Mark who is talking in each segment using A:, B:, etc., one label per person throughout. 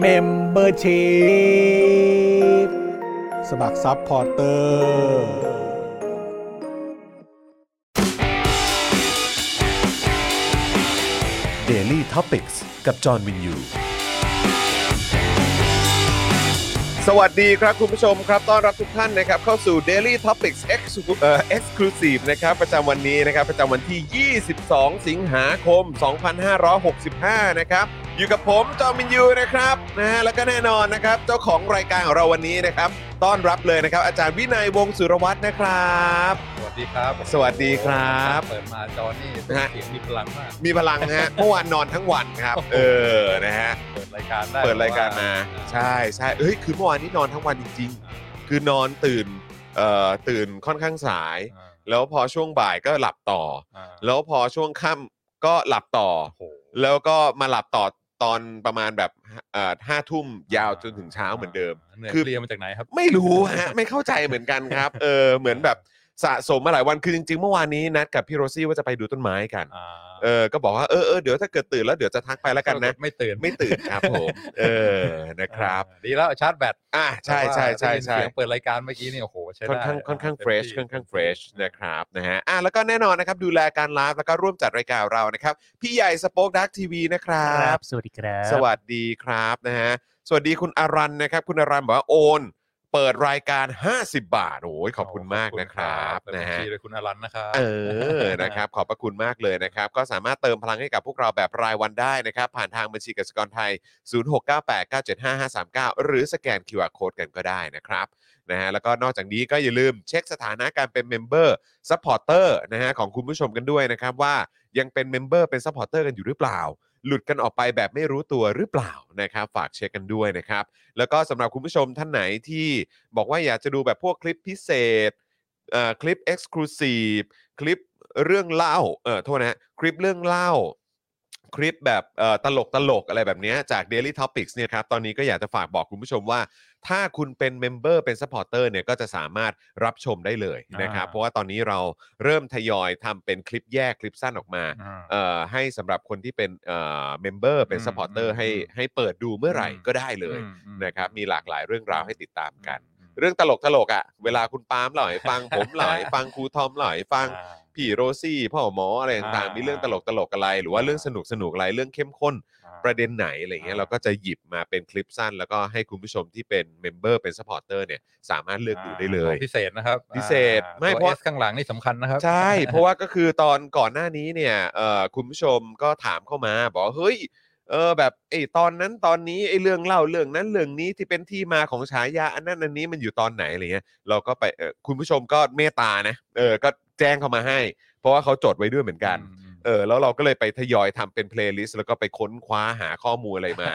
A: เมมเบอร์ชีพสมัครซัพพอร์เตอร์
B: Daily t o p i c กกับจอห์นวินยู
C: สวัสดีครับคุณผู้ชมครับต้อนรับทุกท่านนะครับเข้าสู่ Daily Topics Exclu- เอ่อ Exclusive นะครับประจำวันนี้นะครับประจำวันที่ 22 สิงหาคม 2565 นะครับอยู่กับผมจอมินยูนะครับนะฮะแล้วก็แน่นอนนะครับเจ้าของรายการของเราวันนี้นะครับต้อนรับเลยนะครับอาจารย์วินัยวงศ์สุรวัตรนะครับ
D: สวัสดีครับ
C: สวัสดีครับ
D: เปิดมาจอนี่เป็นเสียงมีพลังมาก
C: มีพลังฮะ เมื่อวานนอนทั้งวันครับ เออนะฮะ
D: เปิดรายการได้
C: เปิดรายการมา
D: เพะว่า
C: ใช่ใช่เอ้ยคือเมื่อวานนี้นอนทั้งวันจริง ๆ คือนอนตื่นเอ่อตื่นค่อนข้างสาย
D: อ่า
C: แล้วพอช่วงบ่ายก็หลับต่อ
D: อ่า
C: แล้วพอช่วงค่ำก็หลับต่อ
D: โอ้โห
C: แล้วก็มาหลับต่อตอนประมาณแบบเอ่อห้าทุ่มยาวจนถึงเช้าเหมือนเดิม
D: เหนื่อย
C: คือ
D: เพลียมาจากไหนครับ
C: ไม่รู้ฮะ ไม่เข้าใจเหมือนกันครับ เออเหมือนแบบสะสมมาหลายวันคือจริงๆเมื่อวานนี้นัดกับพี่โรซี่ว่าจะไปดูต้นไม้กัน
D: อ่า
C: เออก็บอกว่าเออเออเดี๋ยวถ้าเกิดตื่นแล้วเดี๋ยวจะทักไปแล้วกันนะ
D: ไม่ตื่น
C: ไม่ตื่นครับผมเออนะครับ
D: อ่าดีแล้วชาร์จแบต
C: อ่ะใช่ใช่ใช่
D: เพราะว่าได้ยิน
C: ใช่
D: เสียงเปิดรายการเมื่อกี้เนี่ยโอ้โหใช้ได้
C: ค่อนข้างค่อนข้างเฟรช
D: ต็มที่
C: ค่อนข้างเฟรชนะครับนะฮะอ่ะแล้วก็แน่นอนนะครับดูแลการไลฟ์แล้วก็ร่วมจัดรายการเรานะครับ พี่ใหญ่สป็อคดักทีวีนะครั
E: ครับ บ สวัสดีครับ
C: สวัสดีครับนะฮะสวัสดีคุณอารันนะครับ คุณอารันบอกว่าโอน เปิดรายการ 50 บาทโอ้ยขอบคุณมากนะครับ
D: เปิด
C: นะ
D: ญ
C: ฮะ
D: ชีโดยคุณอรันนะครับ
C: เออ นะครับ ขอบพระคุณมากเลยนะครับ ก็สามารถเติมพลังให้กับพวกเราแบบรายวันได้นะครับ ผ่านทางบัญชีกสิกรไทย 0698975539 หรือสแกน QR Code กันก็ได้นะครับ นะฮะ แล้วก็นอกจากนี้ก็อย่าลืมเช็คสถานะการเป็นเมมเบอร์ซัพพอร์เตอร์นะฮะของคุณผู้ชมกันด้วยนะครับ ว่ายังเป็นเมมเบอร์เป็นซัพพอร์เตอร์กันอยู่หรือเปล่า หลุดกันออกไปแบบไม่รู้ตัวหรือเปล่านะครับ ฝากเช็คกันด้วยนะครับ แล้วก็สำหรับคุณผู้ชมท่านไหนที่บอกว่าอยากจะดูแบบพวกคลิปพิเศษเอ่อคลิป Exclusive คลิปเรื่องเล่าเออโทษนะฮะคลิปเรื่องเล่า คลิปแบบเอ่อตลกตลกอะไรแบบเนี้ยจาก Daily Topics เนี่ยครับ ตอนนี้ก็อยากจะฝากบอกคุณผู้ชมว่า ถ้าคุณเป็นเมมเบอร์เป็น s u p p อร์เตอร์เนี่ยก็จะสามารถรับชมได้เลยนะครับ
D: อ่า
C: เพราะว่าตอนนี้เราเริ่มทยอยทำเป็นคลิปแยกคลิปสั้นออกมา
D: อ่า
C: เอ่อให้สำหรับคนที่เป็นเอ่อเมมเบอร์เป็น
D: อืม
C: สปอร์เตอ
D: อื
C: ร์
D: ม
C: ให้
D: อืม
C: ให้เปิดดูเมื่อไหร่
D: อืม
C: ก็ได้เลย
D: อืมอืม
C: นะครับมีหลากหลายเรื่องราวให้ติดตามกัน
D: อืม
C: เรื่องตลกตลกๆอ่ะเวลาคุณปาล์มหล่อยฟัง ผมหล่ อยฟังครูทอมหล่อยฟัง
D: อ่า
C: พี่โรซี่พ่อหมออะไรต่าง
D: อ่า
C: ๆ
D: มี
C: มีเรื่องตลกตลกๆอะไร หรือว่า
D: อ่า
C: เรื่องสนุกสนุกๆอะไรเรื่องเข้มข้น
D: อ่า
C: ประเด็นไหนอะไรเงี้ย
D: อ่า
C: เราก็จะหยิบมาเป็นคลิปสั้น แล้วก็ให้คุณผู้ชมที่เป็นเมมเบอร์เป็นสปอร์เตอร์เนี่ยสามารถเลือกดูได้เลย
D: พิเศษนะครับ
C: พิเศษ
D: อ่
C: ไม่
D: ตัว
C: เพราะ
D: อสข้างหลังนี่สำคัญนะครับ
C: ใช่ เพราะว่าก็คือตอนก่อนหน้านี้เนี่ยเอ่อคุณผู้ชมก็ถามเข้ามา บอกว่าเฮ้ยเออแบบไอ้ตอนนั้นตอนนี้ไอ้เรื่องเล่าเรื่องนั้นเรื่องนี้ที่เป็นที่มาของฉายาอันนั้นอันนี้มันอยู่ตอนไหนอะไรเงี้ยเราก็ไปเออคุณผู้ชมก็เมตตานะเออก็แจ้งเข้ามาให้ เพราะว่าเขาจดไว้ด้วยเหมือนกันเออแล้วเราก็เลยไปทยอยทำเป็นเพลย์ลิสต์แล้วก็ไปค้นคว้าหาข้อมูลอะไรมา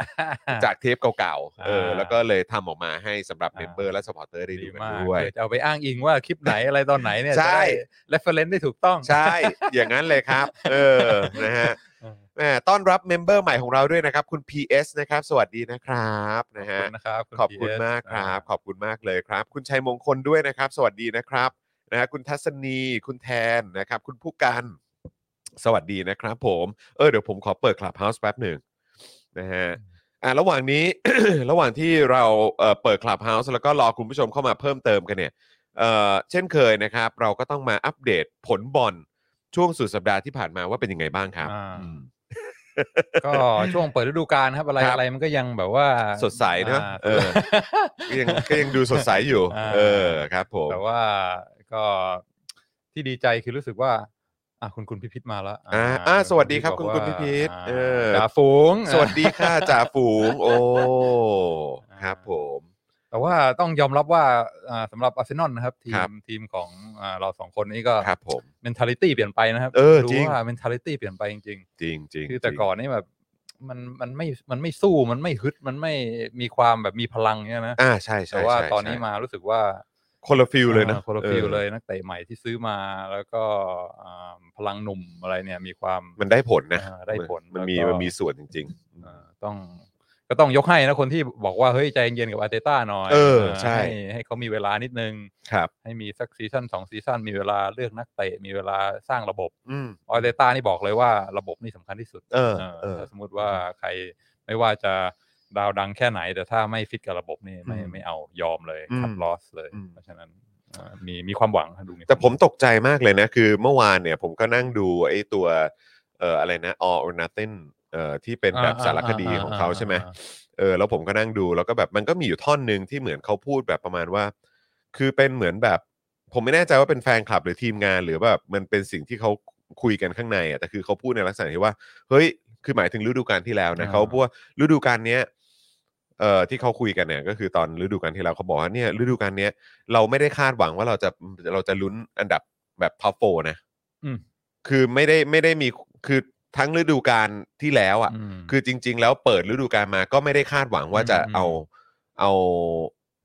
C: จากเทปเก่าๆเออ
D: อ่า
C: แล้วก็เลยทำออกมาให้สำหรับเมมเบอร์และสปอร์เตอร์ได้
D: ดี
C: ดูกัน
D: มาก
C: ด้วย
D: เพื่อจะเอาไปอ้างอิงว่าคลิปไหนอะไรตอนไหนเนี่ย
C: ใช่
D: เรฟเฟรนซ์ได้ถูกต้อง
C: ใช่ อย่างนั้นเลยครับ เออ นะฮะ
D: เออ
C: แหมต้อนรับเมมเบอร์ใหม่ของเราด้วยนะครับ คุณ PS นะครับ สวัสดีนะครับนะ
D: ขอบ
C: ฮะ
D: คุณนะครับ
C: ขอบคุณ
D: พีเส
C: มากครับ ขอบคุณมากเลยครับ คุณชัยมงคลด้วยนะครับ สวัสดีนะครับ นะฮะคุณทัศนี คุณแทนนะครับ คุณผู้กัน สวัสดีนะครับผม เออ เดี๋ยวผมขอเปิดคลับเฮาส์แป๊บหนึ่งนะฮะ อ่ะ ระหว่างนี้ ระหว่างที่เราเอ่อเปิดคลับเฮาส์แล้วก็รอคุณผู้ชมเข้ามาเพิ่มเติมกันเนี่ย เอ่อ เช่นเคยนะครับ เราก็ต้องมาอัปเดตผลบอลช่วงสุดสัปดาห์ที่ผ่านมาว่าเป็นยังไงบ้างครับ
D: อ่า ก็ช่วงเปิดฤดูกาลครับอะไร
C: ครับ
D: อะไรมันก็ยังแบบว่า
C: สดใสเนอะ
D: อ่า
C: เออ ก็ยังก็ยังดูสดใสอยู่
D: อ่า
C: เออครับผม
D: แต่ว่าก็ที่ดีใจคือรู้สึกว่าอ่ะคุณคุณพิพิธมาแล้ว
C: อ่าอ่าสวัสดีครับคุณคุณพิพิธ
D: อ่า
C: เออ
D: จ่าฝูง
C: สวัสดีค่ะจ่าฝูง โอ้ครับผม
D: แต่ว่าต้องยอมรับว่าอ่าสำหรับอาร์เซนอลนะครับ ที
C: ครั
D: ม
C: บ
D: ทีมของอ่าเราสองคนนี้ก็
C: ครับผม
D: mentality เปลี่ยนไปนะครับ
C: เออ
D: รู้
C: จริง
D: ว่า mentality เปลี่ยนไปจริง
C: จริงจริง
D: ๆ คือแต่
C: จริง
D: ก่อนนี่แบบมันมันไม่มันไม่สู้มันไม่ฮึดมันไม่มีความแบบมีพลังเนี่ยนะ
C: อ่าใช่ใช่
D: แต่ว่า
C: ใช่
D: ตอนนี้
C: ใช่
D: มารู้สึกว่า
C: คนละฟิลเลยนะ
D: อ่าคนละฟิล
C: ออ
D: เลยนักเตะใหม่ที่ซื้อมาแล้วก็อ่าพลังหนุ่มอะไรเนี่ยมีความ
C: มันได้ผลนะ
D: อ่าได้ผล
C: มันมี
D: แล้วก็
C: มันมีส่วนจริง ๆ
D: อ่าต้องก็ต้องยกให้นะคนที่บอกว่าเฮ้ยใจเย็นๆกับอาร์เตต้าหน่อย
C: เออ
D: อ่า
C: ใช่
D: ห้ให้เขามีเวลานิดนึง
C: ครับ
D: ให้มีสักซีซั่นสองซีซั่นมีเวลาเลือกนักเตะมีเวลาสร้างระบบ
C: อืม
D: ออเดต้านี่บอกเลยว่าระบบนี่สำคัญที่สุด
C: เออ
D: เออ
C: เออ
D: ถ้าสมมติว่าใครไม่ว่าจะดาวดังแค่ไหน แต่ถ้าไม่ฟิตกับระบบนี่ไม่
C: อืม
D: ไม่เอายอมเลยคัด
C: อืม
D: ลอสเลย
C: อืม
D: เพราะฉะนั้นเอ่อมีมีความหวังดูควาหวัง
C: แต่ผมตกใจมากเลยนะ คือเมื่อวานเนี่ยผมก็นั่งดูไอ้ตัวเอ่ออะไรนะ All or Nothing เอ่อที่เป็นแบบ
D: อ่
C: สารคดีของเขาใช่ไหม
D: อ่า
C: เออแล้วผมก็นั่งดูแล้วก็แบบมันก็มีอยู่ท่อนหนึ่งที่เหมือนเขาพูดแบบประมาณว่า คือเป็นเหมือนแบบ ผมไม่แน่ใจว่าเป็นแฟนคลับหรือทีมงาน หรือแบบมันเป็นสิ่งที่เขาคุยกันข้างในอ่ะแต่คือเขาพูดในลักษณะที่ว่าเฮ้ยคือหมายถึงฤดูกาลที่แล้วนะเขาพูดว่าฤดูกาลเนี้ยเอ่อที่เขาคุยกันเนี่ยก็คือตอนฤดูกาลที่แล้วเขาบอกว่าเนี่ยฤดูกาลเนี้ยเราไม่ได้คาดหวังว่าเราจะเราจะลุ้นอันดับแบบท็อปโฟนะ
D: อืม
C: คือไม่ได้ไม่ได้มีคือทั้งฤดูกาลที่แล้วอ่ะ
D: ม
C: คือจริง ๆ แล้วเปิดฤดูกาลมาก็ไม่ได้คาดหวังว่าจะ
D: อืม
C: เอาเอา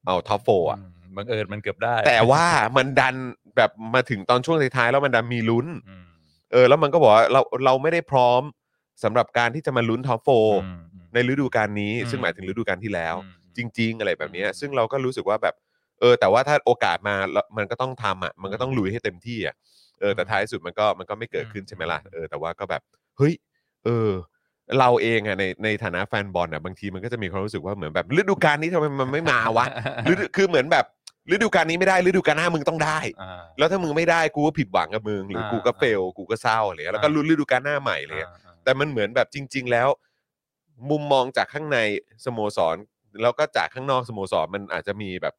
C: เอาท็อปโฟอ่ะ
D: มบังเอิญมันเกือบได้
C: แต่ว่ามันดันแบบมาถึงตอนช่วงท้ายๆแล้วมันดันมีลุ้น
D: อืม
C: เออ แล้วมันก็บอกว่าเราเราไม่ได้พร้อมสำหรับการที่จะมาลุ้นท็อปโฟ
D: อืมอืม
C: ในฤดูกาลนี้
D: อืม
C: ซึ่งหมายถึงฤดูกาลที่แล้ว
D: อืม
C: จริง ๆ อะไรแบบเนี้ย
D: อืม
C: ซึ่งเราก็รู้สึกว่าแบบเออ แต่ว่าถ้าโอกาสมาแล้วมันก็ต้องทำอ่ะมันก็ต้องลุยให้เต็มที่อ่ะเออแต่ท้ายสุดมันก็มันก็ไม่เกิดขึ้นใช่ไหมล่ะเออแต่ว่าก็แบบเฮ้ยเออ เราเองอ่ะในในฐานะแฟนบอลอ่ะบางทีมันก็จะมีความรู้สึกว่าเหมือนแบบฤดูกาลนี้ทำไมมันไม่มาวะฤ ดูคือเหมือนแบบฤดูกาลนี้ไม่ได้ฤดูกาลหน้ามึงต้องได้
D: อ่า
C: แล้วถ้ามึงไม่ได้กูก็ผิดหวังกับมึงหรือกูก็เฟลกูก็เศร้าอะไรเงี้ยแล้วก็ลุ้นฤดูกาลหน้าใหม่อะไรเลย
D: อ่า
C: แต่มันเหมือนแบบจริง ๆ แล้ว มุมมองจากข้างในสโมสร แล้วก็จากข้างนอกสโมสรมันอาจจะมีแบบ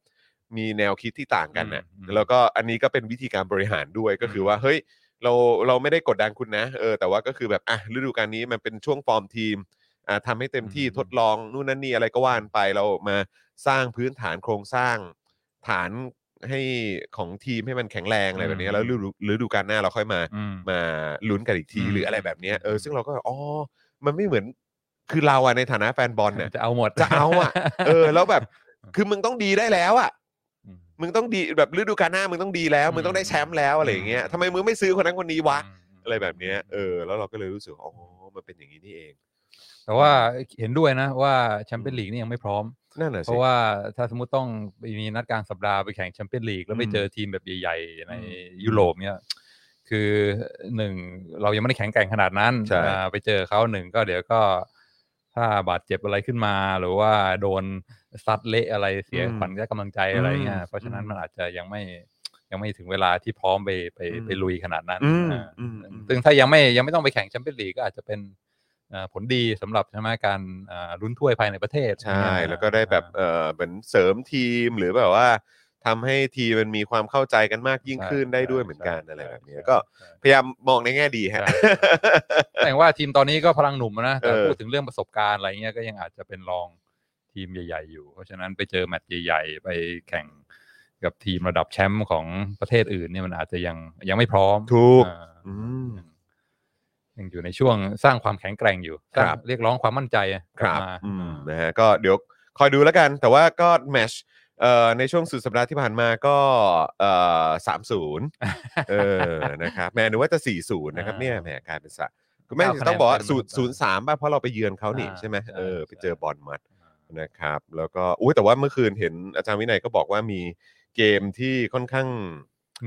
C: มีแนวคิดที่ต่างกันนะ
D: อืมอืม
C: แล้วก็อันนี้ก็เป็นวิธีการบริหารด้วยก็คือ
D: ม
C: ว่าเฮ้ย เราเราไม่ได้กดดันคุณนะเออแต่ว่าก็คือแบบอ่ะฤดูกาลนี้มันเป็นช่วงฟอร์มทีมอ่ะทำให้เต็มที่
D: อืม
C: ทดลองนู่นนั่นนี่อะไรก็ว่านไปเรามาสร้างพื้นฐานโครงสร้างฐานให้ของทีมให้มันแข็งแรงอะไรแบบนี้แล้วฤดูฤดูกาลหน้าเราค่อยมา
D: อืม
C: มาลุ้นกันอีกที
D: อืม
C: หรืออะไรแบบเนี้ยเออ
D: อืม
C: ซึ่งเราก็อ๋อมันไม่เหมือนคือเราอะในฐานะแฟนบอลเนี่ย
D: จะเอาหมด
C: จะเอาอะ เออแล้วแบบคือมึงต้องดีได้แล้วอะ
D: อืม
C: มึงต้องดีแบบฤดูกาลหน้ามึงต้องดีแล้ว มึงต้องได้แชมป์แล้วอะไรอย่างเงี้ยทำไมมึงไม่ซื้อคนนั้นคนนี้วะอะไรแบบเนี้ยเออแล้วเราก็เลยรู้สึกว่าอ๋อมันเป็นอย่างนี้นี่เอง
D: แต่ว่าเห็นด้วยนะว่าแชมเปี้ยนลีกนี่ยังไม่พร้อม
C: นั่นแหละ
D: เพ
C: สิ
D: ราะว่าถ้าสมมติต้องมีนัดกลางสัปดาห์ไปแข่งแชมเปี้ยนลีกแล้วไป
C: อืม
D: เจอทีมแบบใหญ่ ๆ ใน
C: อื
D: ยุโรปเนี่ยคือหนึ่งเรายังไม่ได้แข็งแกร่งขนาดนั้น
C: ใช่
D: อ่าไปเจอเขาหนึ่งก็เดี๋ยวก็ ถ้าบาดเจ็บอะไรขึ้นมา หรือว่าโดนซัดเละอะไรเสียขวัญและกำลังใจอะไรเงี้ยเพราะฉะนั้นมันอาจจะยังไม่ยังไม่ถึงเวลาที่พร้อมไปไปไปลุยขนาดนั้น
C: อืม
D: อ่า
C: อืมอืม
D: ซึ่งถ้ายังไม่ยังไม่ต้องไปแข่งแชมเปี้ยนลีกก็อาจจะเป็นเอ่อผลดีสำหรับใช่ไหมการเอ่อลุ้นถ้วยภายในประเทศ
C: ใช่ แล้วก็ได้แบบเออเหมือนเสริมทีมหรือแบบว่าทำให้ทีมมันมีความเข้าใจกันมากยิ่งขึ้นได้ด้วยเหมือนกันอะไรแบบเนี้ยก็พยายามมองในแง่ดีฮะ
D: แต่ว่าทีมตอนนี้ก็พลังหนุ่มนะแต่
C: เออ
D: พูดถึงเรื่องประสบการณ์อะไรเงี้ยก็ยังอาจจะเป็นรองทีมใหญ่ ๆ อยู่ เพราะฉะนั้นไปเจอแมตช์ใหญ่ ๆ ไปแข่งกับทีมระดับแชมป์ของประเทศอื่นเนี่ยมันอาจจะยังยังไม่พร้อม
C: ถูก
D: อ่า
C: อืม
D: ยังอยู่ในช่วงสร้างความแข็งแกร่งอยู่สร้าง
C: ครับ
D: เรียกร้องความมั่นใจอะก
C: ค
D: ลั
C: รับ
D: มา
C: อืม
D: อ่า
C: นะฮะก็เดี๋ยวคอยดูแล้วกัน แต่ว่าก็แมชเอ่อในช่วงสุดสัปดาห์ที่ผ่านมาก็เอ่อสามศูนย์เออนะครับแหม่นึกว่าจะสี่ศูนย์นะครับเนี่ยแหมกลายเป็นสะคุณแม่จะต้องบอกว่าศูนย์ศูนย์สามป่ะเพราะเราไปเยือนเขานี่
D: อ่า
C: ใช่ไหม
D: ใช่
C: เออไปเจอบอลมา
D: อ่า
C: นะครับแล้วก็อุ้ยแต่ว่าเมื่อคืนเห็นอาจารย์วินัยก็บอกว่ามีเกมที่ค่อนข้าง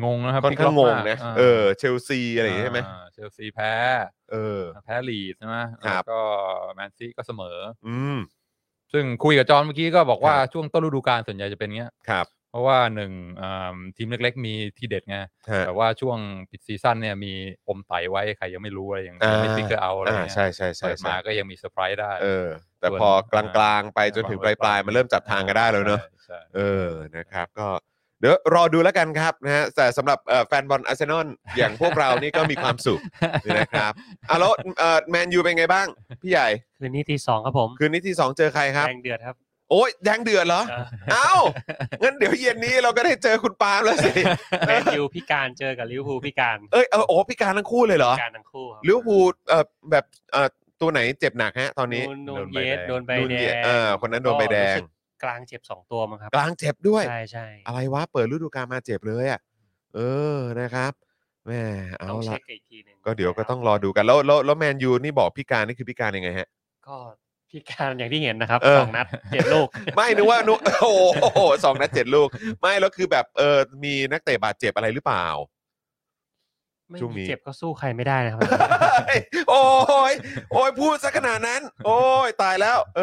D: งงนะครับ
C: ค่อนข้างง
D: พลิกล็
C: ง
D: กมาก
C: นะ
D: า
C: เออเชลซีอะไรอย่างงี้ใช่ไหมา
D: เชลซีแพ้
C: เออ
D: แพ้ลีดใช่ไหม
C: ครับ
D: แล้วก็แมนซีก็เสมอ
C: อืม
D: ซึ่งคุยกับจอห์นเมื่อกี้ก็บอกว่า
C: ครับ
D: ช่วงต้นฤดูกาลส่วนใหญ่จะเป็นเงี้ย
C: ครับ
D: เพราะว่าหนึ่งอ่าทีมเล็ก ๆ มีทีเด็ดไง
C: ฮะ
D: แต่ว่าช่วงปิดซีซั่นเนี่ยมีอมไตไว้ใครยังไม่รู้อะไรยังยังไม่ฟิกเกอร์เอาอะไร
C: อ่า
D: เงี้ย
C: ใช่ใช่ใช่
D: เปิด
C: ใช่
D: มาก็ยังมีเซอร์ไพรส์ได้
C: เออ แต่พอกลางๆ ไปจนถึงปลายๆมันเริ่มจับทางกันได้แล้วเนอะ
D: ใช่
C: เออ นะครับ ก็เดี๋ยวรอดูแล้วกันครับนะฮะ แต่สำหรับเอ่อแฟนบอลอาร์เซนอลอย่างพวกเรานี่ก็มีความสุข นะครับอ่ะแล้วเอ่อแมนยูเป็นไงบ้าง พี่ใหญ่
E: คืนนี้ที่สองครับผม
C: คืนนี้ที่ 2 เจอใครครับ
E: แรงเดือดครับ
C: โอ้ยแดงเดือดเหรอ
E: เออ
C: เอ้า งั้นเดี๋ยวเย็นนี้เราก็ได้เจอคุณปาล์มแล้วสิ
E: แมนยูพิการเจอกับลิเวอร์พูลพิการ
C: เอ้ยเออโอ้พิการทั้งคู่เลยเหรอ
E: พิการทั้งคู่ครับ
C: ลิเวอร์พูลเอ่อแบบเอ่อตัวไหนเจ็บหนักฮะ ตอนนี้
E: โดนเยสโดนใบ
C: ดู
E: แด
C: นี่
E: ง
C: เออคนนั้นโดนใบแดง
E: ก็รู้สึกกลางเจ็บสองตัวมั้งครับ
C: กลางเจ็บด้วย
E: ใช่ใช่
C: อะไรวะ เปิดฤดูกาลมาเจ็บเลยอ่ะ เออ นะครับแหม่เอา
E: ต้อง
C: ละ
E: เช็คอีกทีหนึง
C: ก็เดี๋ยวก็ต้องรอดูกัน แล้วแล้วแล้วแมนยูนี่บอกพิการนี่คือพิการยังไงฮะ
E: ก็พิการอย่างที่เห็นนะครับ
C: เออ
E: สองนัดเจ็ดลูก
C: ไม่นึกว่า นุ โอ้โหสองนัดเจ็ดลูก ไม่แล้วคือแบบเออมีนักเตะบาดเจ็บอะไรหรือเปล่า
E: ไม่
C: ช่วงนี้
E: มีเจ็บก็สู้ใครไม่ได้นะครับ
C: โอ้ยโอ้ยพูดซะขนาดนั้น โอ้ยตายแล้ว เอ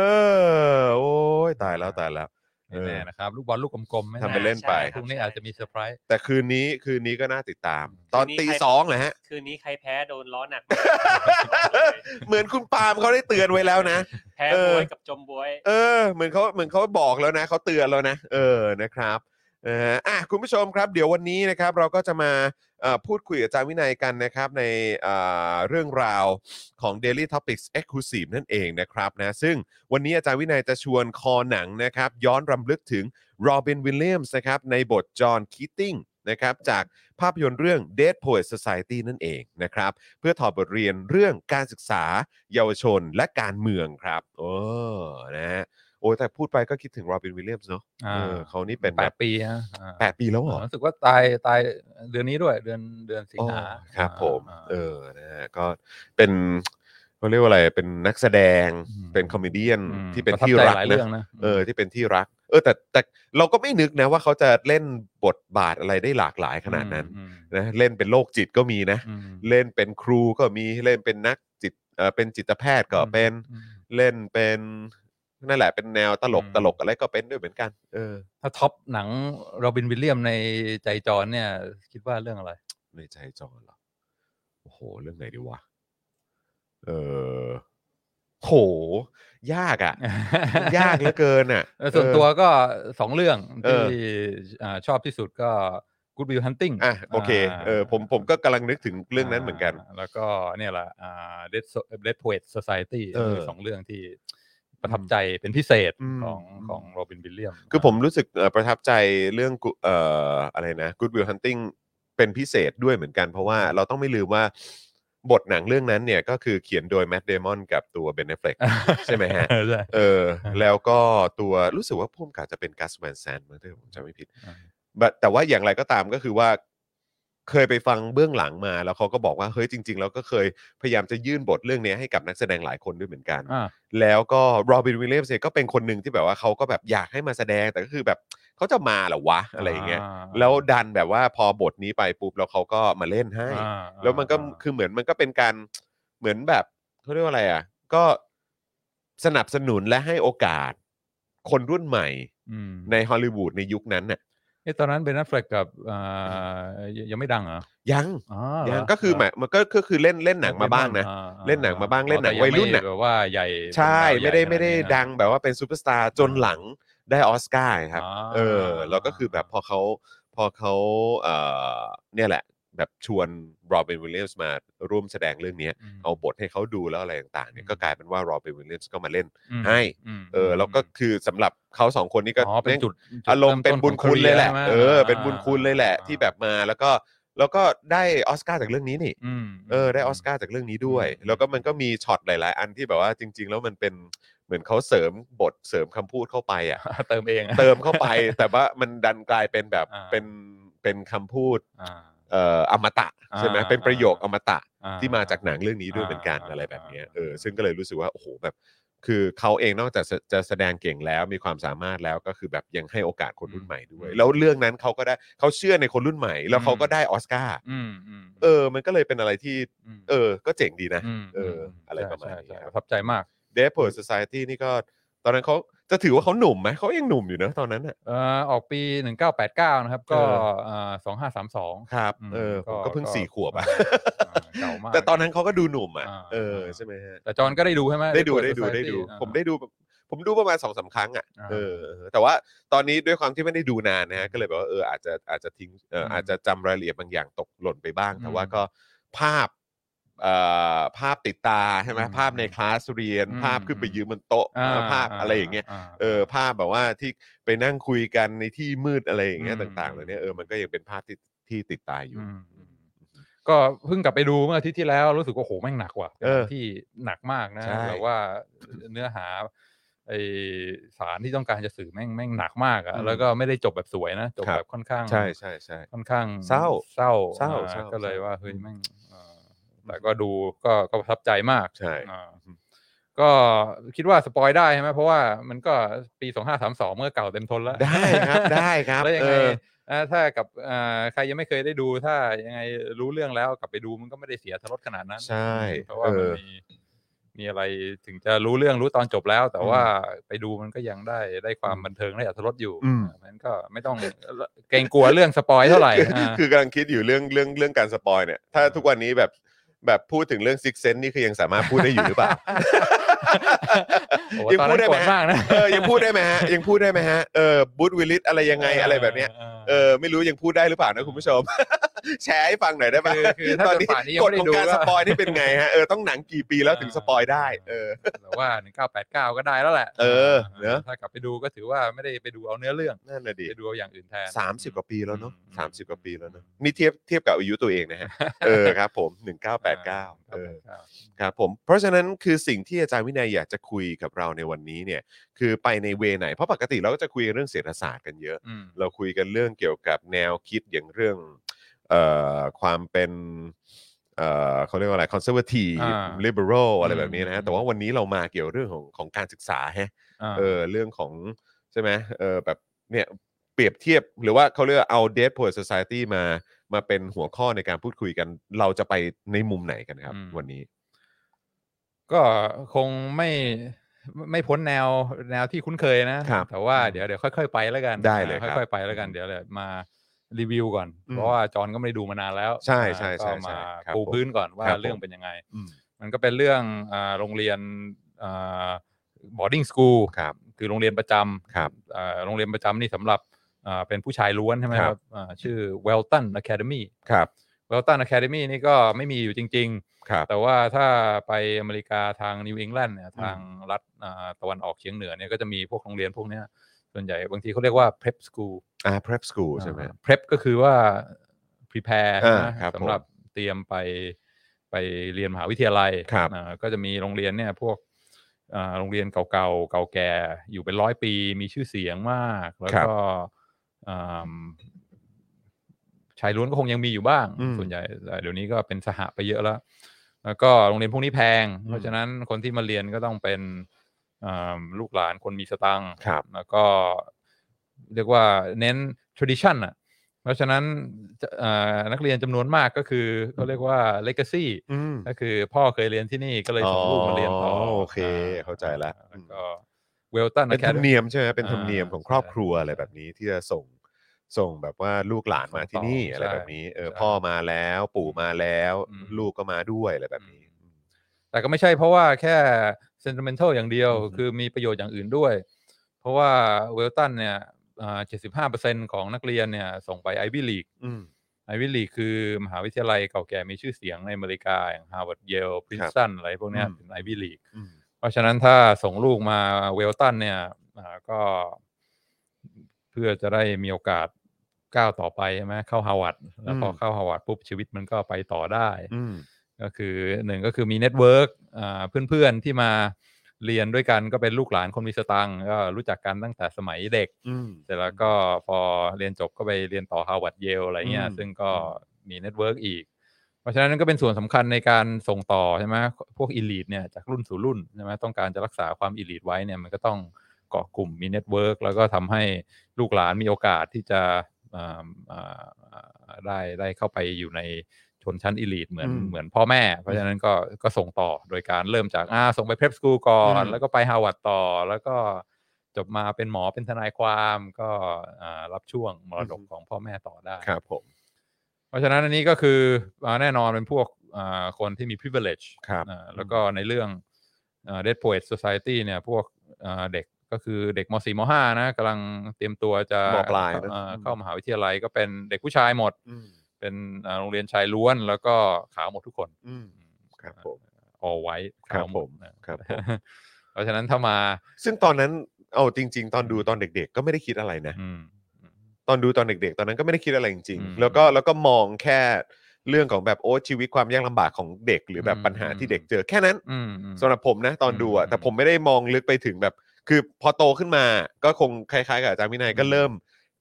C: อ โอ้ยตายแล้วตายแล้ว เออ
D: ไม่แน่นะครับลูกบอลลูกกลมๆไม่แ
C: ทำไปเล่นไป
D: พรุ่งนี้อาจจะมีเซอร์ไพรส์
C: แต่คืนนี้คืนนี้ก็น่าติดตาม ตอน
E: คืนนี้
C: ตี
E: ใคร
C: สองเลยฮะ
E: คืนนี้ใครแพ้โดนล้อหนัก
C: เหมือนคุณปาล์มเขาได้เตือนไว้แล้วนะ
E: แพ้
C: เออ
E: บวยกับจมบวย
C: เออเหมือนเขาเหมือนเขาบอกแล้วนะเขาเตือนแล้วนะ เออนะครับเอออ่ะคุณผู้ชมครับ เดี๋ยววันนี้นะครับเราก็จะมาเอ่อพูดคุยกับอาจารย์วินัยกันนะครับในเอ่อเรื่องราวของ Daily Topics Exclusive นั่นเองนะครับนะซึ่งวันนี้อาจารย์วินัยจะชวนคอหนังนะครับย้อนรำลึกถึงโรบินวิลเลียมส์นะครับในบทจอห์นคิตติ้งนะครับจากภาพยนตร์เรื่อง Dead Poet Society นั่นเองนะครับ เพื่อถอดบทเรียนเรื่องการศึกษา เยาวชนและการเมืองครับโอ้นะฮะโอ้แต่พูดไปก็คิดถึงโรบินวิลเลียมส์เนาะ
D: อ่า
C: เออเขานี่เป็น
D: แป
C: แบ
D: ด
C: บ
D: ปีฮะอ่า
C: แปดปีแล้วเหรอ
D: รู้สึกว่าตายตายเดือนนี้ด้วย เดือนเดือนสิง
C: อ๋อ
D: หา
C: ครับผม
D: อ่า
C: เออนะฮะก็เป็นเขาเรียกว่าอะไรเป็นนักแสดง
D: อืม
C: เป็นคอมเมดี้
D: อืม
C: ที่เป็น
D: ระทับ
C: ที่
D: ใจ
C: รัก
D: หลายเรื่อง
C: นะ
D: นะ
C: เออที่เป็นที่รัก เออแต่แต่เราก็ไม่นึกนะว่าเขาจะเล่นบทบาทอะไรได้หลากหลายขนาดนั้น
D: อืม
C: นะเล่นเป็นโรคจิตก็มีนะ
D: อืม
C: เล่นเป็นครูก็มีเล่นเป็นนักจิตเออเป็นจิตแพทย์ก็เป็น
D: อืม
C: เล่นเป็นนั่นแหละเป็นแนวตลก
D: อืม
C: ตลกอะไรก็เป็นด้วยเหมือนกัน เออ
D: ถ้าท็อปหนังโรบินวิลเลียมในใจจรเนี่ย คิดว่าเรื่องอะไร
C: ในใจจอนเหรอโอ้โห เรื่องไหนดีวะเออโห ยาก อะ่ะ มัน ยากเหลือเกินอะ่ะ
D: เออส่วนตัวก็สองเรื่อง
C: เอ
D: ที่
C: อ
D: อ่าชอบที่สุดก็ Good Will Hunting
C: อ่ะโอเค
D: า
C: เออผมผมก็กำลังนึกถึงเรื่องนั้นเหมือนกัน
D: าแล้วก็เนี่ยแหละอ่า Dead So- Dead Poet Society
C: เออ
D: มีสองเรื่องที่ประทับใจเป็นพิเศษ
C: อืม
D: ของของโรบินวิลเลียม
C: คือผมรู้สึกเอ่อประทับใจเรื่อง Good- เอ่ออะไรนะ Good Will Hunting เป็นพิเศษด้วยเหมือนกัน เพราะว่าเราต้องไม่ลืมว่าบทหนังเรื่องนั้นเนี่ยก็คือเขียนโดยแมตต์เดมอนกับตัวเบนเน ฟเฟล ใช่ไหมฮะ
D: เออใช่
C: เออ
D: ฮะ
C: แล้วก็ตัวรู้สึกว่าพุ่มกาจะเป็นกัสแวนแซนมั้งถ้าผมจำไม่ผิด
D: อ่า
C: But แต่ว่าอย่างไรก็ตามก็คือว่า เคยไปฟังเบื้องหลังมา แล้วเขาก็บอกว่า เฮ้ยจริง ๆ แล้วก็เคยพยายามจะยื่นบทเรื่องนี้ให้กับนักแสดงหลายคนด้วยเหมือนกัน
D: อ่า
C: แล้วก็โรบินวิลเลียมส์เนี่ยก็เป็นคนหนึ่งที่แบบว่าเขาก็แบบอยากให้มาแสดงแต่ก็คือแบบเขาจะมาเหรอวะอะไรอย่างเงี้ยแล้วดันแบบว่าพอบทนี้ไปปุ๊บแล้วเขาก็มาเล่นให้
D: อ่า
C: แล้วมันก็
D: อ่า
C: คือเหมือนมันก็เป็นการเหมือนแบบเขาเรียกว่าอะไรอ่ะ ก็สนับสนุนและให้โอกาส คนรุ่นใหม่
D: อืม
C: ในฮอลลีวูดในยุคนั้นน่ะ
D: เอ๊ะตอนนั้นเบนนัฟเฟลกกับอ่ายังยังไม่ดังเหรอ
C: ยัง
D: อ๋อ
C: ยังก็คือหมายมันก็ก็คือเล่นเล่นหนังมาบ้างนะ
D: อ่
C: เล่นหนังมาบ้าง
D: อ๋อ
C: เล่นหนัง
D: แต่
C: วัยรุ่นน่ะ
D: ไม่ได้แบบว่าใหญ่
C: ใช่
D: เป็นดาว
C: ไม่ได้
D: ใหญ่
C: ไม่ได้
D: ขนานี้นะ
C: ดังแบบว่าเป็นซูเปอร์สตาร์จนหลังได้ออสการ์ครับ
D: อ๋อ
C: เออ แล้วก็คือแบบพอเขาพอเขาเอ่อเนี่ยแหละ แบบชวนโรบินวิลเลียมส์มาร่วมแสดงเรื่องเนี้ย
D: ม
C: เอาบทให้เขาดูแล้วอะไรต่างๆเนี่ยก็กลายเป็นว่าโรบินวิลเลียมส์ก็มาเล่น
D: อืม
C: ให้
D: ม
C: เออแล้วก็คือสำหรับเขาสองคนนี่ก็
D: อ๋อเป็นจุดจุด
C: อารมณ์เป็นบุญคุณเลยแหละ
D: ใช่ไม
C: เออ เป็นบุญคุณเลยแหละ
D: อ่า
C: ที่แบบมาแล้วก็แล้วก็ได้ออสการ์จากเรื่องนี้นี่
D: อืม
C: เออได้ออสการ์จากเรื่องนี้ด้วย
D: อืม
C: แล้วก็มันก็มีช็อตหลาย ๆ อันที่แบบว่าจริง ๆ แล้วมันเป็นเหมือนเขาเสริมบทเสริมคำพูดเข้าไปอ่ะ
D: เติมเองอะ
C: เติมเข้าไป แต่ว่ามันดันกลายเป็นแบบ
D: อ่า
C: เป็นเป็นคำพูด
D: อ่า
C: เอ่ออมตะใช่ไหม
D: อ่า
C: เป็นประโยค
D: อ่า
C: อมตะ
D: อ่
C: ที่มาจากหนังเรื่องนี้ด้วยเหมือนกันอะไรแบบเนี้ยเออซึ่งก็เลยรู้สึกว่าโอ้โหแบบ คือเขาเองนอกจากจะจะแสดงเก่งแล้วมีความสามารถแล้วก็คือแบบยังให้โอกาสคนรุ่นใหม่ด้วย แล้วเรื่องนั้นเขาก็ได้เขาเชื่อในคนรุ่นใหม่ แล้วเขาก็ได้ออสการ์
D: อืมอืม
C: เออ มันก็เลยเป็นอะไรที่
D: ม
C: เออ ก็เจ๋งดีนะ
D: ม
C: เอออะไร
D: ใช่
C: ประมาณ
D: ใช่
C: นี้
D: ใช่
C: ครับ
D: ประทับใจมาก
C: d e a d Poets Society นี่ก็ ตอนนั้นเขา จะถือว่าเขาหนุ่มไหมเขายังหนุ่มอยู่นะตอนนั้นอ่ะ
D: เอ่อออกปี 1989 นะครับ ก็สองห้าสามสอง
C: ครับ
D: อืม
C: เออผมก็เพิ่งสี่ขวบอ่ะ
D: อ่าเก่ามาก
C: แต่ตอนนั้นเขาก็ดูหนุ่มอ่ะ
D: อ่า
C: เออใช่ไหมฮะ
D: แต่จอห์นก็ได้ดูใช่ไหม
C: ได้ดู
D: เปิ
C: ได้ดู
D: Society
C: ได้ดู
D: อ่า
C: ผมได้ดูแบบผมดูประมาณสองสามครั้งอ่ะ
D: อ่า
C: เออเออ แต่ว่าตอนนี้ด้วยความที่ไม่ได้ดูนานนะฮะก็เลยแบบว่าเอออาจจะอาจจะทิ้งเออ
D: ม
C: อาจจะจำรายละเอียดบางอย่างตกหล่นไปบ้าง แต่
D: อืม
C: ว่าก็ภาพเอ่อภาพติดตาใช่ไหม
D: อืม
C: ภาพในคลาสเรียน
D: อืม
C: ภาพขึ้นไปยืนบนโต๊ะ
D: อ่
C: ภาพอะไรอย่างเงี้ย
D: า
C: เออภาพแบบว่าที่ไปนั่งคุยกันในที่มืดอะไรอย่างเงี้ย
D: อืม
C: ต่างๆเหลยเนี่ยเออมันก็ยังเป็นภาพที่ที่ติดตาอยู่
D: มก็เพิ่งกลับไปดูเมื่ออาทิตย์ที่แล้วรู้สึกว่าโหแม่งหนักว่ะ
C: เออ
D: เป็นหนังที่หนักมากนะ
C: ใช่
D: แบบว่าเนื้อหาไอสารที่ต้องการจะสื่อแม่งแม่งหนักมากอะ
C: อืม
D: แล้วก็ไม่ได้จบแบบสวยนะจบ
C: ครับ
D: แบบค่อนข้าง
C: ใช่ใช่ใช่
D: ค่อนข้าง
C: เศร้า
D: เศร้า
C: เศร้า
D: อ่
C: เศร้า
D: ก็เลย
C: เศร้า
D: ว่าเฮ้ยแม่งเอ่อแต่ก็ดูก็ก็ประทับใจมาก
C: ใช่
D: อ่าก็คิดว่าสปอยได้ใช่ไหมเพราะว่ามันก็ปีสองห้าสามสองเมื่อเก่าเต็มทนแล้ว
C: ได้ ครับได้ครับ
D: แล้วยัง
C: เอ
D: ไง
C: อ
D: เอ่อถ้ากับเอ่อใครยังไม่เคยได้ดูถ้ายังไงรู้เรื่องแล้วกลับไปดูมันก็ไม่ได้เสียทรสขนาดนั้น
C: ใช่
D: เพราะว่ามัน
C: เออ
D: มีมีอะไรถึงจะรู้เรื่องรู้ตอนจบแล้ว แต่
C: อืม
D: ว่าไปดูมันก็ยังได้ได้ความ
C: อืม
D: บันเทิงได้อัตรสอยู่
C: อืม
D: มันก็ไม่ต้องเกรงกลัวเรื่องสปอยเท่าไหร่อ่า
C: คือกำลังคิดอยู่เรื่องเรื่องเรื่องการสปอยเนี่ย ถ้าทุกวันนี้แบบแบบพูดถึงเรื่องซิกเซนนี่คือยังสามารถพูดได้อยู่หรือเปล่า
D: โอ้โห
C: ยังพูดได้ไหม
D: ตอนนั้นโกรธมากนะ
C: เออยังพูดได้ไหมฮะยังพูดได้ไหมฮะเออบูธวิลลิสอะไรยังไงอะไรแบบเนี้ยเออไม่รู้ยังพูดได้หรือเปล่านะคุณผู้ชม แชร์ให้ฟังหน่อยได้ไหม
D: คือคือถ้า
C: ตอนนี้
D: เกิดป่านนี้ยัง
C: กฎ
D: ไม่ได้
C: ของ
D: ดู
C: การ
D: ก็
C: สปอยนี่เป็นไงฮะเออต้องหนังกี่ปีแล้วถึงสปอยได้เออ
D: แต่ว่า1989 ก็ได้แล้วแหละ
C: เออเนอะ
D: ถ้ากลับไปดูก็ถือว่าไม่ได้ไปดูเอาเนื้อเรื่อง
C: นั่นน่ะดิ
D: ไปดูเอาอย่างอื่นแทน
C: สามสิบกว่าปีแล้วเนาะ
D: อืม
C: สามสิบกว่าปีแล้วเนาะนี่เทียบเทียบกับอายุตัวเอง นะฮะเออครับผมหนึ่งเก้าแปดเก้าเออ
D: เก้า
C: ครับผมเพราะฉะนั้นคือสิ่งที่อาจารย์วินัยอยากจะคุยกับเราในวันนี้เนี่ยคือไปในเวไหน เพราะปกติเราก็จะคุยกันเรื่องเศรษฐศาสตร์กันเยอะ
D: อืม
C: เราคุยกันเรื่องเกี่ยวกับแนวคิดอย่างเรื่องเอ่อความเป็นเอ่อเขาเรียกว่าอะไร conservative
D: อ่า
C: liberal อะไร
D: อืม
C: แบบนี้นะ
D: อื
C: ฮะ
D: ม
C: แต่ว่าวันนี้เรามาเกี่ยวเรื่องของของการศึกษาฮะ
D: อ่า
C: เออเรื่องของใช่ไหมเออแบบเนี่ยเปรียบเทียบหรือว่าเขาเรียกว่าเอา dead poet society มามาเป็นหัวข้อในการพูดคุยกัน เราจะไปในมุมไหนกันครับ
D: อืม
C: วันนี้
D: ก็คงไม่ไม่พ้นแนวแนวที่คุ้นเคยนะ
C: ครับ
D: แต่ว่า
C: อืม
D: เดี๋ยวเดี๋ยวค่อย ๆ ไปแล้วกัน
C: ได้เลย
D: อ่า
C: ครับ
D: ค่อยๆไปแล้วกันเดี๋ยวเดี๋ยวมารีวิวก่อน
C: อืม
D: เพราะว่าจอห์นก็ไม่ได้ดูมานานแล้ว
C: ใช่ใช่
D: อ่า
C: ใช่
D: ก็
C: ใช่
D: มา
C: ครับ
D: ปู
C: ผม
D: พื้นก่อนว่า
C: ครับผม
D: เรื่องเป็นยังไง
C: อืม
D: มันก็เป็นเรื่องอ่าโรงเรียนอ่า boarding school
C: ครับ
D: คือโรงเรียนประจำ
C: ครับ
D: อ่าโรงเรียนประจำนี่สำหรับอ่าเป็นผู้ชายล้วนใช่ไหม
C: ค
D: ครับ รับอ่าชื่อ Welton Academy
C: ครับ
D: Welton Academy นี่ก็ไม่มีอยู่จริง ๆ
C: ครับ
D: แต่ว่าถ้าไปอเมริกาทางนิวอิงแลนด์เนี่ยทางรัฐอ่าตะวันออกเฉียงเหนือเนี่ยก็จะมีพวกโรงเรียนพวกเนี้ยส่วนใหญ่บางทีเขาเรียกว่า prep school
C: อ่า prep school ใช่ไหม
D: อ่า prep ก็คือว่า prepare
C: อ่า
D: นะครับ
C: ผม
D: สำหรับเตรียมไปไปเรียนมหาวิทยาลัย
C: ครับ
D: อ่าก็จะมีโรงเรียนเนี่ยพวกอ่าโรงเรียนเก่าๆเก่าแก่อยู่เป็นร้อยปีมีชื่อเสียงมาก แล้ว
C: ครับ
D: ก็อ่าชายล้วนก็คงยังมีอยู่บ้าง
C: อืม
D: ส่วนใหญ่แต่เดี๋ยวนี้ก็เป็นสหไปเยอะแล้ว แล้วก็โรงเรียนพวกนี้แพง เพ
C: อื
D: ราะ
C: ม
D: ฉะนั้นคนที่มาเรียนก็ต้องเป็นอ่าลูกหลานคนมีสตังค์
C: ครับ
D: แล้วก็เรียกว่าเน้น tradition อ่ะ เพราะฉะนั้นจะเอ่อนักเรียนจำนวนมากก็คือเขาเรียกว่า legacy
C: อืม
D: ก็คือพ่อเคยเรียนที่นี่ก็เลยส่งลูกมาเรียนต่อ
C: อโอเคเข้าใจละ
D: อ่าแล้วก็เวลตัน
C: เป็นธรรมเนียมใช่ไหมเป็นธรรมเนียม
D: อ่า
C: ของครอบครัวอะไรแบบนี้ที่จะส่งส่งแบบว่าลูกหลานมาที่นี่
D: ส่งต่ออ
C: อะไรแบบนี้ เออ
D: ใช่
C: พ่อมาแล้วปู่มาแล้ว
D: อืม
C: ลูกก็มาด้วยอะไรแบบนี้
D: แต่ก็ไม่ใช่เพราะว่าแค่ sentimental อย่างเดียว
C: อือฮึ
D: คือมีประโยชน์อย่างอื่นด้วย เพราะว่าเวลตันเนี่ยเจ็ดสิบห้าเปอร์เซ็นของนักเรียนเนี่ยส่งไปไอวิลีก
C: อืม
D: ไอวิลลีคือมหาวิทยาลัยเก่าแก่มีชื่อเสียงในอเมริกา อย่างฮาร์วาร์ดเยลพรินซ์ตันอะไรพวกเนี้ย
C: อืม
D: เป็นไอวิลลี
C: อืม
D: เพราะฉะนั้นถ้าส่งลูกมาเวลตันเนี่ยอ่าก็ เพื่อจะได้มีโอกาสก้าวต่อไปใช่ไหมเข้าฮาวาดแล้วพออ
C: ม
D: เข้าฮาวาดปุ๊บชีวิตมันก็ไปต่อได้
C: อืม
D: ก็คือหนึ่งก็คือมีเน็ตเวิร์กเพื่อนๆที่มาเรียนด้วยกันก็เป็นลูกหลานคนมีสตังค์ก็รู้จักกันตั้งแต่สมัยเด็ก
C: อืม
D: เสร็จแล้วก็พอเรียนจบก็ไปเรียนต่อฮาร์วาร์ดเยลอะไรเงี้ย
C: อืม
D: ซึ่งก็
C: อื
D: มีเน็ตเวิร์กอีก เพราะฉะนั้นก็เป็นส่วนสำคัญในการส่งต่อใช่ไหมพวกอ l ล t e เนี่ยจากรุ่นสู่รุ่นใช่ไหมต้องการจะรักษาความอ l ล t e ไว้เนี่ยมันก็ต้องเกาะกลุ่มมีเน็ตเวิร์กแล้วก็ทำให้ลูกหลานมีโอกาสที่จะอ่าอ่าอ่าได้ได้เข้าไปอยู่ในชนชั้นอ l ล t e เหมือน
C: อืม
D: เหมือนพ่อแม่ เพราะฉะนั้นก็ก็ส่งต่อโดยการเริ่มจากอ่าส่งไปเพ p ส c ู o ลก่อน
C: อืม
D: แล้วก็ไปฮาร์วาร์ดต่อแล้วก็จ จบมาเป็นหมอเป็นทนายความก็อ่ารับช่วงมรดก
C: อือฮึ
D: ของพ่อแม่ต่อได้
C: ครับผม
D: เพราะฉะนั้นอันนี้ก็คืออ่าแน่นอนเป็นพวกอ่าคนที่มี privilege
C: ครับ
D: อ่าแล้วก็ในเรื่องอ่า Dead Poet Society เนี่ยพวกอ่าเด็กก็คือเด็กม .4 ม .5 นะกำลังเตรียมตัวจะ
C: มปลายนะ
D: เอ่อ
C: อืม
D: เข้ามหาวิทยาลัยก็เป็นเด็กผู้ชายหมด
C: อืม
D: เป็นอ่าโรงเรียนชายล้วนแล้วก็ขาวหมดทุกคน
C: อืม ครับผม
D: all white
C: ครั
D: ขาว
C: บ
D: หม
C: ผ
D: ด
C: ม
D: นะครับ
C: ผ ม
D: เพราะฉะนั้นถ้ามา
C: ซึ่งตอนนั้นเอาจริง ๆ ตอนดูตอนเด็ก ๆ ก็ไม่ได้คิดอะไรนะ
D: อืม
C: ตอนดูตอนเด็ก ๆ ตอนนั้นก็ไม่ได้คิดอะไรจริง
D: อืม
C: ๆ แล้วก็แล้วก็มองแค่เรื่องของแบบโอ้ชีวิตความยากลำบากของเด็ก หรือแบบ
D: อืม
C: ปัญหาที่เด็กเจอแค่นั้น
D: อืมอืม
C: สำหรับผมนะตอนดู
D: อื
C: อะ
D: ม
C: แต่ผมไม่ได้มองลึกไปถึงแบบ คือพอโตขึ้นมาก็คงคล้ายๆกับอาจารย์วินัยก็เริ่ม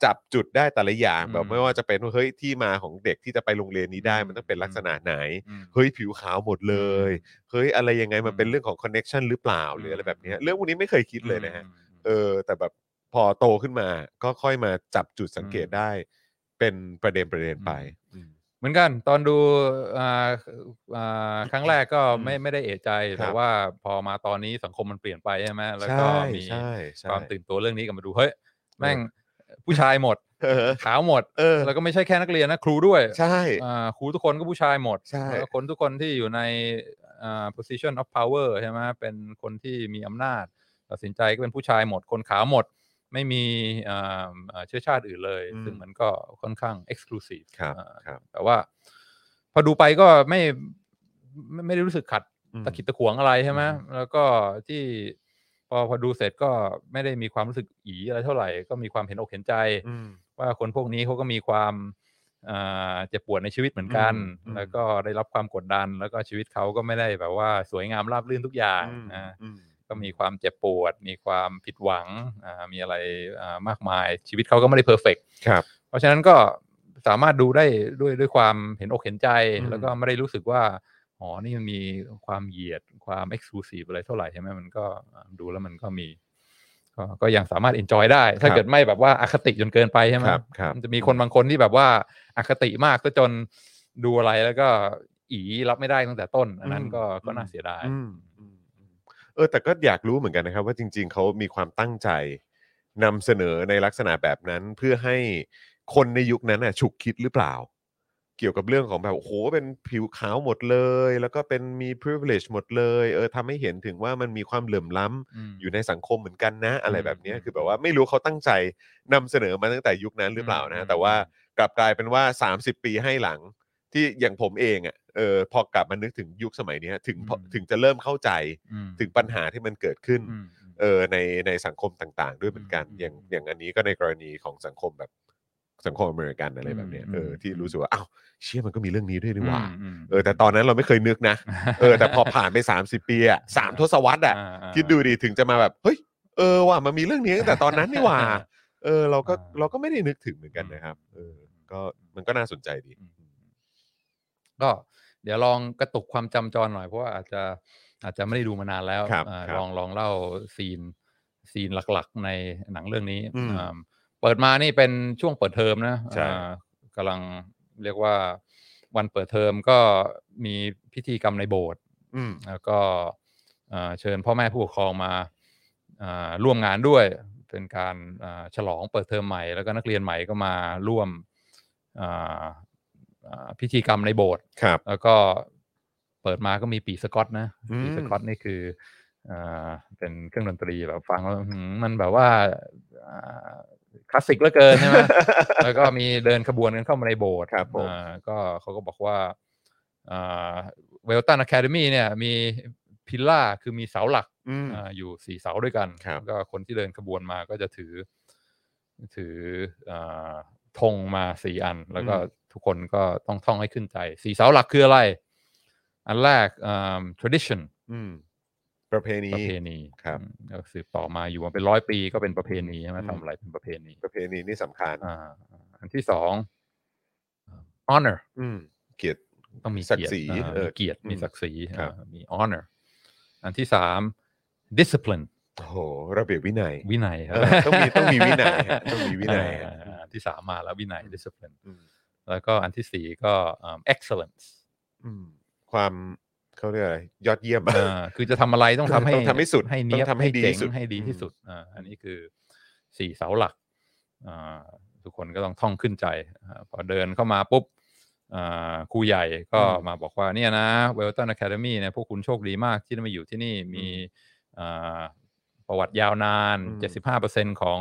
C: จับจุดได้แต่ละอย่าง
D: อืม
C: แบบไม่ว่าจะเป็นว่าเฮ้ยที่มาของเด็กที่จะไปโรงเรียนนี้ได้มันต้องเป็นลักษณะไหน
D: อืม
C: เฮ้ยผิวขาวหมดเลยเฮ้ยอะไรยังไงมันเป็นเรื่องของคอนเน็ชันหรือเปล่าหรืออะไรแบบเนี้ยเรื่องพวกนี้ไม่เคยคิดเลยนะฮะ
D: อืม
C: เออแต่แบบพอโตขึ้นมาก็ค่อยมาจับจุดสังเกต
D: อืม
C: ได้เป็นประเด็นประเด็นไป
D: เหมือนกันตอนดูอ่าอ่าครั้งแรกก็ไม่ไม่ได้เอะใจ
C: ครั
D: แต่
C: บ
D: ว่าพอมาตอนนี้สังคมมันเปลี่ยนไปใช่ไหมแล้วก็
C: ใช่
D: มี
C: ใช่ใช่
D: ความตื่นตัวเรื่องนี้กลับมาดูเฮ้ยแม่งผู้ชายหมด
C: เออ
D: ขาวหมด
C: เออ
D: แล้วก็ไม่ใช่แค่นักเรียนนะครูด้วย
C: ใช่
D: อ่าครูทุกคนก็ผู้ชายหมด
C: ใช่
D: แล้วก็คนทุกคนที่อยู่ในอ่า position of power ใช่ไหมเป็นคนที่มีอำนาจตัดสินใจก็เป็นผู้ชายหมด คนขาวหมด ไม่มีอ่าอ่าเชื้อชาติอื่นเลย ซึ่งมันก็ค่อนข้าง exclusive
C: ครับ
D: อ่า
C: ครับ
D: แต่ว่า พอดูไปก็ไม่ไม่ไม่ได้รู้สึกขัด
C: อืม
D: ตะขิดตะขวงอะไรใช่ไหม
C: อืม
D: แล้วก็ที่พอพอดูเสร็จก็ไม่ได้มีความรู้สึกอีอะไรเท่าไหร่ ก็มีความเห็นอกเห็นใจ
C: อืม
D: ว่าคนพวกนี้เขาก็มีความอ่าเจ็บปวดในชีวิตเหมือนกัน
C: อืม
D: แล้วก็ได้รับความกดดัน แล้วก็ชีวิตเขาก็ไม่ได้แบบว่าสวยงามราบรื่นทุกอย่าง
C: อืม
D: นะ
C: อืม
D: ก็มีความเจ็บปวด มีความผิดหวังอ่ามีอะไรอ่ามากมาย ชีวิตเขาก็ไม่ได้เพอร์เฟก
C: ครับ
D: เพราะฉะนั้นก็สามารถดูได้ด้วยด้วยความเห็นอกเห็นใจ
A: อืม
D: แล้วก็ไม่ได้รู้สึกว่า อ๋อ นี่มันมีความเหยียด ความเอ็กซ์คลูซีฟอะไรเท่าไหร่ใช่ไหมมันก็อ่าดูแล้วมันก็มีก็ก็ยังสามารถเอนจอยได้ ถ้าเกิดไม่แบบว่าอาคติจนเกินไปใช่ไหม
C: ครับครับ
D: มันจะมีคนบางคนที่แบบว่าอาคติมากซะจนดูอะไรแล้วก็อีรับไม่ได้ตั้งแต่ต้น อันนั้นก็
C: อืม
D: ก็น่าเสียดาย
C: อืมอืมอืมเออแต่ก็อยากรู้เหมือนกันนะครับ ว่าจริง ๆเขามีความตั้งใจนำเสนอในลักษณะแบบนั้นเพื่อให้คนในยุคนั้นน่ะฉุกคิดหรือเปล่า เกี่ยวกับเรื่องของแบบโอ้โหเป็นผิวขาวหมดเลย แล้วก็เป็นมี privilege หมดเลย เออทำให้เห็นถึงว่ามันมีความเหลื่อมล้ำ
D: ม
C: อยู่ในสังคมเหมือนกันนะ อะไร
D: อืม
C: แบบเนี้ย
D: อืม
C: คือแบบว่าไม่รู้เขาตั้งใจนำเสนอมาตั้งแต่ยุคนั้นหรือเปล่า
D: อื
C: นะ
D: ม
C: แต่ว่ากลับกลายเป็นว่า 30 ปีให้หลังที่อย่างผมเองอ่ะเออพอกลับมานึกถึงยุคสมัยเนี้ยถึงพอ
D: อืม
C: ถึงจะเริ่มเข้าใจ
D: อืม
C: ถึงปัญหาที่มันเกิดขึ้น
D: อืมอืม
C: เออในในสังคมต่างๆ ด้วยเหมือนกัน
D: อืม
C: อย่างอย่างอันนี้ก็ในกรณีของสังคมแบบสังคมอเมริกันอะไรแบบเนี้ย
D: อืม
C: เอออ
D: ม
C: ที่รู้สึกว่าอ้าวเชี่ยมันก็มีเรื่องนี้ด้วยนี่หว่า
D: อืมม
C: เออแต่ตอนนั้นเราไม่เคยนึกนะเออแต่พอผ่านไป 30 ปีอะสามทศวรรษอะ
D: าอ่า
C: คิดดูดิถึงจะมาแบบ เฮ้ย เออว่ะมันมีเรื่องนี้ตั้งแต่ตอนนั้นนี่หว่า เออ เราก็
D: อ่า
C: เราก็ไม่ได้นึกถึงเหมือนกันนะครับ เออ ก็มันก็น่าสนใจดี
D: อืมก็เดี๋ยวลองกระตุกความจำจรหน่อยเพราะว่าอาจจะอาจจะไม่ได้ดูมานานแล้ว
C: ครับ
D: อ่า
C: ครับ
D: ลองลองเล่าซีนซีนหลักๆ ในหนังเรื่องนี้
C: อืม
D: อ่าเปิดมานี่เป็นช่วงเปิดเทอมนะ
C: ใช่
D: อ่ากำลังเรียกว่าวันเปิดเทอมก็มีพิธีกรรมในโบสถ์
C: อืม
D: แล้วก็เอ่อเชิญพ่อแม่ผู้ปกครองมาอ่าร่วมงานด้วย เป็นการอ่าฉลองเปิดเทอมใหม่ แล้วก็นักเรียนใหม่ก็มาร่วมอ่าอ่าพิธีกรรมในโบสถ์
C: ครับ
D: แล้วก็เปิดมาก็มีปีสกอตนะ
C: อืม
D: ปีสกอตนี่คืออาเป็นเครื่องดนตรีแบบฟังแล้วหืมมันแบบว่าอ่าคลาสสิกเหลือเกินใช่ ไหม แล้วก็มีเดินขบวนกันเข้ามาในโบสถ์
C: ครับผม
D: อ่าก็เขาก็บอกว่าเวลตันอะคาเดมีเนี่ยมีพิลล่าคือมีเสาหลัก
C: อืม
D: อาอยู่สี่เสาด้วยกัน
C: ครับ
D: ก็คนที่เดินขบวนมาก็จะถือ ถืออาธงมาสี่อัน แล้วก็ทุกคนก็ต้องท่องให้ขึ้นใจสี่เสาหลักคืออะไร อันแรกอ่า tradition
C: อืม ประเพณี
D: ประเพณี
C: ครับ
D: อืมก็สืบต่อมาอยู่มาเป็นร้อยปีก็เป็นประเพณีใช่ไหม
C: อืม
D: ทำอะไรเป็นประเพณี
C: ประเพณีนี่สำคัญ
D: อ่าอันที่สองอ่า honor
C: อืม เกียรติ
D: ต้องมี
C: ศักดิ์ศรี
D: เกียรติอ่า
C: เออ
D: มีเกียรติ
C: อืม
D: มีศักดิ์ศรี
C: ครับ
D: อ่ามี honor อันที่สาม discipline
C: โอ้โห ระเบียบวินัย
D: วินัยครับ
C: เออต้องมีต้องมีวินัยฮะต้องมีวินัยฮะ
D: อ่าอ่าอันที่สามมาแล้ววินัย discipline
C: อืม
D: แล้วก็อันที่สี่ก็อ่า excellence
C: อืม ความ เขาเรียกอะไรยอดเยี่ยม
D: เออ คือจะทำอะไรต้องทำให้
C: ต้องทำให้สุด
D: ให้เนี้ยบ
C: ต้องทำให้ดี
D: เจ๋ง
C: ที่สุด
D: ให้ดีที่
C: อืม
D: สุดอ่าอันนี้คือสี่เสาหลักอ่าทุกคนก็ต้องท่องขึ้นใจอ่าพอเดินเข้ามาปุ๊บอ่าครูใหญ่ก็มาบอกว่าเนี่ยนะเวลตันอะคาเดมี่เนี่ยพวกคุณโชคดีมากที่ได้มาอยู่ที่นี่มีอ่าประวัติยาวนาน
C: อืม
D: 75%ของ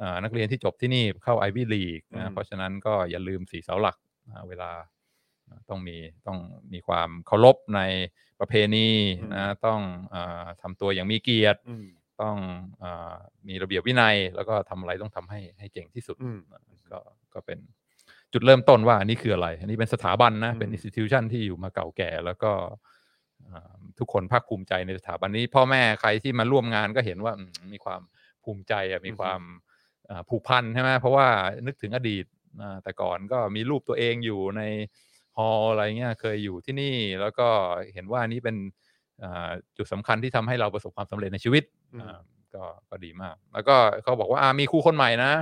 D: อ่านักเรียนที่จบที่นี่เข้าไอวี่ลีก
C: อืม
D: นะเพราะฉะนั้นก็อย่าลืมสี่เสาหลัก อ่าเวลาอ่าต้องมีต้องมีความเคารพในประเพณี
C: อืม
D: นะต้องอาทำตัวอย่างมีเกียรติ
C: อืม
D: ต้องอามีระเบียบวินัย แล้วก็ทำอะไรต้องทำให้ให้เจ๋งที่สุด
C: อืม
D: อ่าก็ก็เป็นจุดเริ่มต้นว่าอันนี้คืออะไร อันนี้เป็นสถาบันนะ เป็น
C: อืม
D: อินสติทิวชันที่อยู่มาเก่าแก่ แล้วก็อ่าทุกคนภาคภูมิใจในสถาบันนี้ พ่อแม่ใครที่มาร่วมงานก็เห็นว่าอืมมีความภูมิใจอะมีความอ่าผูกพันใช่ไหมเพราะว่านึกถึงอดีตอ่าแต่ก่อนก็มีรูปตัวเองอยู่ในฮอลล์อะไรเงี้ยเคยอยู่ที่นี่ แล้วก็เห็นว่าอันนี้เป็นอ่าจุดสำคัญที่ทำให้เราประสบความสำเร็จในชีวิต
C: อืม
D: อ่าก็ก็ดีมาก แล้วก็เขาบอกว่าอ่ามีครูคนใหม่นะ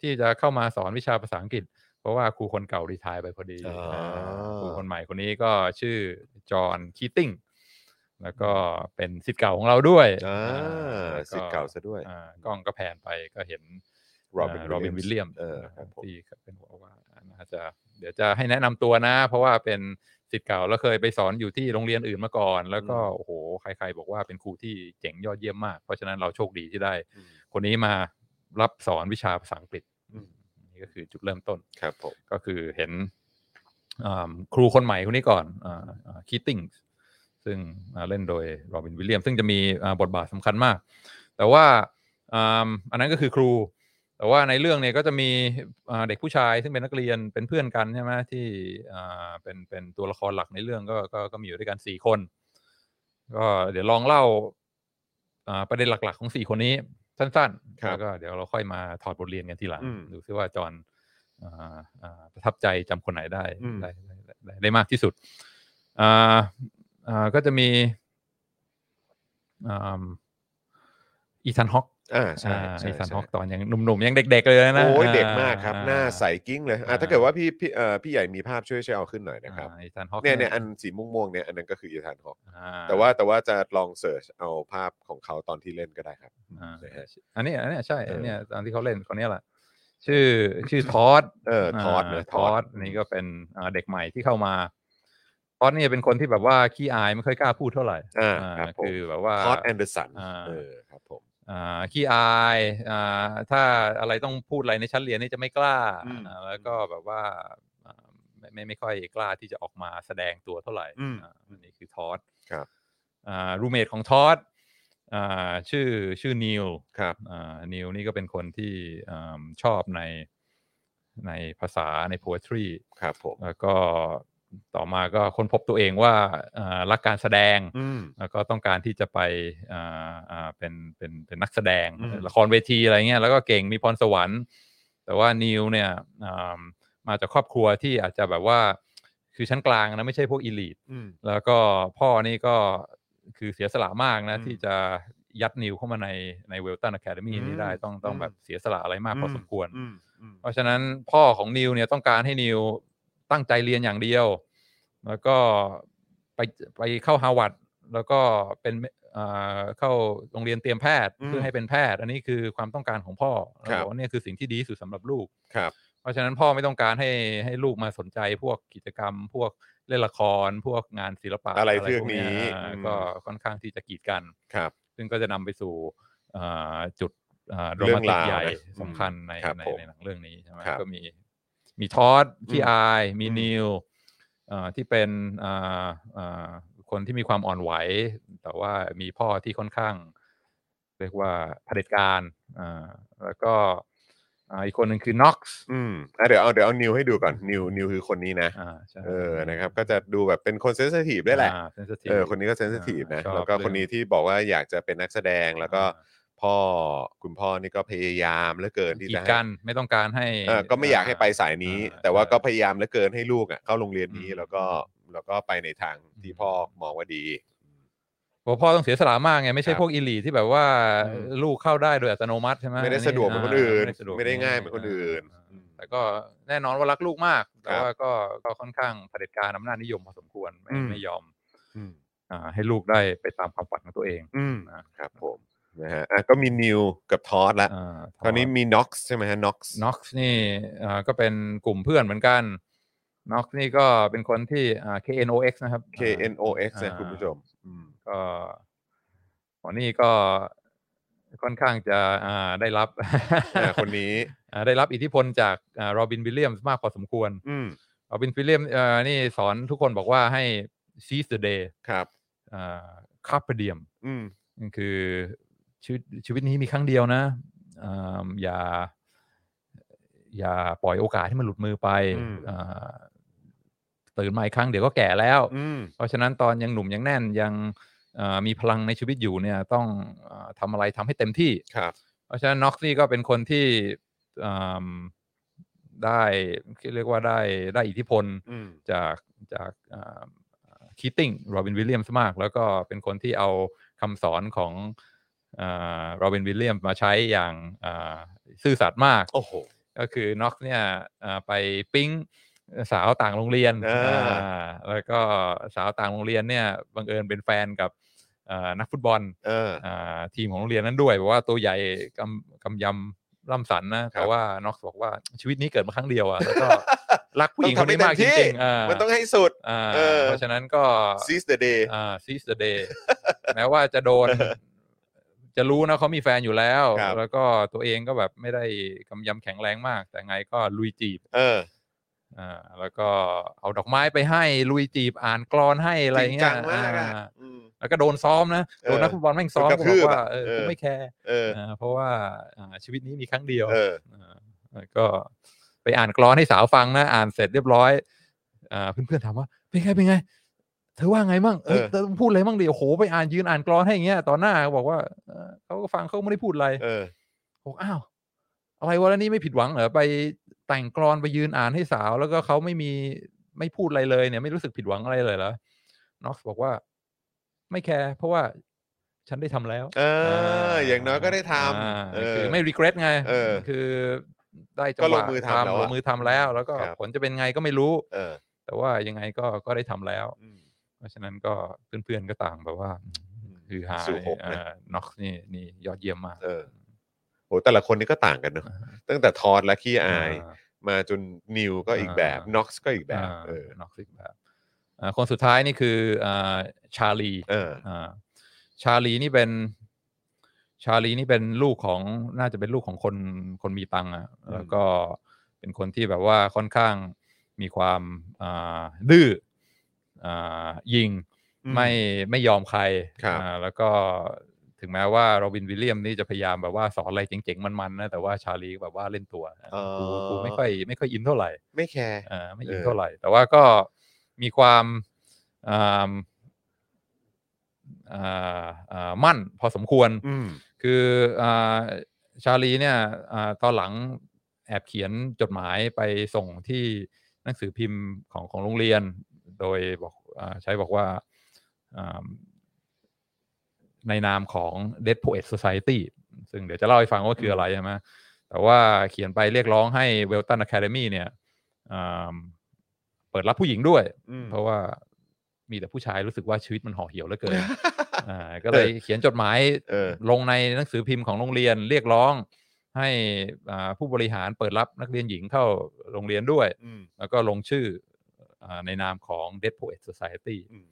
D: ที่จะเข้ามาสอนวิชาภาษาอังกฤษ เพราะว่าครูคนเก่ารีไทายไปพอดี
C: อ๋ออ่
D: าครูคนใหม่คนนี้ก็ชื่อจอห์นคีตติ้งแล้วก็เป็นสิทธิ์เก่าของเราด้วย
C: อ่า
D: แล้ว
C: สิทธิ์เก่าซะด้วย
D: อ่ากล้องก็แผนไปก็เห็น
C: Robin
D: โรบิน
C: Williams
D: วิลเลียม
C: เออครับผม
D: ที่เป็นหัวว่าน่าจะเดี๋ยวจะให้แนะนำตัวนะ เพราะว่าเป็นสิทธิ์เก่าแล้วเคยไปสอนอยู่ที่โรงเรียนอื่นมาก่อน แล้วก็โอ้โหใครๆบอกว่าเป็นครูที่เจ๋งยอดเยี่ยมมาก เพราะฉะนั้นเราโชคดีที่ได้
C: อืม
D: คนนี้มารับสอนวิชาภาษาอังกฤษ
C: อืม
D: นี่ก็คือจุดเริ่มต้น
C: ครับผม
D: ก็คือเห็นอ่าครูคนใหม่คนนี้ก่อนคีตติ้งซึ่งอ่าเล่นโดยโรบินวิลเลียมซึ่งจะมีอ่าบทบาทสำคัญมาก แต่ว่าอ่าอันนั้นก็คือครู แต่ว่าในเรื่องเนี่ยก็จะมีอ่าเด็กผู้ชายซึ่งเป็นนักเรียนเป็นเพื่อนกันใช่ไหมที่อ่าเป็นเป็นตัวละครหลักในเรื่องก็ก็ก็มีอยู่ด้วยกันสี่คน ก็เดี๋ยวลองเล่าอ่าประเด็นหลักๆของสี่คนนี้สั้นๆ
C: ครับ
D: แล้วก็เดี๋ยวเราค่อยมาถอดบทเรียนกันทีหลัง
C: อืม
D: ดูซิว่าจอห์นอ่าอ่าประทับใจจำคนไหนได้
C: อืม
D: ได้ไดได้ได้มากที่สุดอ่าอ่าก็จะมีอ่าอีธันฮอก
C: อ่าใช่
D: อ่า
C: ใช่
D: อีสาน
C: ใช่
D: ฮอกตอนยังหนุ่มๆ ยังเด็ก ๆ เลยนะ
C: โอ้ย
D: อ่
C: เด็กมากครับ หน้าใสกิ้งเลยอ่ะถ้าเกิดว่าพี่พี่เอ่อพี่ใหญ่มีภาพช่วยช่วยเอาขึ้นหน่อยนะครับ
D: อ่าอีสานฮอก
C: เนี่ยเนี่ยอันสีม่วงๆเนี่ยอันนั้นก็คืออีธานฮอก
D: อ่
C: แต่ว่าแต่ว่าจะลองเสิร์ชเอาภาพของเขาตอนที่เล่นก็ได้ครับ
D: อ่า
C: นะฮะ
D: อันนี้อันนี้ใช่
C: เอออั
D: อันเนี้ยตอนที่เขาเล่นคนเนี้ยแหละชื่อชื่อทอด
C: เออทอดนะ
D: าทอดนี่ก็เป็นอ่าเด็กใหม่ที่เข้ามาทอดเนี่ยเป็นคนที่แบบว่าขี้อายไม่ค่อยกล้าพูดเท่าไหร่
C: อ่า
D: อ่า
C: ครับผม
D: คือแบบว่า
C: ทอดแอนเดอร์สัน
D: อ่า
C: เออครับผม
D: อ่าขี้อายอ่าถ้าอะไรต้องพูดอะไรในชั้นเรียนนี่จะไม่กล้า
C: อืม
D: อ่าแล้วก็แบบว่าอ่าไมไม่ไม่ค่อยกล้าที่จะออกมาแสดงตัวเท่าไหร่
C: อืม
D: อ่าอันนี้คือทอส
C: ครับ
D: อ่ารูเมทของทอสอ่าชื่อชื่อนิว
C: ครับ
D: อ่านิวนี่ก็เป็นคนที่อ่าชอบในในภาษาใน poetry
C: ครับผม
D: แล้วก็ต่อมาก็ค้นพบตัวเองว่าอ่ารักการแสดง
C: อืม
D: แล้วก็ต้องการที่จะไปอ่าอ่าเป็นเป็นเป็นนักแสดง
C: อืม
D: ละครเวทีอะไรเงี้ยแล้วก็เก่งมีพรสวรรค์ แต่ว่านิวเนี่ยอ่ามาจากครอบครัวที่อาจจะแบบว่าคือชั้นกลางนะไม่ใช่พวกอีลีท
C: อืม
D: แล้วก็พ่อนี่ก็คือเสียสละมากนะ
C: อืม
D: ที่จะยัดนิวเข้ามาในในเวลตันอะคาเดมี
C: อืม
D: นี่ได้ต้องต้อง
C: อืม
D: แบบเสียสละอะไรมากพอสมควร
C: อืมอืม
D: เพราะฉะนั้นพ่อของนิวเนี่ยต้องการให้นิวตั้งใจเรียนอย่างเดียว แล้วก็ไปไปเข้าฮาวาดแล้วก็เป็นเอ่อเข้าโรงเรียนเตรียมแพทย์
C: อืม
D: เพื่อให้เป็นแพทย์ อันนี้คือความต้องการของพ่อ
C: ครับ
D: แล้วบอกว่าเนี่ยคือสิ่งที่ดีที่สุดสำหรับลูก
C: ครับ
D: เพราะฉะนั้นพ่อไม่ต้องการให้ให้ลูกมาสนใจพวกกิจกรรม พวกเล่นละคร พวกงานศิลปะ
C: อะไร
D: พวก
C: พวกนี้
D: เยอ่า
C: อืม
D: ก็ค่อนข้างที่จะกีดกัน
C: ครับ
D: ซึ่งก็จะนำไปสู่อ่าจุดดรา
C: เรื่อ
D: มาง ติ
C: ราว
D: ใหญ่
C: นะ
D: สำคัญใน
C: ครับ
D: ใน
C: ผม
D: ในหนังเรื่องนี้ใช่ไหม
C: ครับ
D: ก็มีมีทอดที่
C: อืม
D: อายมี
C: อืม
D: นิวอ่าที่เป็นอ่าอ่าคนที่มีความอ่อนไหว แต่ว่ามีพ่อที่ค่อนข้าง เรียกว่าเผด็จการอ่าแล้วก็อ่าอีกคนหนึ่งคือน็อกซ์
C: ืมอ่ะเดี๋ยวเอาเดี๋ยวเอานิวให้ดูก่อนนิวนิวคือคนนี้นะ
D: อ่าใช่
C: เออนะครับ ก็จะดูแบบเป็นคนเซนซิทีฟด้วยแหละ
D: อ่า sensitive
C: เออคนนี้ก็เซนซิทีฟนะ
D: อ่าชอบ
C: แล้วก็คนนี้ที่บอกว่าอยากจะเป็นนักแสดงแล้วก็
D: อ่า
C: พ่อคุณพ่อนี่ก็พยายามเหลือเกินที่
D: กี
C: จะ
D: ด
C: ให้
D: กันไม่ต้องการให้
C: เออก็ไม่อยากให้ไปสายนี้
D: อ่า
C: แต่ว่า
D: ใช่
C: ก็พยายามเหลือเกินให้ลูกอ่ะเข้าโรงเรียนนี้
D: อืม
C: แล้วก็แล้วก็ไปในทางที่พ่อมองว่าดี
D: เพราะพ่อต้องเสียสละมากไง
C: ค
D: ไม่ใช่
C: รับ
D: พวกอิลีที่แบบว่า
C: อืม
D: ลูกเข้าได้โดยอัตโนมัติใช่ไหม
C: ไม่ได้สะดวกเหมือนคนอื่น
D: าสะวก
C: ไม่ได้ง่ายเหมือนคนอื่น
D: าแต่ก็แน่นอนว่ารักลูกมาก แต่
C: ครับ
D: ว่าก็ก็ค่อนข้างเผด็จการอำนาจนิยมพอสมควรไม่
C: อืม
D: ไม่ยอม
C: อืม
D: อ่าให้ลูกได้ไปตามความฝันของตัวเอง
C: อืม
D: นะครับ
C: ผมนะฮะอ่ะก็มีนิวกับทอสละ
D: อ่า
C: คราวนี้มีน็อกซ์ใช่ไหมฮะน็อกซ์
D: น็อกซ์นี่อ่าก็เป็นกลุ่มเพื่อนเหมือนกันน็อกซ์นี่ก็เป็นคนที่อ่า KNOX นะครับ
C: K N O X นะ
D: อ่า
C: คุณผู้ชมอื ม
D: ก็ขอนี่ก็ค่อนข้างจะอ่าได้รับ
C: อ่าคนนี้
D: อ่าได้รับอิทธิพลจากโรบินวิลเลียมมากพอสมควร
C: อืม
D: โรบินวิลเลียมนี่สอนทุกคนบอกว่าให้ seize the day
C: ครับ
D: คับเดียม
C: อืม
D: คือชีวิตชีวิตนี้มีครั้งเดียวนะอ่าอย่า อย่าปล่อยโอกาสให้มันหลุดมือไป
C: อืม
D: อ่าตื่นมาอีกครั้งเดี๋ยวก็แก่แล้ว
C: อืม
D: เพราะฉะนั้นตอนยังหนุ่มยังแน่นยังเอ่อมีพลังในชีวิตอยู่เนี่ยต้องเออทำอะไรทำให้เต็มที่
C: ครับ
D: เพราะฉะนั้นน็อกซี่ก็เป็นคนที่อืมได้เรียกว่าได้ได้อิทธิพล
C: อืม
D: จากจากคีติงโรบินวิลเลียมมาก แล้วก็เป็นคนที่เอาคำสอนของโรบินวิลเลียมมาใช้อย่างอ่าซื่อสัตย์มาก
C: โอ้โห
D: ก็คือน็อกเนี่ยอ่าไปปิ๊งสาวต่างโรงเรียน
C: อ่า
D: อ่าแล้วก็สาวต่างโรงเรียนเนี่ยบังเอิญเป็นแฟนกับอ่านักฟุตบอล
C: เออ
D: อ่าทีมของโรงเรียนนั้นด้วยบอกว่าตัวใหญ่กำกำยำล่ำสันนะแต่ว่าน็อกบอกว่าชีวิตนี้เกิดมาครั้งเดียวอะแล้วก็ รักผู้หญิงคนนี้มากจริงๆอ่า
C: มันต้องให้สุด
D: อ่า
C: เออ
D: เพราะฉะนั้นก็
C: seize the day
D: อ่า seize the day แม้ว่าจะโดน จะรู้นะเขามีแฟนอยู่แล้ว
C: ครับ
D: แล้วก็ตัวเองก็แบบไม่ได้กำยำแข็งแรงมาก แต่ไงก็ลุยจีบ
C: เออ
D: อ่าแล้วก็เอาดอกไม้ไปให้ ลุยจีบอ่านกรอนให้อะไร
C: จริง
D: เงี้
C: จั
D: ย
C: งมากอะ
D: อ่า
C: อืม
D: แล้วก็โดนซ้อมนะ
C: เออ
D: โดนนักฟุตบอลแม่งซ้อม
C: โดนก
D: ก็
C: ระ
D: บ
C: ทื
D: อก
C: บ
D: ว่า
C: อะ
D: เออ
C: เออ
D: กูไม่แคร์
C: เออ
D: อ่าเพราะว่าอ่าชีวิตนี้มีครั้งเดียว
C: เออ
D: อ่าแล้วก็ไปอ่านกรอนให้สาวฟังนะ อ่านเสร็จเรียบร้อยอ่าเพื่อนๆถามว่า เป็นไงเป็นไง เธอว่าไงมั่งเอ้ย
C: เออ
D: เธอพูดอะไรมั่งดิโอ้โหไปอ่านยืนอ่านกรอนให้อย่างเงี้ยต่อหน้าบอกว่าเอ่อเขาก็ฟังเขาไม่ได้พูดอะไร
C: เออ
D: บอกอ้าวอะไรวะแล้วนี่ไม่ผิดหวังเหรอไปแต่งกรอนไปยืนอ่านให้สาว แล้วก็เขาไม่มีไม่พูดอะไรเลยเนี่ย ไม่รู้สึกผิดหวังอะไรเลยเหรอน็อกซ์บอกว่า ไม่แคร์เพราะว่าฉันได้ทำแล้ว
C: เออ อย่างน้อยก็ได้ท
D: อ่า
C: ำเออ
D: คือไม่ regret ไง
C: เออ
D: คือได้จัง
C: ก็
D: ห
C: ล
D: วะ
C: งมือทำแล้วอะ
D: ลงมือทำแล้ว แล้วก็
C: ครับ
D: ผลจะเป็นไงก็ไม่รู้
C: เออ
D: แต่ว่ายังไงก็ก็ได้ทำแล้ว
C: อืม
D: เพราะฉะนั้นก็เพื่อนๆก็ต่างแบบว่าคือหา
C: สู่หกนะ
D: น็อกนี่นี่ยอดเยี่ยมมาก
C: เออโหแต่ละคนนี่ก็ต่างกันเนอะตั้งแต่ทอดและขี้อาย
D: า
C: มาจนนิวก็อีกแบบ
D: อ่า
C: น็อกซ์ก็อีกแบบ เออ
D: น็อกซิกแบบอ่าคนสุดท้ายนี่คืออ่าชาลี
C: เออ
D: อ่าชาลีนี่เป็นชาลีนี่เป็นลูกของน่าจะเป็นลูกของคนคนมีตังค์อะ
C: อืม
D: แล้วก็เป็นคนที่แบบว่าค่อนข้างมีความอ่าดื้ออ่ายิง
C: อื
D: ไม่ไม่ยอมใคร
C: ครับ
D: อ่าแล้วก็ถึงแม้ว่าโรบินวิลเลียมนี่จะพยายามแบบว่าสอนอะไรเจ๋งๆมันๆนะแต่ว่าชาลีแบบว่าเล่นตัวอ่ะกูกูไม่ค่อยไม่ค่อยอินเท่าไหร่
C: ไม่แคร์
D: อ่าไม่อิน
C: เออ
D: เท่าไหร่ แต่ว่าก็มีความอ่ามอ่าอ่ามั่นพอสมควร
C: อืม
D: คืออ่าชาลีเนี่ยอ่าตอนหลังแอบเขียนจดหมายไปส่งที่หนังสือพิมพ์ของของโรงเรียน โดยบอกอาใช้บอกว่าอ่าในนามของ Dead Poet Society ซึ่งเดี๋ยวจะเล่าให้ฟังว่าคืออะไรใช่ไหมแต่ว่าเขียนไปเรียกร้องให้ Welton Academy เนี่ยอ่าเปิดรับผู้หญิงด้วย
C: อืม
D: เพราะว่ามีแต่ผู้ชายรู้สึกว่าชีวิตมันห่อเหี่ยวเหลือ เกิน อ่าก็เลยเขียนจดหมาย
C: เออ
D: ลงในหนังสือพิมพ์ของโรงเรียนเรียกร้องให้อ่าผู้บริหารเปิดรับนักเรียนหญิงเข้าโรงเรียนด้วย
C: อืม
D: แล้วก็ลงชื่ออ่าในนามของ Dead Poet Society
C: อืม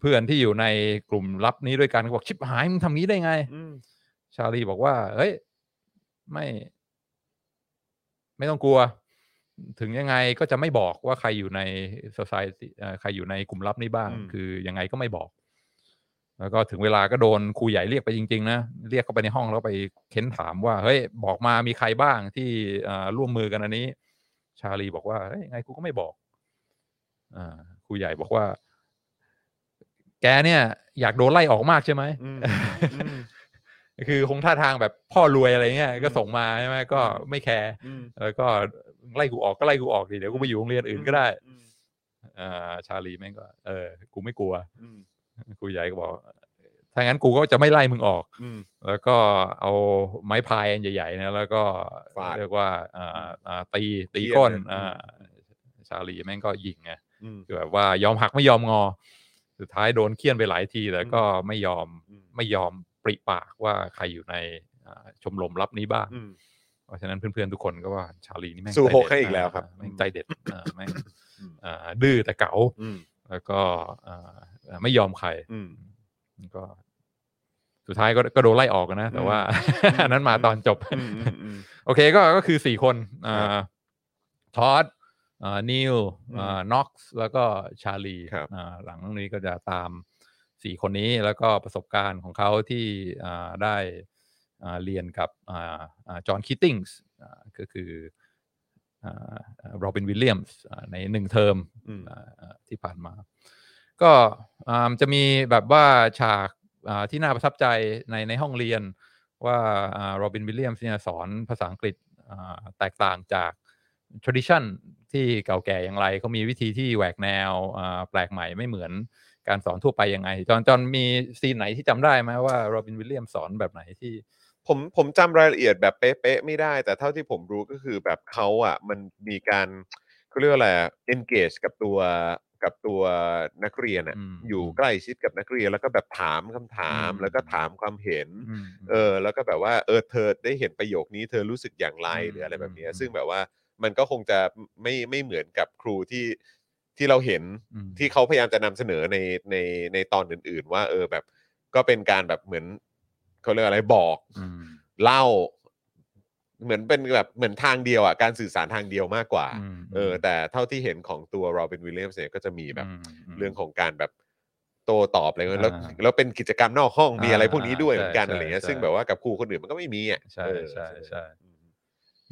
D: เพื่อนๆที่อยู่ในกลุ่มลับนี้ด้วยกันก็บอกชิบหายมึงทำงี้ได้ไง
C: อืม
D: ชาลีบอกว่า เฮ้ย ไม่ ไม่ต้องกลัว ถึงยังไงก็จะไม่บอกว่าใครอยู่ใน society เอ่อใครอยู่ในกลุ่มลับนี้บ้าง
C: อืม
D: คือยังไงก็ไม่บอก แล้วก็ถึงเวลาก็โดนครูใหญ่เรียกไปจริง ๆ นะ เรียกเข้าไปในห้องแล้วไปเค้นถามว่า เฮ้ย บอกมามีใครบ้างที่เอ่อร่วมมือกันอันนี้ ชาลีบอกว่า เฮ้ยยังไงกูก็ไม่บอก อ่า ครูใหญ่บอกว่า แกเนี่ย อยากโดนไล่ออกมากใช่ไหม
C: อืม
D: คือคงท่าทางแบบพ่อรวยอะไรเงี้ยก็
C: อืม
D: ส่งมาใช่ไหมก็
C: อืม
D: ไม่แคร์
C: อืม
D: แล้วก็ไล่กูออกก็ไล่กูออกดิเดี๋ยวกูไปอยู่โรงเรียนอื่นก็ได้อ่าชาลีแม่งก็เออกูไม่กลัว
C: อืม
D: ครูใหญ่ก็บอกถ้างั้นกูก็จะไม่ไล่มึงออก
C: อืม
D: แล้วก็เอาไม้พายอันใหญ่ๆนะแล้วก็
C: ฟาด
D: เรียกว่าอ่าอ่าตีตี
C: เยี่ยม
D: ก้น
C: เลย
D: อ่าชาลีแม่งก็ยิงไง
C: อืม
D: คือแบบว่ายอมหักไม่ยอมงอ สุดท้ายโดนเคี่ยนไปหลายทีแต่ก็ไม่ยอม
C: อืม
D: ไม่ยอมปริปากว่าใครอยู่ในอ่าชมรมรับนี้บ้าง
C: อืม
D: เพราะฉะนั้นเพื่อนๆทุกคนก็ว่าชาลีนี่แม่ง
C: สู่หก
D: ใจเด็ด
C: ให้อีกแล้วครับ
D: าแม่งใจเด็ดอ่าแม่ง
C: อืม
D: อ่าดื้อแต่เก๋า
C: อืม
D: แล้วก็อ่าไม่ยอมใคร
C: อืม
D: มันก็ สุดท้ายก็ก็โดนไล่ออกอะนะ แต่ว่า อันนั้นมาตอนจบ
C: อืมอืมอืม
D: โอเคก็ก็คือสี่คนอ่
C: ครับ
D: าทอดอ่านิวอ่าน็อกซ์แล้วก็ชาลี
C: ครับ
D: อ่าหลังนี้ก็จะตามสี่คนนี้แล้วก็ประสบการณ์ของเขาที่อ่าได้อ่าเรียนกับจอห์นคิตติงส์ก็คือโรบินวิลเลียมส์ในหนึ่งเทอม
C: อืม
D: อ่าอ่าที่ผ่านมา ก็อ่าจะมีแบบว่าฉากอ่าที่น่าประทับใจในในห้องเรียนว่าโรบินวิลเลียมส์เนี่ยสอนภาษาอังกฤษอ่าแตกต่างจาก tradition ที่เก่าแก่อย่างไรเขามีวิธีที่แหวกแนวอ่าแปลกใหม่ไม่เหมือนการสอนทั่วไปยังไง จอนจอนมีซีนไหนที่จำได้ไหมว่าโรบินวิลเลียมสอนแบบไหนที่
C: ผมผมจำรายละเอียดแบบเป๊ะๆไม่ได้ แต่เท่าที่ผมรู้ก็คือแบบเขาอ่ะมันมีการเขาเรียกว่าอะไรอะ engage กับตัวกับตัวนักเรียนอ่ะ
D: อืม
C: อยู่ใกล้ชิดกับนักเรียน แล้วก็แบบถามคำถาม
D: อืม
C: แล้วก็ถามความเห็น
D: อืม
C: เออแล้วก็แบบว่าเออเธอได้เห็นประโยคนี้เธอรู้สึกอย่างไร
D: อืม
C: หรืออะไรแบบเนี้ย
D: อืม
C: ซึ่งแบบว่ามันก็คงจะไม่ไม่เหมือนกับครูที่ที่เราเห็น
D: อืม
C: ที่เขาพยายามจะนำเสนอในในในตอนอื่น ๆ ว่า เออแบบก็เป็นการแบบเหมือนเขาเรียกอะไรบอก
D: อืม
C: เล่า เหมือนเป็นแบบเหมือนทางเดียวอ่ะการสื่อสารทางเดียวมากกว่า
D: ม
C: เออ แต่เท่าที่เห็นของตัวโรบินวิลเลียมส์เนี่ยก็จะมีแบบ
D: มม
C: เรื่องของการแบบโตตอบอะไรเงี้ยแล้ว
D: อ่า
C: แล้วเป็นกิจกรรมนอกห้องมีอะไร
D: อ่า
C: พวกนี้ด้วย
D: ใช่
C: เหมือนกัน
D: ใช่
C: อะไรเงี้ย
D: ใช่
C: ซึ่งแบบว่ากับครูคนอื่นมันก็ไม่มีอ่ะ
D: ใช่
C: เออ
D: ใช่ใช่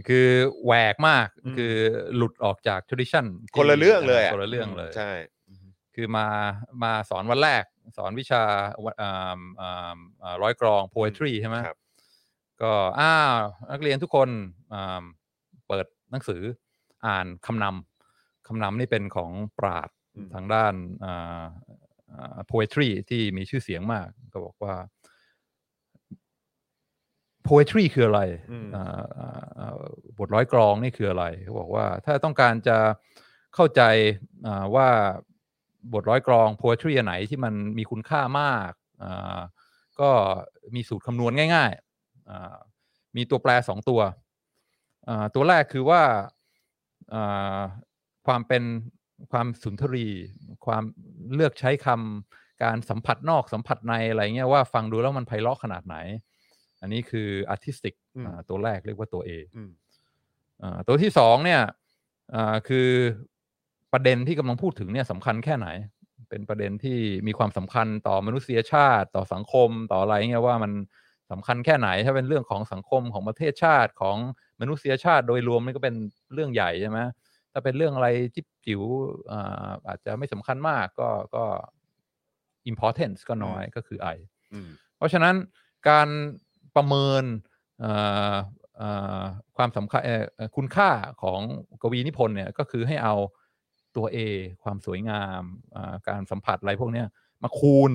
D: คือแหวกมากคือหลุดออกจาก tradition ที่
C: คนละเรื่องเลยะ
D: คนละเรื่องเลย
C: ใช่
D: คือมามาสอนวันแรก สอนวิชาวันอ่ามอ่ามอ่าร้อยกรอง poetry ใช่ไหม
C: ครับ
D: ก็อ้าวนักเรียนทุกคนอ่ามเปิดหนังสืออ่านคำนำคำนำนี่เป็นของปราด
C: อืม
D: ทางด้านอ่าอ่า poetry ที่มีชื่อเสียงมาก ก็บอกว่า poetry คืออะไร
C: อืม
D: อ่าอ่าอ่าบทร้อยกรองนี่คืออะไรเขาบอกว่า ถ้าต้องการจะเข้าใจอ่าว่าบทร้อยกรอง poetry อันไหนที่มันมีคุณค่ามากอ่าก็มีสูตรคำนวณง่ายๆอ่ามีตัวแปรสองตัวอ่าตัวแรกคือว่าอ่า ความเป็นความสุนทรี ความเลือกใช้คำการสัมผัสนอกสัมผัสในอะไรเงี้ยว่าฟังดูแล้วมันไพเราะขนาดไหน อันนี้คืออาร์ติสติก
C: อืม
D: ตัวแรกเรียกว่าตัว A
C: อืม
D: อ่าตัวที่สองเนี่ยอ่าคือประเด็นที่กำลังพูดถึงเนี่ยสำคัญแค่ไหน เป็นประเด็นที่มีความสำคัญต่อมนุษยชาติ ต่อสังคมต่ออะไรเงี้ยว่ามันสำคัญแค่ไหน ถ้าเป็นเรื่องของสังคมของประเทศชาติของมนุษยชาติโดยรวมนี่ก็เป็นเรื่องใหญ่ใช่ไหมถ้าเป็นเรื่องอะไรจิ๊บจิ๋วอ่าอาจจะไม่สำคัญมากก็ก็ importance ก็น้อยก็คือ I
C: อืม
D: เพราะฉะนั้นการประเมินเอ่อเอ่อความสำคัญเอ่อเอ่อคุณค่าของกวีนิพนธ์เนี่ยก็คือให้เอาตัว A ความสวยงามอ่าการสัมผัสอะไรพวกเนี้ยมาคูณ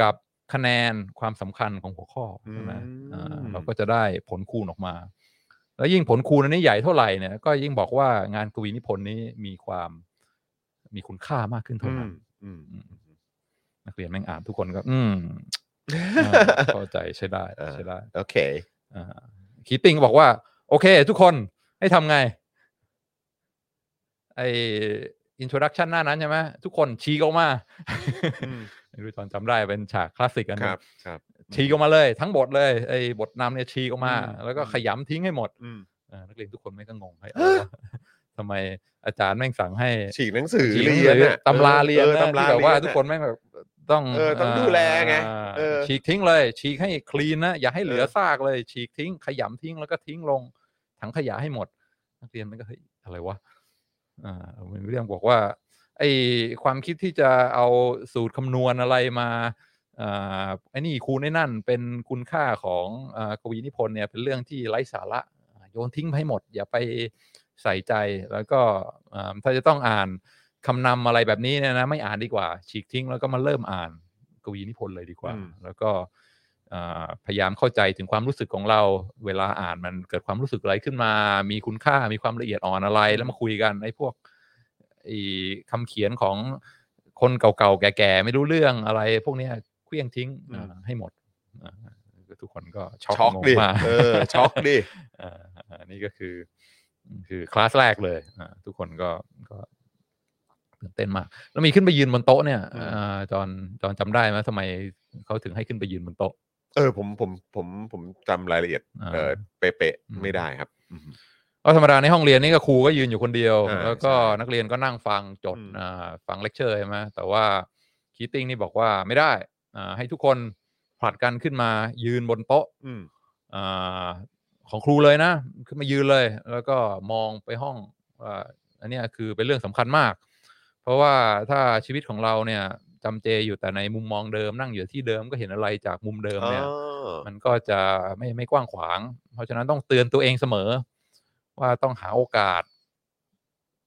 D: กับคะแนนความสำคัญของหัวข้อใช่ไหมอ่าเราก็จะได้ผลคูณออกมา แล้วยิ่งผลคูณอันนี้ใหญ่เท่าไหร่เนี่ยก็ยิ่งบอกว่างานกวีนิพนธ์นี้มีความมีคุณค่ามากขึ้น
C: อื
D: เท่านั้น
C: มอืม
D: นักเรียนแม่งอ่านทุกคนก็ อืมอ่าเข้าใจใช่ได้
C: อ่า
D: ใช่ได้
C: โอเค
D: คีติงก็บอกว่า โอเค ทุกคนให้ทำไง ไออินโทรดักชันหน้านั้นใช่ไหมทุกคนชี้ออก มา
C: อืม
D: ไม่รู้จอนจำได้เป็นฉากคลาสสิกอันห
C: ค
D: นึ
C: รับ
D: ง
C: ครับ
D: ชี้ออกมาเลย ทั้งบทเลยไอบทนำเนี่ยชี้ออกมา
C: อืม
D: แล้วก็
C: อืม
D: ขยำทิ้งให้หมด
C: อืม
D: อ่านักเรียนทุกคนไม่งก็งงให้ยเอาวะทำไมอาจารย์แม่งสั่งให้
C: ฉีกหนังสือ
D: ฉีกห
C: เรีย
D: งสื
C: นอะ
D: ตำราเรียน
C: ออ
D: นะ
C: ตำรา
D: ที่แบบว่า
C: เรียะ
D: ทุกคนแม่งแบบต้อง
C: เออต้องดูแลไง
D: อ่า
C: เออ
D: ฉีกทิ้งเลย ฉีกให้คลีนนะอย่าให้เหลือ
C: เออ
D: ซากเลย ฉีกทิ้ง ขยำทิ้งแล้วก็ทิ้งลงถังขยะให้หมดนักเรียนมันก็เฮ้ยอะไรวะอ่าเรื่องบอกว่าไอความคิดที่จะเอาสูตรคำนวณอะไรมาอ่าไอ้นี่คูณไอ้นั่นเป็นคุณค่าของอ่ากวีนิพนธ์เนี่ยเป็นเรื่องที่ไร้สาระ อ่าโยนทิ้งไปให้หมด อย่าไปใส่ใจแล้วก็อ่าถ้าจะต้องอ่านคำนำอะไรแบบนี้เนี่ยนะ ไม่อ่านดีกว่า ฉีกทิ้งแล้วก็มาเริ่มอ่านกวีนิพนธ์เลยดีกว่า
C: อืม
D: แล้วก็อ่าพยายามเข้าใจถึงความรู้สึกของเรา เวลาอ่านมันเกิดความรู้สึกอะไรขึ้นมา มีคุณค่ามีความละเอียดอ่อนอะไร แล้วมาคุยกันไอ้พวกไอ้คำเขียนของ คนเก่าๆ แก่ๆ ไม่รู้เรื่องอะไร พวกเนี้ยเคลี้ยงทิ้งอ่า
C: อืม
D: ให้หมดอ่าทุกคนก็ช็อก
C: ช็อก
D: งง
C: ดิ
D: มาก
C: เออช็อกดิ
D: อ่าอันนี่ก็คือ คือคลาสแรกเลยอ่าทุกคนก็ก็ตื่นเต้นมาก แล้วมีขึ้นไปยืนบนโต๊ะเนี่ย
C: อืม
D: อ่าจอนจอนจำได้ไหมทำไมเขาถึงให้ขึ้นไปยืนบนโต๊ะ
C: เออผมผมผมผมจำรายละเอียด
D: อ่า
C: เออเป๊ะ
D: อืม
C: ๆไม่ได้ครับ
D: ก็ธรรมดาในห้องเรียนนี่ก็ครูก็ยืนอยู่คนเดียว
C: อ่า
D: แล้วก็
C: ใช่
D: นักเรียนก็นั่งฟังจด
C: อืม
D: อ่าฟังเลคเชอร์ใช่ไหมแต่ว่าคีตติ้งนี่บอกว่าไม่ได้อ่าให้ทุกคนผลัดกันขึ้นมายืนบนโต๊ะ
C: อืม
D: อ่าของครูเลยนะ ขึ้นมายืนเลย แล้วก็มองไปห้องว่าอันเนี้ยคือเป็นเรื่องสำคัญมาก เพราะว่าถ้าชีวิตของเราเนี่ยจำเจอยู่แต่ในมุมมองเดิม นั่งอยู่ที่เดิมก็เห็นอะไรจากมุมเดิมเนี่ย มันก็จะไม่ไม่กว้างขวาง เพราะฉะนั้นต้องเตือนตัวเองเสมอ ว่าต้องหาโอกาส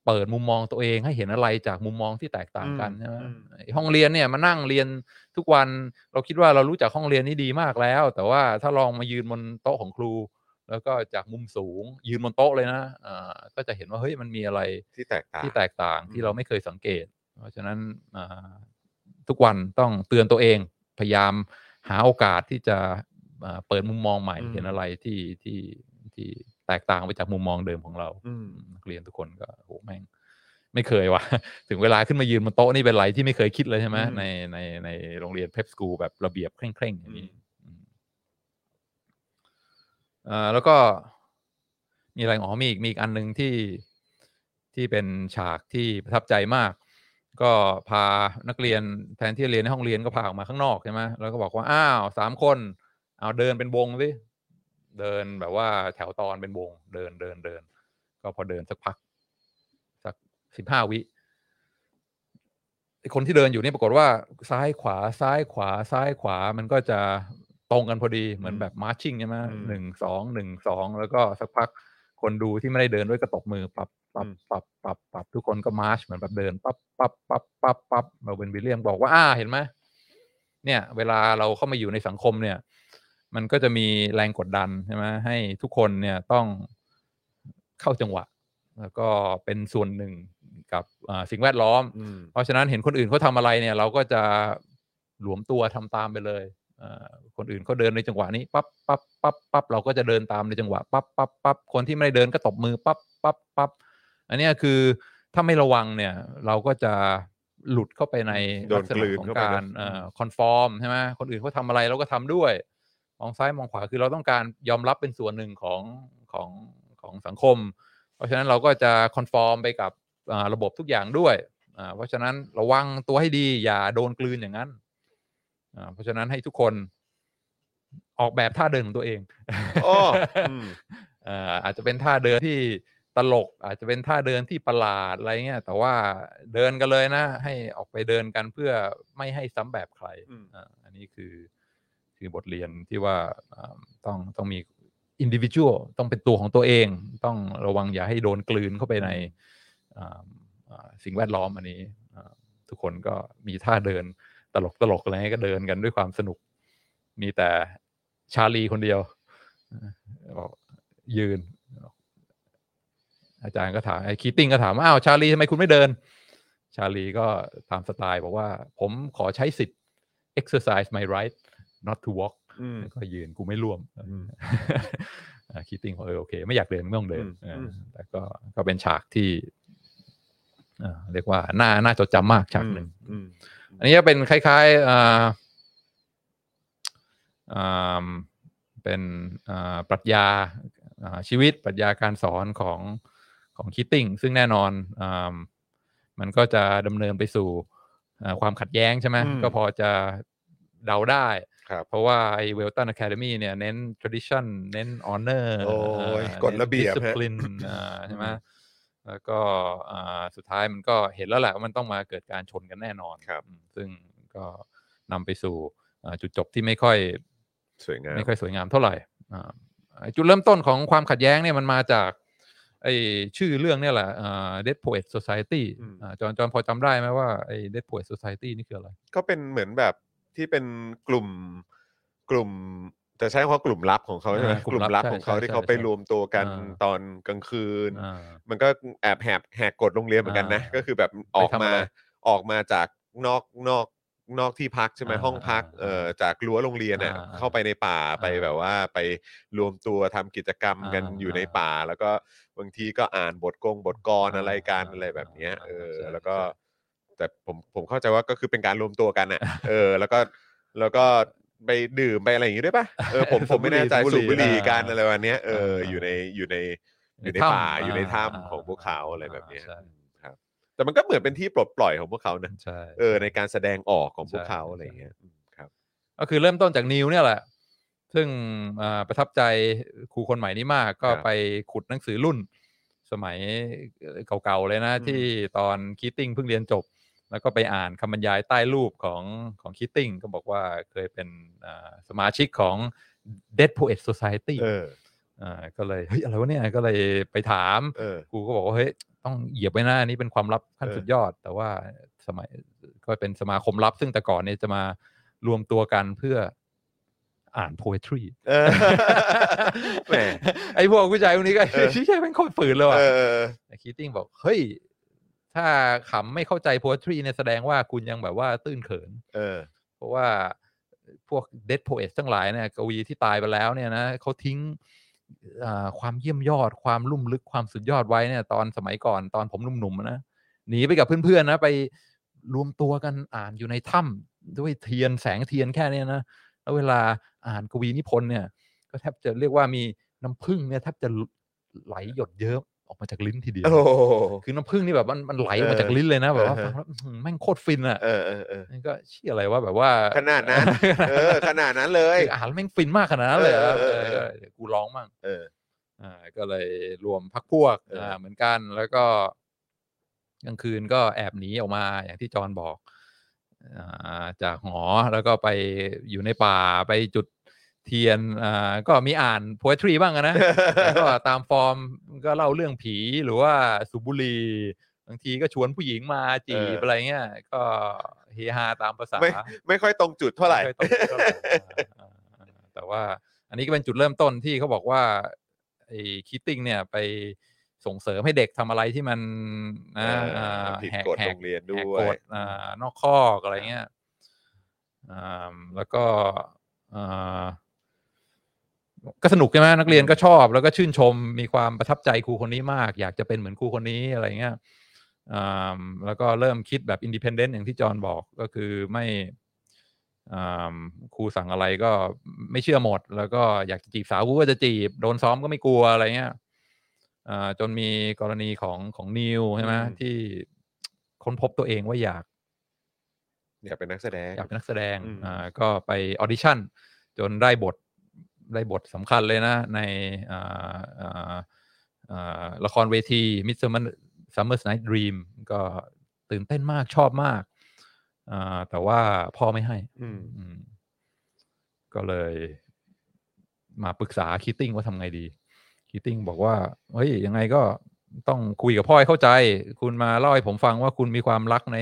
D: เปิดมุมมองตัวเองให้เห็นอะไรจากมุมมองที่แตกต่างกัน
C: อืม
D: ใช่ไหม
C: อืม
D: ไอ้ห้องเรียนเนี่ยมานั่งเรียนทุกวัน เราคิดว่าเรารู้จักห้องเรียนนี้ดีมากแล้ว แต่ว่าถ้าลองมายืนบนโต๊ะของครู แล้วก็จากมุมสูง ยืนบนโต๊ะเลยนะอ่าก็จะเห็นว่าเฮ้ยมันมีอะไร
C: ที่แตกต่าง
D: ที่แตกต่าง
C: อืม
D: ที่เราไม่เคยสังเกต เพราะฉะนั้นอ่าทุกวันต้องเตือนตัวเองพยายามหาโอกาสที่จะอ่าเปิดมุมมองใหม่เห็นอะไรที่ที่ที่แตกต่างไปจากมุมมองเดิมของเรา
C: อืม
D: นักเรียนทุกคนก็โหแม่ง ไม่เคยว่ะ ถึงเวลาขึ้นมายืนบนโต๊ะนี่เป็นไรที่ไม่เคยคิดเลยใช่ไหม
C: อืม
D: ในในในโรงเรียนเพ p สกูแบบระเบียบเคร่งๆอย่างนี้ เอ่อแล้วก็มีอะไรอ๋อมีอีกมีอีกอันหนึ่งที่ที่เป็นฉากที่ประทับใจมาก ก็พานักเรียนแทนที่จะเรียนในห้องเรียนก็พาออกมาข้างนอกใช่ไหมแล้วก็บอกว่าอ้าวสามคนเอาเดินเป็นวงสิเดินแบบว่าแถวตอนเป็นวง เดินเดินเดิน ก็พอเดินสักพัก สักสิบห้าวิไอ้คนที่เดินอยู่นี่ปรากฏว่าซ้ายขวาซ้ายขวาซ้ายขวามันก็จะตรงกันพอดีเหมือนแบบมาร์ชิ่งใช่ไหม
C: อืม
D: หนึ่งสองหนึ่งสองแล้วก็สักพักคนดูที่ไม่ได้เดินด้วยก็ตบมือปรับปรับ
C: อืม
D: ปรับปรับปรับทุกคนก็มาร์ชเหมือนแบบเดินปั๊บปั๊บปั๊บปั๊บปั๊บเราเป็นวิลเลียมบอกว่าอ่าเห็นไหมเนี่ย เวลาเราเข้ามาอยู่ในสังคมเนี่ย มันก็จะมีแรงกดดันใช่ไหมให้ทุกคนเนี่ยต้องเข้าจังหวะ แล้วก็เป็นส่วนหนึ่งกับอ่าสิ่งแวดล้อม
C: อืม
D: เพราะฉะนั้นเห็นคนอื่นเขาทำอะไรเนี่ย เราก็จะหลวมตัวทำตามไปเลยเอ่อคนอื่นเขาเดินในจังหวะนี้ปั๊บปั๊บปั๊บปั๊บเราก็จะเดินตามในจังหวะปั๊บปั๊บปั๊บคนที่ไม่ได้เดินก็ตบมือปั๊บปั๊บปั๊บอันเนี้ยคือถ้าไม่ระวังเนี่ย เราก็จะหลุดเข้าไปใน
C: โด
D: ลั
C: น
D: กษ
C: กลืน
D: ณะของ
C: เข้าไป
D: การ
C: เนอะ
D: คอนฟอร์มใช่ไหมคนอื่นเขาทำอะไรเราก็ทำด้วย มองซ้ายมองขวาคือเราต้องการยอมรับเป็นส่วนหนึ่งของของของสังคม เพราะฉะนั้นเราก็จะคอนฟอร์มไปกับอ่าระบบทุกอย่างด้วยอ่าเพราะฉะนั้นระวังตัวให้ดีอย่าโดนกลืนอย่างนั้นอ่าเพราะฉะนั้นให้ทุกคนออกแบบท่าเดินของตัวเอง
C: อ้ออืม
D: เอ่ออาจจะเป็นท่าเดินที่ตลก อาจจะเป็นท่าเดินที่ประหลาดอะไรเงี้ยแต่ว่าเดินกันเลยนะ ให้ออกไปเดินกันเพื่อไม่ให้ซ้ำแบบใคร
C: อืม
D: อ่าอันนี้คือคือบทเรียนที่ว่าอ่าต้องต้องมีอินดิวิชวลต้องเป็นตัวของตัวเอง ต้องระวังอย่าให้โดนกลืนเข้าไปในอ่าอ่าสิ่งแวดล้อมอันนี้อ่าทุกคนก็มีท่าเดินตลกตลกอะไรเงี้ยก็เดินกันด้วยความสนุก มีแต่ชาลีคนเดียว บอกยืน อาจารย์ก็ถามไอ้คีตติ้งก็ถามว่าอ้าวชาลีทำไมคุณไม่เดิน ชาลีก็ตามสไตล์บอกว่า ผมขอใช้สิทธิ์ exercise my right not to walk
C: อืม
D: แล้วก็ยืนกูไม่ร่วม
C: อืม
D: คีตติ้งบอกเออโอเค ไม่อยากเดินไม่ต้องเดิน
C: อืม
D: เอออ
C: ม
D: แต่ก็ก็เป็นฉากที่เอ่อเรียกว่าน่าน่าจดจำมากฉากหนึ่ง
C: อืม
D: อันนี้จะเป็นคล้ายๆอ่าอ่าเป็นอ่าปรัชญาอ่าชีวิตปรัชญาการสอนของของคิตติ้งซึ่งแน่นอนอ่ามันก็จะดำเนินไปสู่อ่าความขัดแย้งใช่ไหม
C: อืม
D: ก็พอจะเดาได้
C: ครับ
D: เพราะว่าไอ้เวลตันอะคาเดมีเนี่ยเน้น tradition เน้น honor
C: โอ้ย
D: อ่าก
C: ฎระเบียบ
D: เน้น
C: ฮะ
D: discipline อ่าใช่ไหม แล้วก็อ่าสุดท้ายมันก็เห็นแล้วแหละว่ามันต้องมาเกิดการชนกันแน่นอน
C: ครับ
D: อืมซึ่งก็นำไปสู่อ่าจุดจบที่ไม่ค่อย
C: สวยงาม
D: ไม่ค่อยสวยงามเท่าไหร่อ่าไอ้จุดเริ่มต้นของความขัดแย้งเนี่ยมันมาจากไอ้ชื่อเรื่องเนี่ยแหละอ่า Dead Poet Society
C: อืม
D: อ่าจอนจอนพอจำได้ไหมว่าไอ้ Dead Poet Society นี่คืออะไร
C: ก็เป็นเหมือนแบบที่เป็นกลุ่มกลุ่มจะใช้คำว่ากลุ่มลับของเขาใช่ไหม
D: อ่าก
C: ก
D: ลุ่
C: ลุ่
D: ม
C: ม
D: ลับ
C: ลับ
D: ใช่
C: ของเขา
D: ใช่
C: ที่
D: ใช่
C: เขาไป
D: ใช่
C: รวมตัวกัน
D: อ่า
C: ตอนกลางคืน
D: อ่า
C: มันก็แอบแหกแหกกฎโรงเรียนเหมือนกันนะ
D: อ่า
C: ก็คือแบบออก
D: ไปทำ
C: มา
D: อะไร
C: ออกมาจาก นอกนอกนอกที่พักใช่ไหม
D: อ่า
C: ห้องพักเอ่อจากรั้วโรงเรียนน่ะ
D: อ่า
C: เข้าไปในป่าไปแบบว่าไปรวมตัวทำกิจกรรมกัน
D: อ่า
C: อยู่ในป่า แล้วก็บางทีก็อ่านบทกงบทกร
D: อ่า
C: อะไรกัน
D: อ่า
C: อะไรแบบเนี้ยเออ
D: ใช่
C: แล้วก็
D: ใช่
C: แต่ผมผมเข้าใจว่าก็คือเป็นการรวมตัวกัน อ่ะ เออ แล้วก็แล้วก็ไปดื่มไปอะไรอย่างงี้ด้วยป่ะเออผมผมไม่แน่ใจ
D: สู
C: สูบบ
D: บุ
C: บุ
D: ห
C: ห
D: รี่
C: รี่
D: อ่า
C: กันอะไรวันเนี้ยเอออา อยู่ในอยู่ในอยู่ใน
D: ในถ้ำ
C: ป่าอยู่ใน
D: อ่า
C: ถ้ำของพวกเขาอะไรแบบเนี้ย
D: ใช่
C: ครับ แต่มันก็เหมือนเป็นที่ปลดปล่อยของพวกเขานะ
D: ใช่
C: เออในการแสดงออกของพวก
D: ใช่
C: เขา
D: ใช่
C: อะไรอย่างเงี้ยอืมครับ
D: ก็คือเริ่มต้นจากนิวเนี่ยแหละ ซึ่งเอ่อประทับใจครูคนใหม่นี้มาก ก็ไปขุดหนังสือรุ่น สมัยเก่าๆเลยนะ ที่ตอนคีตติ้งเพิ่งเรียนจบ แล้วก็ไปอ่านคำบรรยายใต้รูปของของคีตติ้งก็บอกว่าเคยเป็นอ่าสมาชิกของ Dead Poet Society
C: เออ
D: อ่าก็เลยเฮ้ยอะไรวะเนี่ยก็เลยไปถาม
C: เออ
D: กูก็บอกว่าเฮ้ยต้องเหยียบไว้หน้านี้เป็นความลับขั้น
C: เออ
D: สุดยอด แต่ว่าสมัยก็เป็นสมาคมลับ ซึ่งแต่ก่อนเนี่ยจะมารวมตัวกันเพื่ออ่าน poetry
C: เออ แหม
D: ไอ้พวกผู้ชายคนนี้ก็
C: เออ
D: ชี้แค่เป็นคนฝืนเลยว่ะ
C: เออ
D: แต่คีตติ้งบอก เฮ้ย ถ้าขำไม่เข้าใจ poetry เนี่ยแสดงว่าคุณยังแบบว่าตื้นเขิน
C: เออ
D: เพราะว่าพวกเดดโพเอ s ทั้งหลายเนี่ยกวีที่ตายไปแล้วเนี่ยนะเขาทิ้งอ่าความเยี่ยมยอดความลุ่มลึกความสุดยอดไว้เนี่ย ตอนสมัยก่อนตอนผมหนุ่มๆนะหนีไปกับเพื่อนๆนะไปรวมตัวกันอ่านอยู่ในถ้ำด้วยเทียนแสงเทียนแค่เนี้นะแล้วเวลาอ่านกวีนิพนธ์เนี่ย ก็แทบจะเรียกว่ามีน้ำพึ่งเนี่ยแทบจะไหลหยดเยิ้มออกมาจากลิ้นทีเดียว
C: โอ้โห
D: คือน้ำพึ่งนี่แบบมันมันไหลออกมาจากลิ้นเลยนะแบบว่าฟังแล้วอื้อหือแม่งโคตรฟินอ่ะ
C: เออเออเออ
D: นี่ก็เชี่ยอะไรว่าแบบว่า
C: ขนาดนั้น เออ ขนาดนั้นเลย
D: คืออ่านแล้วแม่งฟินมากขนาดนั้นเลยเหรอ
C: เออเออเออ
D: เออเดี๋ยวกูร้องมั่ง
C: เออ
D: อ่าก็เลยรวมพักพวก
C: เอออ่
D: าเหมือนกันแล้วก็กลางคืนก็แอบหนีออกมาอย่างที่จอนบอกอาจากหอแล้วก็ไปอยู่ในป่าไปจุดเทียนอ่าก็มีอ่าน poetry บ้างอะนะ แล้วก็ตามฟอร์มก็เล่าเรื่องผีหรือว่าสูบบุหรีบางทีก็ชวนผู้หญิงมาจี
C: เอบ ออ
D: อะไรเงี้ยก็เฮฮาตามภาษา
C: ไม่ไม่ค่อยตรงจุดเท่าไหร่
D: ม่ค่อยตรงเท่าไหร่อ่าอ่าอ่าแต่ว่าอันนี้ก็เป็นจุดเริ่มต้นที่เขาบอกว่าไอ้คิตติ้งเนี่ยไปส่งเสริมให้เด็กทำอะไรที่มันนะ
C: เออ
D: อ่า
C: ผิดกฎโรงเรียนด้วย
D: แหกกฎอ่านอกข้อกอะไรเงี้ยอ่าแล้วก็อ่าก็สนุกใช่ไหมนักเรียนก็ชอบ แล้วก็ชื่นชมมีความประทับใจครูคนนี้มาก อยากจะเป็นเหมือนครูคนนี้อะไรเงี้ยอ่าแล้วก็เริ่มคิดแบบอินดิเพนเดนต์อย่างที่จอห์นบอกก็คือไม่อ่าครูสั่งอะไรก็ไม่เชื่อหมด แล้วก็อยากจะจีบสาวกูก็จะจีบ โดนซ้อมก็ไม่กลัวอะไรเงี้ยอ่าจนมีกรณีของของนิวใช่ไหม
C: อืม
D: ที่ค้นพบตัวเองว่าอยาก
C: อยากเป็นนักแสดง
D: อยากเป็นนักแสดง
C: อืม
D: อ่า ก็ไปออดิชั่น จนได้บท ได้บทสำคัญเลยนะ ในอ่าอ่าอ่าละครเวที Midsummer Summer's Night Dream ก็ตื่นเต้นมากชอบมาก อ่า แต่ว่าพ่อไม่ให้
C: อืม
D: อืมก็เลยมาปรึกษาคิตติ้งว่าทำไงดี คิตติ้งบอกว่า เฮ้ย ยังไงก็ต้องคุยกับพ่อให้เข้าใจ คุณมาเล่าให้ผมฟังว่าคุณมีความรักใน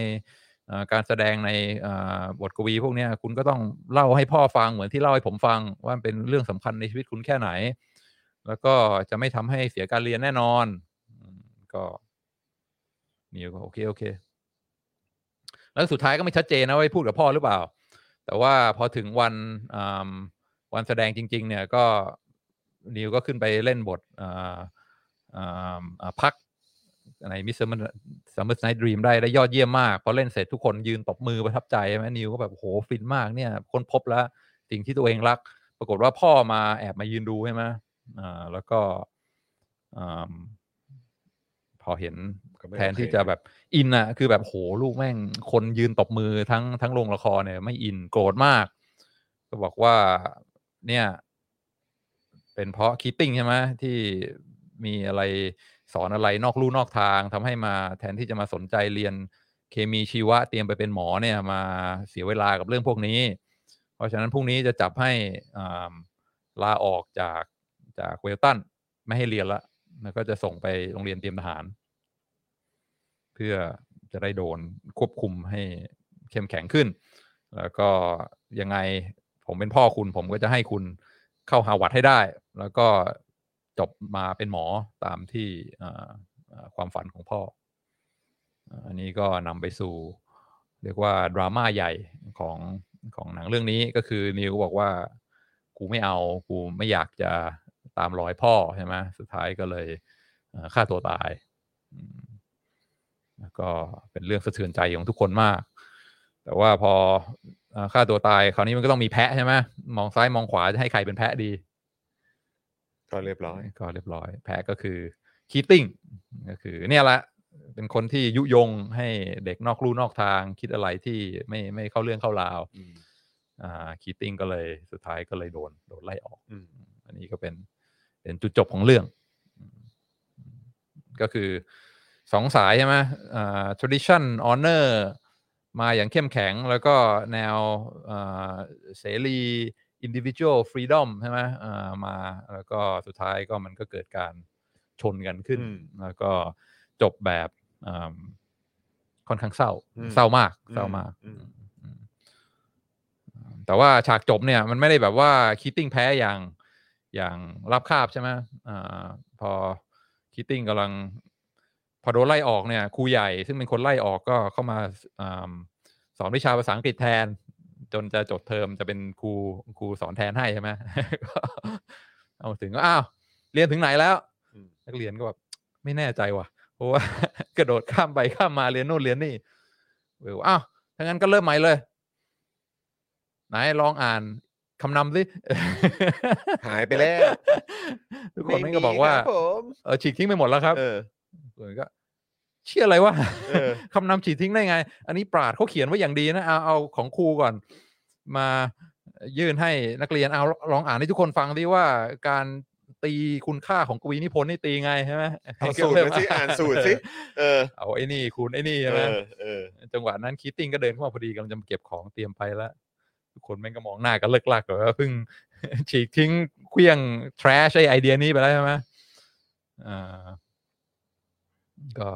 D: เอ่อการแสดงในเอ่อบทกวีพวกเนี้ยคุณก็ต้องเล่าให้พ่อฟังเหมือนที่เล่าให้ผมฟัง ว่ามันเป็นเรื่องสำคัญในชีวิตคุณแค่ไหน แล้วก็จะไม่ทำให้เสียการเรียนแน่นอนอืมก็นิวก็โอเคโอเค แล้วสุดท้ายก็ไม่ชัดเจนนะว่าพูดกับพ่อหรือเปล่า แต่ว่าพอถึงวันอ่ำวันแสดงจริง ๆ เนี่ยก็นิวก็ขึ้นไปเล่นบทอ่าอ่าอ่าพักในมิสเตอร์ซัมเมอร์ไนท์ดรีมได้ได้ยอดเยี่ยมมาก พอเล่นเสร็จทุกคนยืนตบมือประทับใจใช่ไหมนิวก็แบบโหฟินมากเนี่ยค้นพบแล้ว สิ่งที่ตัวเองรัก ปรากฏว่าพ่อมาแอบมายืนดูใช่ไหมอ่าแล้วก็อ่าพอเห็น
C: ก็ไม่
D: แทน
C: โอเค
D: ที่จะแบบอินอะคือแบบโหลูกแม่ง คนยืนตบมือทั้งทั้งโรงละครเนี่ยไม่อินโกรธมาก ก็บอกว่าเนี่ย เป็นเพราะคีตติ้งใช่ไหมที่มีอะไรสอนอะไรนอกลู่นอกทางทำให้มาแทนที่จะมาสนใจเรียนเคมีชีวะเตรียมไปเป็นหมอเนี่ย มาเสียเวลากับเรื่องพวกนี้ เพราะฉะนั้นพรุ่งนี้จะจับให้อ่าลาออกจากจากเวลตันไม่ให้เรียนละแล้วก็จะส่งไปโรงเรียนเตรียมทหาร เพื่อจะได้โดนควบคุมให้เข้มแข็งขึ้น แล้วก็ยังไงผมเป็นพ่อคุณ ผมก็จะให้คุณเข้าฮาวาดให้ได้ แล้วก็จบมาเป็นหมอตามที่อ่าอ่าความฝันของพ่ออ่าอันนี้ก็นำไปสู่ เรียกว่าดราม่าใหญ่ของของหนังเรื่องนี้ก็คือนิวบอกว่า กูไม่เอากูไม่อยากจะตามรอยพ่อใช่ไหมสุดท้ายก็เลยเอ่อฆ่าตัวตายอืมแล้วก็เป็นเรื่องสะเทือนใจของทุกคนมาก แต่ว่าพอเอ่อฆ่าตัวตายคราวนี้มันก็ต้องมีแพะใช่ไหมมองซ้ายมองขวาจะให้ใครเป็นแพะดี
C: ก็เรียบร้อย
D: ก็เรียบร้อย แพ้ก็คือคีติ้งก็คือ เนี่ยละเป็นคนที่ยุยงให้เด็กนอกลู่นอกทางคิดอะไรที่ไม่ไม่เข้าเรื่องเข้าราว
C: อืม
D: อ่าคีติ้งก็เลยสุดท้ายก็เลยโดนโดนไล่ออก
C: อืม
D: อันนี้ก็เป็นเป็นจุดจบของเรื่อง ก็คือสองสายใช่ไหมอ่า tradition honor มาอย่างเข้มแข็ง แล้วก็แนวอ่าเสรี individual freedom ใช่ไหมอ่ามาแล้วก็สุดท้ายก็มันก็เกิดการชนกันขึ้น แล้วก็จบแบบอ่าค่อนข้างเศร้า
C: อืม
D: เศร้ามาก
C: อืม
D: เศร้ามาก
C: อืม
D: อืมแต่ว่าฉากจบเนี่ยมันไม่ได้แบบว่าคิตติ้งแพ้อย่างอย่างรับคาบใช่ไหมอาพอคิตติ้งกำลัง พอโดนไล่ออกเนี่ยครูใหญ่ซึ่งเป็นคนไล่ออกก็เข้ามาอ่าสอนวิชาภาษาอังกฤษแทน จนจะจบเทอมจะเป็นครูครูสอนแทนให้ใช่ไหม ก็เอาถึงก็อ้าว เรียนถึงไหนแล้ว
C: อืม
D: นักเรียนก็แบบ ไม่แน่ใจว่ะ เพราะว่า กระโดดข้ามไปข้ามมาเรียนโน่นเรียนนี่เอออ้าวถ้างั้นก็เริ่มใหม่เลย ไหนลองอ่านคำนำสิ
C: หายไปแล้ว
D: ทุกคนมันก็บอกว่า เออฉีกทิ้งไปหมดแล้วครับ
C: เออ
D: ส่วนก็ เชื่ออะไรวะ
C: เออ
D: คำนำฉีกทิ้งได้ไง อันนี้ปราดเขาเขียนไว้อย่างดีนะ เอาเอาของครูก่อน มายื่นให้นักเรียนเอาลองอ่านให้ทุกคนฟังดิว่าการตีคุณค่าของกวีนิพนธ์นี่ตีไงใช่ไหม
C: เอาสูตรมา สิอ่านสูตรสิ เออ
D: เอาไอ้นี่คุณไอ้นี่
C: เอ
D: ใช่ไหม
C: อ เออ
D: จังหวะนั้นคิตติ้งก็เดินเข้ามาพอดีกำลังจะเก็บของเตรียมไปแล้วทุกคนแม่งก็มองหน้ากันเลิกลักแบบว่าเพิ่ง ฉีกทิ้งเคลี้ยง trash ไอไอเดียนี้ไปแล้วใช่ไหมอ่าก็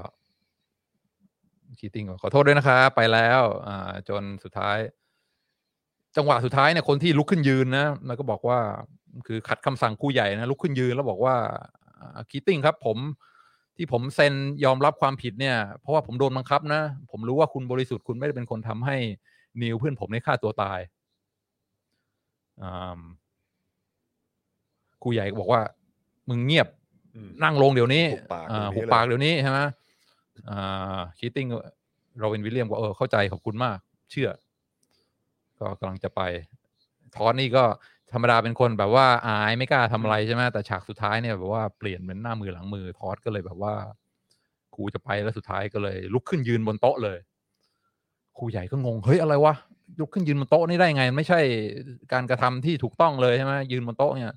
D: คิตติ้งก็ขอโทษด้วยนะครับไปแล้วอ่าจนสุดท้าย จังหวะสุดท้ายเนี่ยคนที่ลุกขึ้นยืนนะมันก็บอกว่าคือขัดคำสั่งครูใหญ่นะลุกขึ้นยืนแล้วบอกว่าคิตติ้งครับ ผมที่ผมเซ็นยอมรับความผิดเนี่ย เพราะว่าผมโดนบังคับนะ ผมรู้ว่าคุณบริสุทธิ์คุณไม่ได้เป็นคนทำให้นิวเพื่อนผมในยฆ่าตัวตายอ่าครูใหญ่ก็บอกว่า มึงเงียบ
C: อืม
D: นั่งลงเดี๋ยวนี้
C: หุบปาก
D: อ่า
C: เดี๋
D: หุ
C: ยวนี้เลย
D: บปากเดี๋ยวนี้ใช่ไหมอ่าคิตติ้งโรเวนวิลเลียมก็เออเข้าใจขอบคุณมาก เชื่อ ก็กำลังจะไป ทอนนี่ก็ธรรมดาเป็นคนแบบว่าอายไม่กล้าทำอะไรใช่ไหมแต่ฉากสุดท้ายเนี่ยแบบว่าเปลี่ยนเป็นหน้ามือหลังมือ ทอสก็เลยแบบว่าครูจะไปแล้วสุดท้ายก็เลย ลุกขึ้นยืนบนโต๊ะเลยครูใหญ่ก็งงเฮ้ยอะไรวะลุกขึ้นยืนบนโต๊ะนี่ได้ไงมันไม่ใช่การกระทำที่ถูกต้องเลยใช่ไหมยืนบนโต๊ะเนี่ย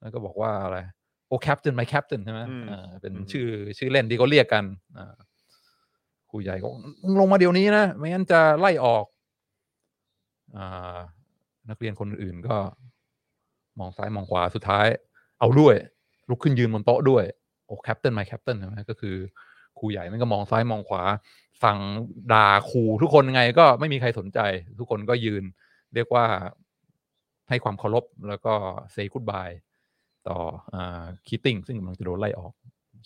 D: แล้วก็บอกว่าอะไร โอ้แคป a i นไมแคป a i นใช่ไหม
C: อืม
D: เออเป็น
C: อืม
D: ชื่อชื่อเล่นที่เขาเรียกกันอ่าครูใหญ่ก็บอกมึงลงมาเดี๋ยวนี้นะ ไม่งั้นจะไล่ออกอานักเรียนคนอื่นก็ มองซ้ายมองขวาสุดท้าย เอาด้วย ลุกขึ้นยืนบนโต๊ะด้วย โอ้แคป a i นไมแคป a i นใช่ไหมก็คือครูใหญ่มันก็มองซ้ายมองขวา สั่งด่าครูทุกคนยังไงก็ไม่มีใครสนใจ ทุกคนก็ยืน เรียกว่าให้ความเคารพแล้วก็เซย์ o ูดบายต่อคิตติ้งซึ่งกำลังจะโดนไล่ออก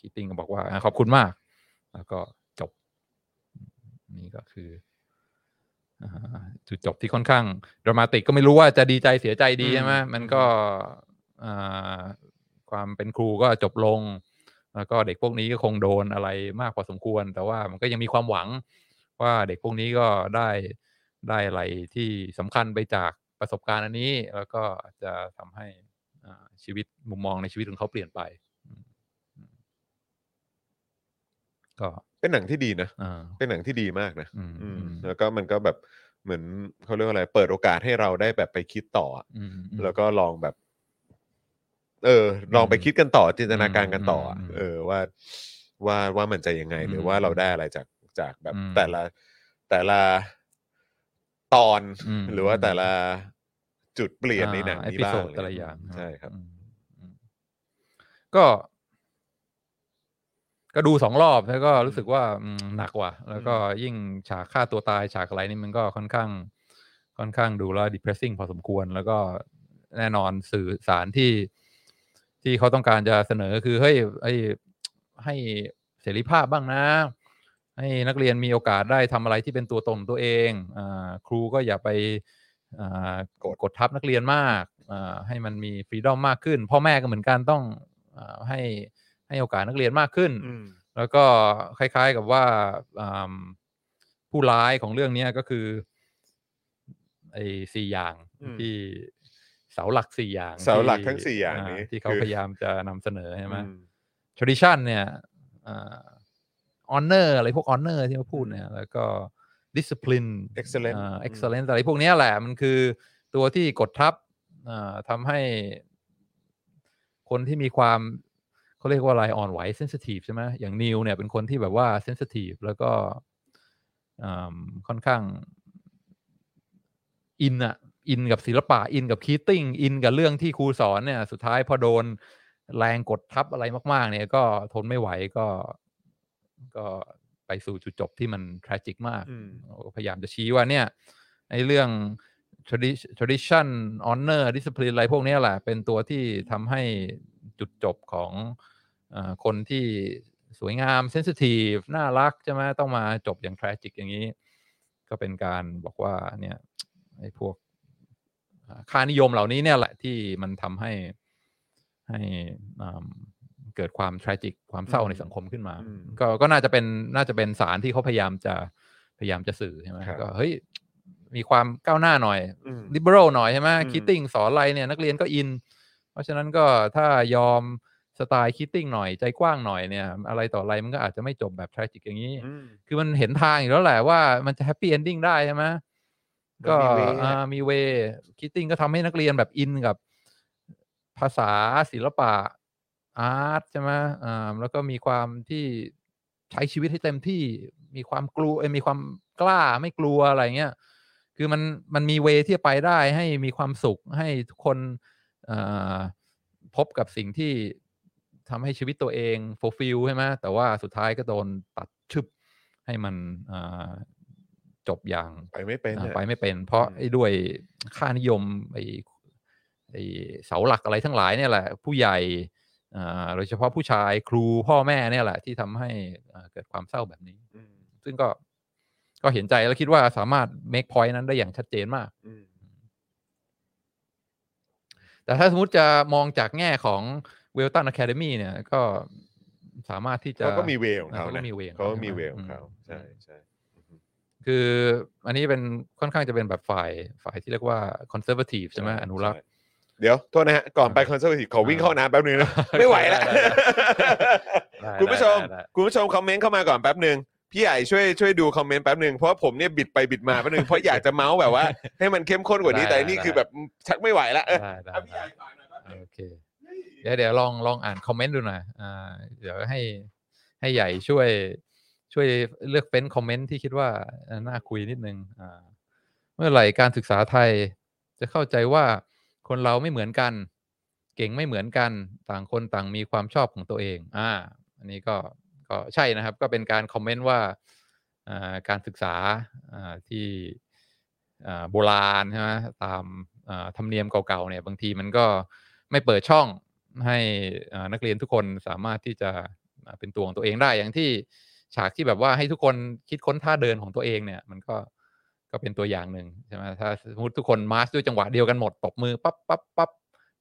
D: คิตติ้งก็บอกว่าอ่าขอบคุณมาก แล้วก็จบ นี่ก็คืออ่าจุดจบที่ค่อนข้างดรามาติกก็ไม่รู้ว่าจะดีใจเสียใจดีใช่ไหม
C: อืม
D: มันก็อ่าความเป็นครูก็จบลง แล้วก็เด็กพวกนี้ก็คงโดนอะไรมากพอสมควร แต่ว่ามันก็ยังมีความหวัง ว่าเด็กพวกนี้ก็ได้ได้อะไรที่สำคัญไปจากประสบการณ์อันนี้ แล้วก็จะทำให้อ่าชีวิตมุมมองในชีวิตของเขาเปลี่ยนไปอืมอืมก็
C: เป็นหนังที่ดีนะ
D: อ่า
C: เป็นหนังที่ดีมากนะ
D: อืม
C: อื
D: อื
C: ม
D: ม
C: แล้วก็มันก็แบบเหมือนเขาเรียกว่าอะไร เปิดโอกาสให้เราได้แบบไปคิดต่ออะ
D: อืม
C: แล้วก็ลองแบบ เออ ลองไปคิดกันต่อจินตนาการกันต่ออะ
D: อืมอืม
C: เออว่าว่าว่ามันจะยังไง
D: อืม
C: หรือว่าเราได้อะไรจากจากแบบ
D: อืม
C: แต่ละแต่ละตอน
D: อืม
C: หรือว่าแต่ละจุดเปลี่ยนในหนัง
D: อ่า
C: นี้บ้าง
D: episode แต่ละอย่าง
C: ใช่ครับ
D: อืมอืมก็ ก็ดูสองรอบแล้วก็รู้สึกว่าอืมหนักว่ะแล้วก็ยิ่งฉากฆ่าตัวตายฉากอะไรนี่มันก็ค่อนข้าง ค่อนข้างดูแล้ว depressing พอสมควร แล้วก็แน่นอนสื่อสารที่ ที่เขาต้องการจะเสนอคือเฮ้ยไอ้ให้เสรีภาพบ้างนะ ให้ ให้นักเรียนมีโอกาสได้ทำอะไรที่เป็นตัวตนของตัวเองอ่าครูก็อย่าไปอ่ากดกดทับนักเรียนมากอ่าให้มันมีฟรีดอมมากขึ้น พ่อแม่ก็เหมือนกันต้องอ่าให้ให้โอกาสนักเรียนมากขึ้น
C: อืม
D: แล้วก็คล้ายๆกับว่าอ่ำผู้ร้ายของเรื่องเนี้ยก็คือไอ้สี่อย่าง
C: อืม
D: ที่เสาหลักสี่อย่าง
C: เสาหลัก
D: ที่
C: ทั้งสี่อย่างนี้
D: ที่เขา
C: คือ
D: พยายามจะนำเสนอใช่ไหม
C: อื
D: tradition เนี่ยออนเนอร์อะไรพวกออนเนอร์ที่เขาพูดเนี่ย แล้วก็ discipline
C: Excellence
D: อ่า
C: อืม
D: excellence อะไรพวกเนี้ยแหละมันคือตัวที่กดทับอ่าทำให้คนที่มีความเขาเรียกว่าอะไรอ่อนไหว sensitive ใช่ไหมอย่างนิวเนี่ยเป็นคนที่แบบว่า sensitive แล้วก็อ่ำค่อนข้างอินอะอินกับศิลปะอินกับคีติ้งอินกับเรื่องที่ครูสอนเนี่ย สุดท้ายพอโดนแรงกดทับอะไรมาก ๆ เนี่ยก็ทนไม่ไหวก็ก็ไปสู่จุดจบที่มันท r a g i c มาก
C: อืม
D: พยายามจะชี้ว่าเนี่ยไอ้เรื่อง tradi- tradition honor discipline อะไรพวกเนี้ยแหละ เป็นตัวที่ทำให้จุดจบของเออคนที่สวยงาม sensitive น่ารักใช่ไหมต้องมาจบอย่าง tragic อย่างนี้ ก็เป็นการบอกว่าเนี่ยไอ้พวกอ่าค่านิยมเหล่านี้เนี่ยแหละที่มันทำให้ให้อืมเกิดความ tragic ความเศร้าในสังคมขึ้นมา
C: อืม
D: ก็ก็น่าจะเป็นน่าจะเป็นสารที่เขาพยายามจะพยายามจะสื่อใช่ไหม
C: ครับ
D: ก็เฮ้ยมีความก้าวหน้าหน่อย
C: อืม
D: ลิเบอรัลหน่อยใช่ไหม
C: อืม
D: คิตติ้งสอนอะไรเนี่ยนักเรียนก็อิน เพราะฉะนั้นก็ถ้ายอมสไตล์คิตติ้งหน่อยใจกว้างหน่อยเนี่ยอะไรต่ออะไรมันก็อาจจะไม่จบแบบทราจิกอย่างนี้
C: อืม
D: คือมันเห็นทางอยู่แล้วแหละว่ามันจะแฮปปี้เอนดิ้งได้ใช่ไหม
C: มัน
D: ก็
C: มี way อะ
D: อ่ามีเวคิตติ้งก็ทำให้นักเรียนแบบอินกับภาษาศิลปะอาร์ตใช่ไหมอ่าแล้วก็มีความที่ใช้ชีวิตให้เต็มที่มีความกลัวเอ้ยมีความกล้าไม่กลัวอะไรเงี้ยคือมันมันมีเวที่จะไปได้ให้มีความสุขให้ทุกคนอ่าพบกับสิ่งที่ทำให้ชีวิตตัวเองโฟฟิลใช่ไหมแต่ว่าสุดท้ายก็โดนตัดชึบ ให้มันอ่าจบอย่าง
C: ไปไม่เป็น
D: อ่า
C: อะ
D: ไปไม่เป็น เพราะ
C: อืม
D: ไอ้ด้วยค่านิยมไอ้ไอ้เสาหลักอะไรทั้งหลายเนี่ยแหละ ผู้ใหญ่อ่าโดยเฉพาะผู้ชายครูพ่อแม่เนี่ยแหละ ที่ทำให้อ่าเกิดความเศร้าแบบนี้
C: อืม
D: ซึ่งก็ก็เห็นใจแล้วคิดว่าสามารถ make point นั้นได้อย่างชัดเจนมาก
C: อืม
D: แต่ถ้าสมมติจะมองจากแง่ของ w e l t o n Academy เนี่ยก็สามารถที่จะ
C: เขาก็มีเวของเขา
D: เขาก็
C: นะ
D: มีเวของ
C: เขา
D: เขา
C: ก็มี
D: ใช่ไหม
C: เวของเขา
D: อืม
C: ใช่ใช่
D: คืออันนี้เป็นค่อนข้างจะเป็นแบบฝ่ายฝ่ายที่เรียกว่า conservative ใช่ไหมอนุรักษ์
C: ใช่เดี๋ยว โทษนะฮะ ก่อนไป
D: อ่า
C: คอนเสิร์ตขอวิ่ง
D: อ่า
C: เข้าน้ำแป๊บนึงนะ ไม่ไหวแล้ว
D: ได้ได้
C: คุณผู้ชม
D: ได้ได้
C: คุณผู้ชมคอมเมนต์เข้ามาก่อนแป๊บนึง พี่ใหญ่ช่วยช่วยดูคอมเมนต์แป๊บนึง เพราะผมเนี่ยบิดไปบิดมาแป๊บนึง เพราะอยากจะเมาส์แบบว่า ให้มันเข้มข้นกว่านี้
D: ได้
C: แต่นี่
D: ได้
C: คือแบบชักไม่ไหวแล้วเออ
D: ได้ได้
C: เอาพี่ให
D: ได้
C: ญ่ฝากหน่อยแป๊บนึง
D: โอเค เดี๋ยวเดี๋ยวลองลองอ่านคอมเมนต์ดูหน่อยอ่าเดี๋ยวให้ให้ใหญ่ช่วยช่วยเลือกเป็นคอมเมนต์ที่คิดว่าเอ่อน่าคุยนิดนึงอ่าเมื่อไหร่การศึกษาไทย จะเข้าใจว่าคนเราไม่เหมือนกัน เก่งไม่เหมือนกัน ต่างคนต่างมีความชอบของตัวเอง อ่า อันนี้ก็ก็ใช่นะครับ ก็เป็นการคอมเมนต์ว่าอ่าการศึกษาอ่าที่อ่าโบราณใช่ไหมตามอ่าธรรมเนียมเก่าๆเนี่ยบางทีมันก็ไม่เปิดช่องให้อ่านักเรียนทุกคนสามารถที่จะอ่าเป็นตัวของตัวเองได้อย่างที่ฉากที่แบบว่าให้ทุกคนคิดค้นท่าเดินของตัวเองเนี่ย มันก็ก็เป็นตัวอย่างหนึ่งใช่ไหมถ้าสมมติทุกคนมาร์ชด้วยจังหวะเดียวกันหมดตบมือปั๊บปั๊บปั๊บ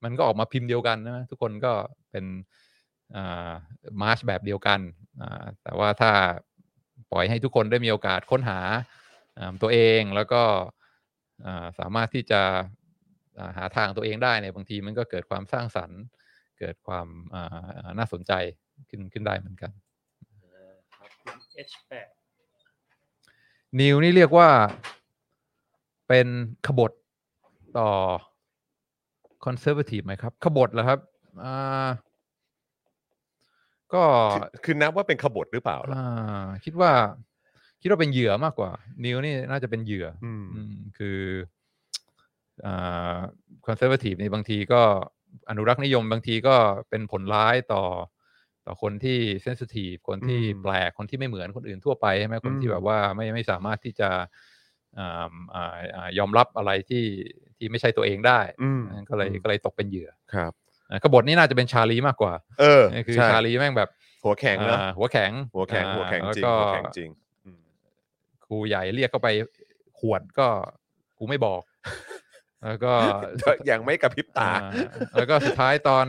D: มันก็ออกมาพิมพ์เดียวกันนะ ทุกคนก็เป็นมาร์ชแบบเดียวกันอ่าแต่ว่าถ้าปล่อยให้ทุกคนได้มีโอกาสค้นหาอ่าตัวเองแล้วก็อ่าสามารถที่จะอ่าหาทางตัวเองได้เนี่ยบางทีมันก็เกิดความสร้างสรรค์ เกิดความอ่าอ่าน่าสนใจขึ้นขึ้นได้เหมือนกัน
E: เอชแปด
D: นิวนี่เรียกว่าเป็นขบฏต่อคอนเซอร์ t ทีฟไหมครับ ขบฏเหรอครับอ่าก็
C: คือคือนับว่าเป็นขบฏหรือเปล่าล่ะ
D: อ่าคิดว่า คิดว่าเป็นเหยื่อมากกว่า นิวนี่น่าจะเป็นเหยื่อ
C: อืม
D: อืมคือคอนเซอร์วทีฟในบางทีก็อนุรักษ์นิยมบางทีก็เป็นผลร้ายต่อต่อคนที่เซน i ิทีฟคนที่
C: อืม
D: แปลกคนที่ไม่เหมือนคนอื่นทั่วไปใช่ไหมคน
C: อื
D: ที่
C: ม
D: แบบว่าไม่ไม่สามารถที่จะอ่ามอ่าอ่ายอมรับอะไรที่ที่ไม่ใช่ตัวเองได้
C: อืม
D: ก็เลยก็เลยตกเป็นเหยื่อ
C: ครับ
D: อ่ากบฏนี่น่าจะเป็นชาลีมากกว่า
C: เออ
D: คือ
C: ใช่
D: ชาลีแม่งแบบ
C: หัวแข็งเนอะ
D: อ่าหัวแข็ง
C: หัวแข็งหัวแข็ง
D: อ่า
C: จริง
D: ล้วก็
C: หัวแข็งจริง
D: รูใหญ่เรียกเข้าไปขวดก็กูไม่ บอก แล้วก็
C: อย่างไม่กระพริบตา
D: อ่แล้วก็สุดท้ายตอน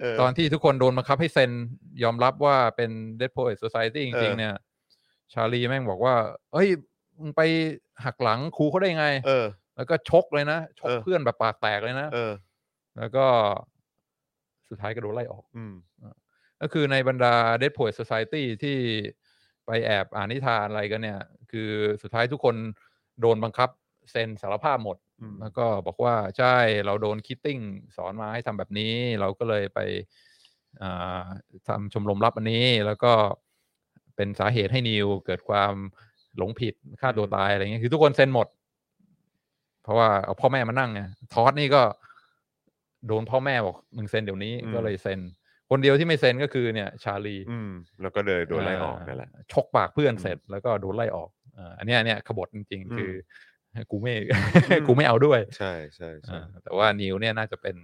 C: เออ
D: ตอนที่ทุกคนโดนบังคับให้เซ็นยอมรับว่าเป็น Dead Poet Society จ
C: เอ
D: ริง
C: อ
D: ๆ เนี่ย ชาลีแม่งบอกว่า เอ้ยมึงไปหักหลังครูเขาได้ไง
C: เออ
D: แล้วก็ชกเลยนะ ชก
C: เออ
D: เพื่อนแบบปากแตกเลยนะ
C: เออ
D: แล้วก็สุดท้ายก็โดนไล่ออก
C: อืม
D: ก็คือในบรรดา Dead Poet Society ที่ไปแอบอ่านนิทานอะไรกันเนี่ย คือสุดท้ายทุกคนโดนบังคับเซ็นสารภาพหมด
C: อืม
D: แล้วก็บอกว่าใช่ เราโดนคิตติ้งสอนมาให้ทำแบบนี้ เราก็เลยไปอ่าทำชมรมรับอันนี้ แล้วก็เป็นสาเหตุให้นิวเกิดความหลงผิดฆ่าตัวตายอะไรเงี้ยคือทุกคนเซ็นหมด เพราะว่าเอาพ่อแม่มานั่งไงทอสนี่ก็โดนพ่อแม่บอกมึงเซ็นเดี๋ยวนี้
C: อืม
D: ก็เลยเซ็น คนเดียวที่ไม่เซ็นก็คือเนี่ยชาลี
C: อืม แล้วก็เลยโดนไล่ออกนั่นแหละ
D: ชกปากเพื่อน
C: อืม
D: เสร็จแล้วก็โดนไล่ออกอ่าอันเนี้ยอันเนี้ยขบฏจริง
C: อืม
D: ๆ คือ กูไม่
C: ม
D: กูไม่เอาด้วย
C: ใช่ใช่ใช่
D: อ่าแต่ว่านิวเนี่ยน่าจะเป็น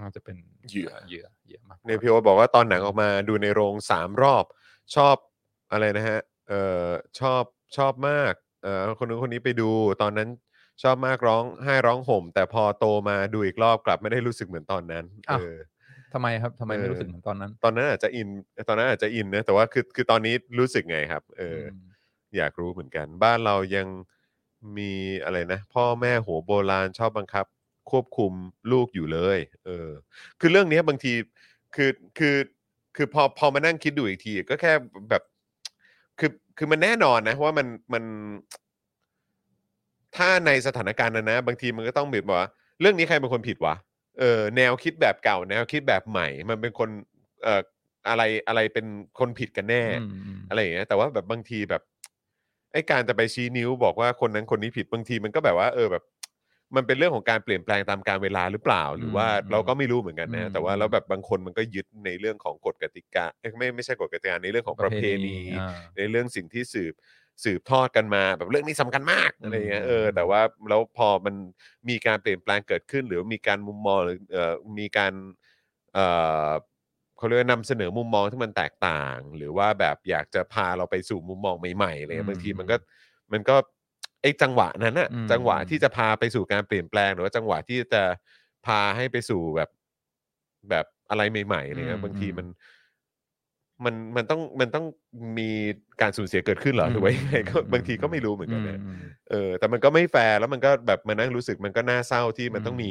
D: น่าจะเป็น
C: เหยื่อ
D: เหยื่อเหยื่อมากกว่า
C: ในพีโอบอกว่าตอนหนังออกมาดูในโรงสามรอบ ชอบอะไรนะฮะเอ่อชอบชอบมากเอ่อคนนู้นคนนี้ไปดูตอนนั้นชอบมากร้องไห้ร้องห่ม แต่พอโตมาดูอีกรอบกลับไม่ได้รู้สึกเหมือนตอนนั้นเออ
D: ทำไมครับทำไม
C: เอ
D: ไม่
C: อ
D: รู้สึกเหมือนตอนนั้น
C: ตอนนั้นอาจจะอินตอนนั้นอาจจะอินนะแต่ว่าคือคือตอนนี้รู้สึกไงครับเอออ
D: ม
C: อยากรู้เหมือนกัน บ้านเรายังมีอะไรนะ พ่อแม่โหโบราณชอบบังคับ ควบคุมลูกอยู่เลย เออ คือเรื่องเนี้ยบางทีคือคือคือพอพอมานั่งคิดดูอีกที ก็แค่แบบคือคือมันแน่นอนนะ ว่ามันมัน ถ้าในสถานการณ์นั้นนะ บางทีมันก็ต้องแบบว่า เรื่องนี้ใครเป็นคนผิดวะเออแนวคิดแบบเก่า แนวคิดแบบใหม่ มันเป็นคนเอ่ออะไรอะไรเป็นคนผิดกันแน่
D: อืมอืม
C: อะไรอย่างเงี้ยแต่ว่าแบบบางทีแบบไอ้การจะไปชี้นิ้วบอกว่าคนนั้นคนนี้ผิดบางทีมันก็แบบว่า เออแบบ มันเป็นเรื่องของการเปลี่ยนแปลงตามการเวลาหรือเปล่า หรือว่าเราก็ไม่รู้เหมือนกันนะ แต่ว่าแล้วแบบบางคนมันก็ยึดในเรื่องของกฎกติกาเอ้ยไม่ไม่ใช่กฎกติกาในเรื่องของประเพณี
D: อ่า
C: ในเรื่องสิ่งที่สืบสืบทอดกันมา แบบเรื่องนี้สำคัญมาก
D: อืม
C: อะไรเงี้ยเออ
D: อืม
C: แต่ว่าแล้วพอมันมีการเปลี่ยนแปลงเกิดขึ้น หรือว่ามีการมุมมองหรือเอ่อมีการเอ่อเขาเรียกว่านำเสนอมุมมองที่มันแตกต่าง หรือว่าแบบอยากจะพาเราไปสู่มุมมองใหม่ๆอะไรเงี้ยบางทีมันก็มันก็ไอ้จังหวะนั้นอะ
D: อืม
C: จังหวะ
D: อืม
C: ที่จะพาไปสู่การเปลี่ยนแปลง หรือว่าจังหวะที่จะพาให้ไปสู่แบบแบบอะไรใหม่ๆอะไรเงี้ย
D: อืม
C: บางที
D: อืม
C: มัน มันมันต้องมันต้องมีการสูญเสียเกิดขึ้นเหรอหรือว่ายังไงก็บางทีก็ไม่รู้เหมือนกันนะ
D: อืม
C: เออแต่มันก็ไม่แฟร์แล้วมันก็แบบมานั่งรู้สึกมันก็น่าเศร้าที่มันต้อง
D: อืม
C: มี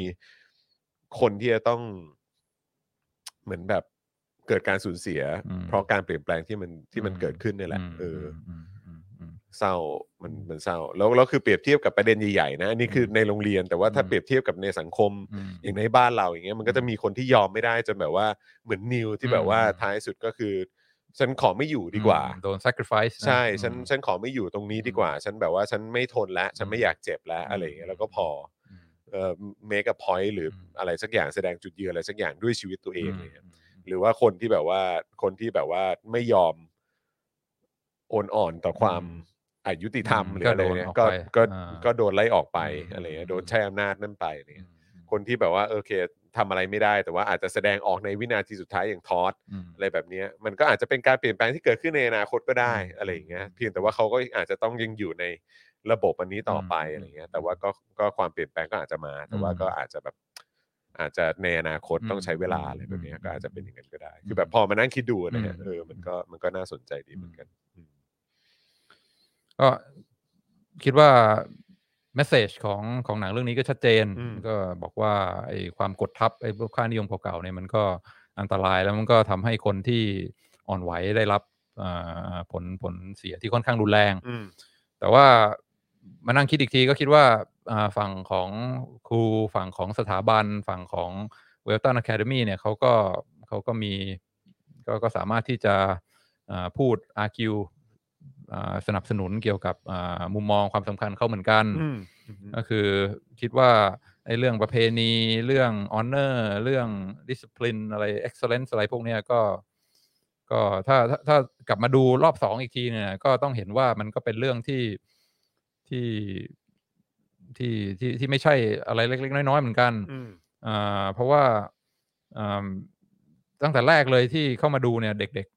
C: คนที่จะต้อง เหมือนแบบเกิดการสูญเสีย เพราะการเปลี่ยนแปลงที่มันที่มันเกิดขึ้นนี่แหละ
D: ม
C: เออ
D: มอืมอืม
C: เศร้ามันมันเศร้า แล้วแล้วคือเปรียบเทียบกับประเด็นใหญ่ๆนะอันนี้คือในโรงเรียนแต่ว่าถ้า
D: อืม
C: เปรียบเทียบกับในสังคม
D: อืม
C: อย่างในบ้านเราอย่างเงี้ยมันก็จะมีคนที่ยอมไม่ได้จนแบบว่าเหมือนนิวที่แบบว่า
D: อืม
C: ท้ายสุดก็คือ ฉันขอไม่อยู่ดีกว่า
D: โดน sacrifice นะ
C: ใช่ ฉัน
D: อืม
C: ฉันขอไม่อยู่ตรงนี้ดีกว่า ฉันแบบว่าฉันไม่ทนแล้ว ฉันไม่อยากเจ็บแล้ว
D: อืม
C: อะไรอย่างเงี้ยแล้วก็พอ
D: อืม
C: เอ่อ make a point หรืออ
D: ม
C: อะไรสักอย่างแสดงจุดยืนอะไรสักอย่างด้วยชีวิตตัวเองอะไรเงี้ย
D: มม
C: หรือว่าคนที่แบบว่าคนที่แบบว่าไม่ยอมโอนอ่อนต่อความ
D: อืม
C: อายุติธรรม
D: อืม
C: หรืออะไรเนี่ย
D: ก็
C: ก็
D: โดนออก
C: ก็
D: ไปอ่า
C: ก็โดนไล่ออกไป
D: อืม
C: อะไรเงี้ย
D: อืม
C: โดนใช้อำนาจนั่นไปอะไร
D: อื
C: เนี่ย
D: ม
C: คนที่แบบว่าโอเคทำอะไรไม่ได้ แต่ว่าอาจจะแสดงออกในวินาทีสุดท้ายอย่างทอส
D: อืม
C: อะไรแบบเนี้ยมันก็อาจจะเป็นการเปลี่ยนแปลงที่เกิดขึ้นในอนาคตก็ได้
D: อืม
C: อะไรอย่างเงี้ยเพียงแต่ว่าเขาก็อาจจะต้องยังอยู่ในระบบอันนี้ต่อไป
D: อืม
C: อะไรเงี้ยแต่ว่าก็ก็ความเปลี่ยนแปลงก็อาจจะมา แต่ว่า
D: อืม
C: ก็อาจจะแบบอาจจะในอนาคต
D: อืม
C: ต้องใช้เวลา
D: อืม
C: อะไรแบบเนี้ย
D: อืม
C: ก็อาจจะเป็นอย่างนั้นก็ได้ คือ
D: ม
C: แบบพอมานั่งคิดดูนะฮะ
D: อืม
C: เออมันก็มันก็น่าสนใจดี
D: อืม
C: เหมือนกันอืม
D: ก็คิดว่าเมสเซจของของหนังเรื่องนี้ก็ชัดเจน ก็บอกว่าไอ้ความกดทับไอ้พวกค่านิยมเก่าๆเนี่ยมันก็อันตรายแล้วมันก็ทำให้คนที่อ่อนไหวได้รับอ่าผลผลเสียที่ค่อนข้างรุนแรง
C: อืม
D: แต่ว่ามานั่งคิดอีกทีก็คิดว่าอ่าฝั่งของครูฝั่งของสถาบัน ฝั่งของเวลตันอะคาเดมีเนี่ยเขาก็เขาก็มีก็ก็สามารถที่จะอ่าพูด RQ อ่าสนับสนุนเกี่ยวกับอ่ามุมมองความสำคัญเข้าเหมือนกัน
C: อืม
D: ก็คือคิดว่าไอ้เรื่องประเพณีเรื่อง honor เรื่อง discipline อะไร excellence อะไรพวกเนี้ยก็ก็ถ้าถ้าถ้ากลับมาดูรอบสองอีกทีเนี่ยก็ต้องเห็นว่ามันก็เป็นเรื่องที่ที่ที่ที่ที่ไม่ใช่อะไรเล็ก ๆ น้อย ๆ เหมือนกัน
C: อืม
D: อ่าเพราะว่าอ่าตั้งแต่แรกเลยที่เข้ามาดูเนี่ยเด็ก ๆ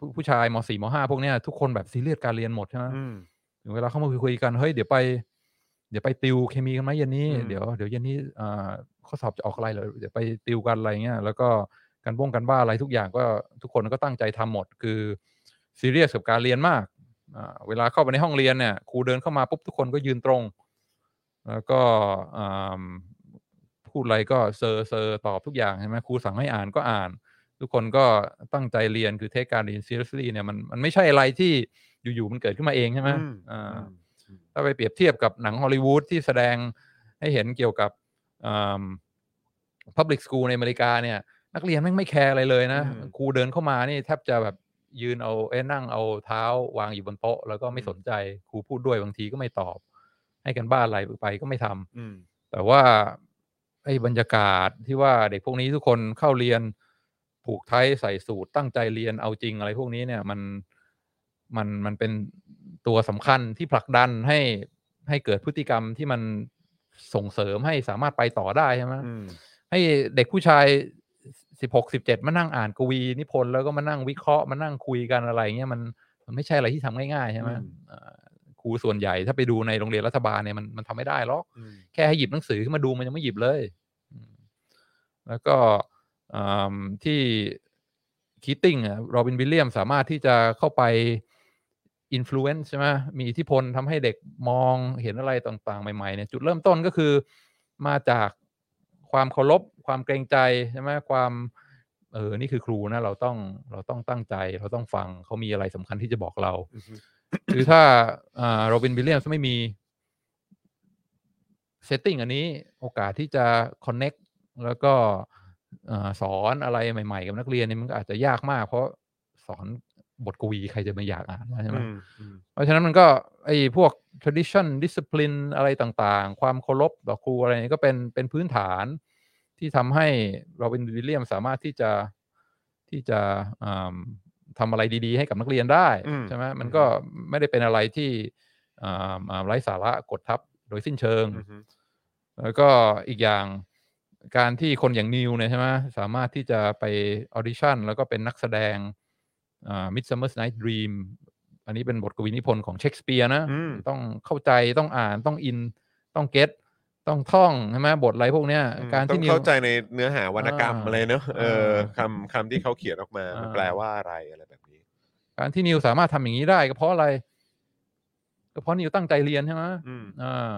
D: ผู้ผู้ชายม .4 ม .5 พวกเนี้ยทุกคนแบบซีเรียสการเรียนหมดใช่ไหม
C: อืม
D: ถึงเวลาเข้ามาคุยๆกันเฮ้ยเดี๋ยวไป เดี๋ยวไปติวเคมีกันไหมเย็นนี้
C: อืม
D: เดี๋ยวเดี๋ยวเย็นนี้อ่าข้อสอบจะออกอะไรเหรอเดี๋ยวไปติวกันอะไรเงี้ยแล้วก็การบ้งกันบ้านอะไรทุกอย่างก็ทุกคนก็ตั้งใจทำหมดคือซีเรียสกับการเรียนมากอ่าเวลาเข้าไปในห้องเรียนเนี่ยครูเดินเข้ามาปุ๊บทุกคนก็ยืนตรง แล้วก็อ่าพูดอะไรก็เซอร์เซอร์ตอบทุกอย่างใช่ไหมครูสั่งให้อ่านก็อ่าน ทุกคนก็ตั้งใจเรียนคือเทคการเรียน seriously เนี่ยมันมันไม่ใช่อะไรที่อยู่ๆมันเกิดขึ้นมาเองใช่ไหม
C: อืม
D: อ่า
C: อืม
D: ถ้าไปเปรียบเทียบกับหนังฮอลลีวูดที่แสดงให้เห็นเกี่ยวกับพับลิกสคูลในอเมริกาเนี่ย นักเรียนแม่งไม่แคร์อะไรเลยนะ
C: อืม
D: ครูเดินเข้ามานี่แทบจะแบบยืนเอาเอ้ยนั่งเอาเท้าวางอยู่บนโต๊ะ แล้วก็ไม่สนใจครูพูดด้วยบางทีก็ไม่ตอบ ให้กันบ้านอะไรไปก็ไม่ทำ
C: อืม
D: แต่ว่าไอ้บรรยากาศที่ว่าเด็กพวกนี้ทุกคนเข้าเรียนผูกไทยใส่สูตรตั้งใจเรียนเอาจริงอะไรพวกนี้เนี่ยมันมันมันเป็นตัวสำคัญที่ผลักดันให้ให้เกิดพฤติกรรมที่มันส่งเสริมให้สามารถไปต่อได้ใช่ไหม
C: อืม
D: ให้เด็กผู้ชายสิบหกสิบเจ็ดมานั่งอ่านกวีนิพนธ์แล้วก็มานั่งวิเคราะห์มานั่งคุยกันอะไรเงี้ยมันมันไม่ใช่อะไรที่ทำง่ายๆใช่ไหม
C: อืม
D: เอ่อครูส่วนใหญ่ถ้าไปดูในโรงเรียนรัฐบาลเนี่ยมันมันทำไม่ได้หรอก
C: อืม
D: แค่ให้หยิบหนังสือขึ้นมาดูมันยังไม่หยิบเลยอืมแล้วก็อืมที่คีตติ้งอ่ะโรบินวิลเลียมสามารถที่จะเข้าไปอิม l u e n c e ใช่ไหมมีอิทธิพลทำให้เด็กมองเห็นอะไรต่างๆ ใหม่ๆเนี่ยจุดเริ่มต้นก็คือมาจากความเคารพความเกรงใจใช่ไหมความเออนี่คือครูนะเราต้องเราต้องตั้งใจ เราต้องฟังเขามีอะไรสำคัญที่จะบอกเรา
C: อือฮึ
D: คือถ้าโรบินวิลเลียมไม่มี เซตติ้งอันนี้โอกาสที่จะ Connect แล้วก็เอ่อสอนอะไรใหม่ๆ กับนักเรียนเนี่ยมันก็อาจจะยากมาก เพราะสอนบทกวีใครจะมาอยากอ่านวะใช่ไหม
C: อืมอืม
D: เพราะฉะนั้นมันก็ไอ้พวก tradition discipline อะไรต่างๆ ความเคารพต่อครูอะไรนี่ก็เป็นเป็นพื้นฐานที่ทำให้โรบินวิลเลียมสามารถที่จะที่จะอืมทำอะไรดีๆ ให้กับนักเรียนได้
C: อืม
D: ใช่ไหมมัน
C: อืม
D: ก็ไม่ได้เป็นอะไรที่อ่าอ่าไร้สาระกดทับโดยสิ้นเชิง
C: อือฮึ
D: แล้วก็อีกอย่างการที่คนอย่างนิวเนี่ยใช่ไหมสามารถที่จะไปออดิชั่นแล้วก็เป็นนักแสดงอ่า Midsummer Night Dream อันนี้เป็นบทกวีนิพนธ์ของเชคสเปียร์นะ
C: อืม
D: ต้องเข้าใจต้องอ่านต้องอิน ต้องเก็ตต้องท่องใช่ไหมบทอะไรพวกเนี้ย
C: อืม
D: การ
C: ต้อ
D: ที่
C: ง
D: นิว
C: เข้าใจในเนื้อหาวรรณกรรม
D: อ่า
C: อะไรเนอะเออ
D: อ่า
C: คำคำที่เขาเขียนออกมามัน
D: อ่า
C: แปลว่าอะไรอะไรแบบนี้
D: การที่นิวสามารถทำอย่างนี้ได้ก็เพราะอะไร ก็เพราะนิวตั้งใจเรียนใช่ไหม
C: อืม
D: อ่า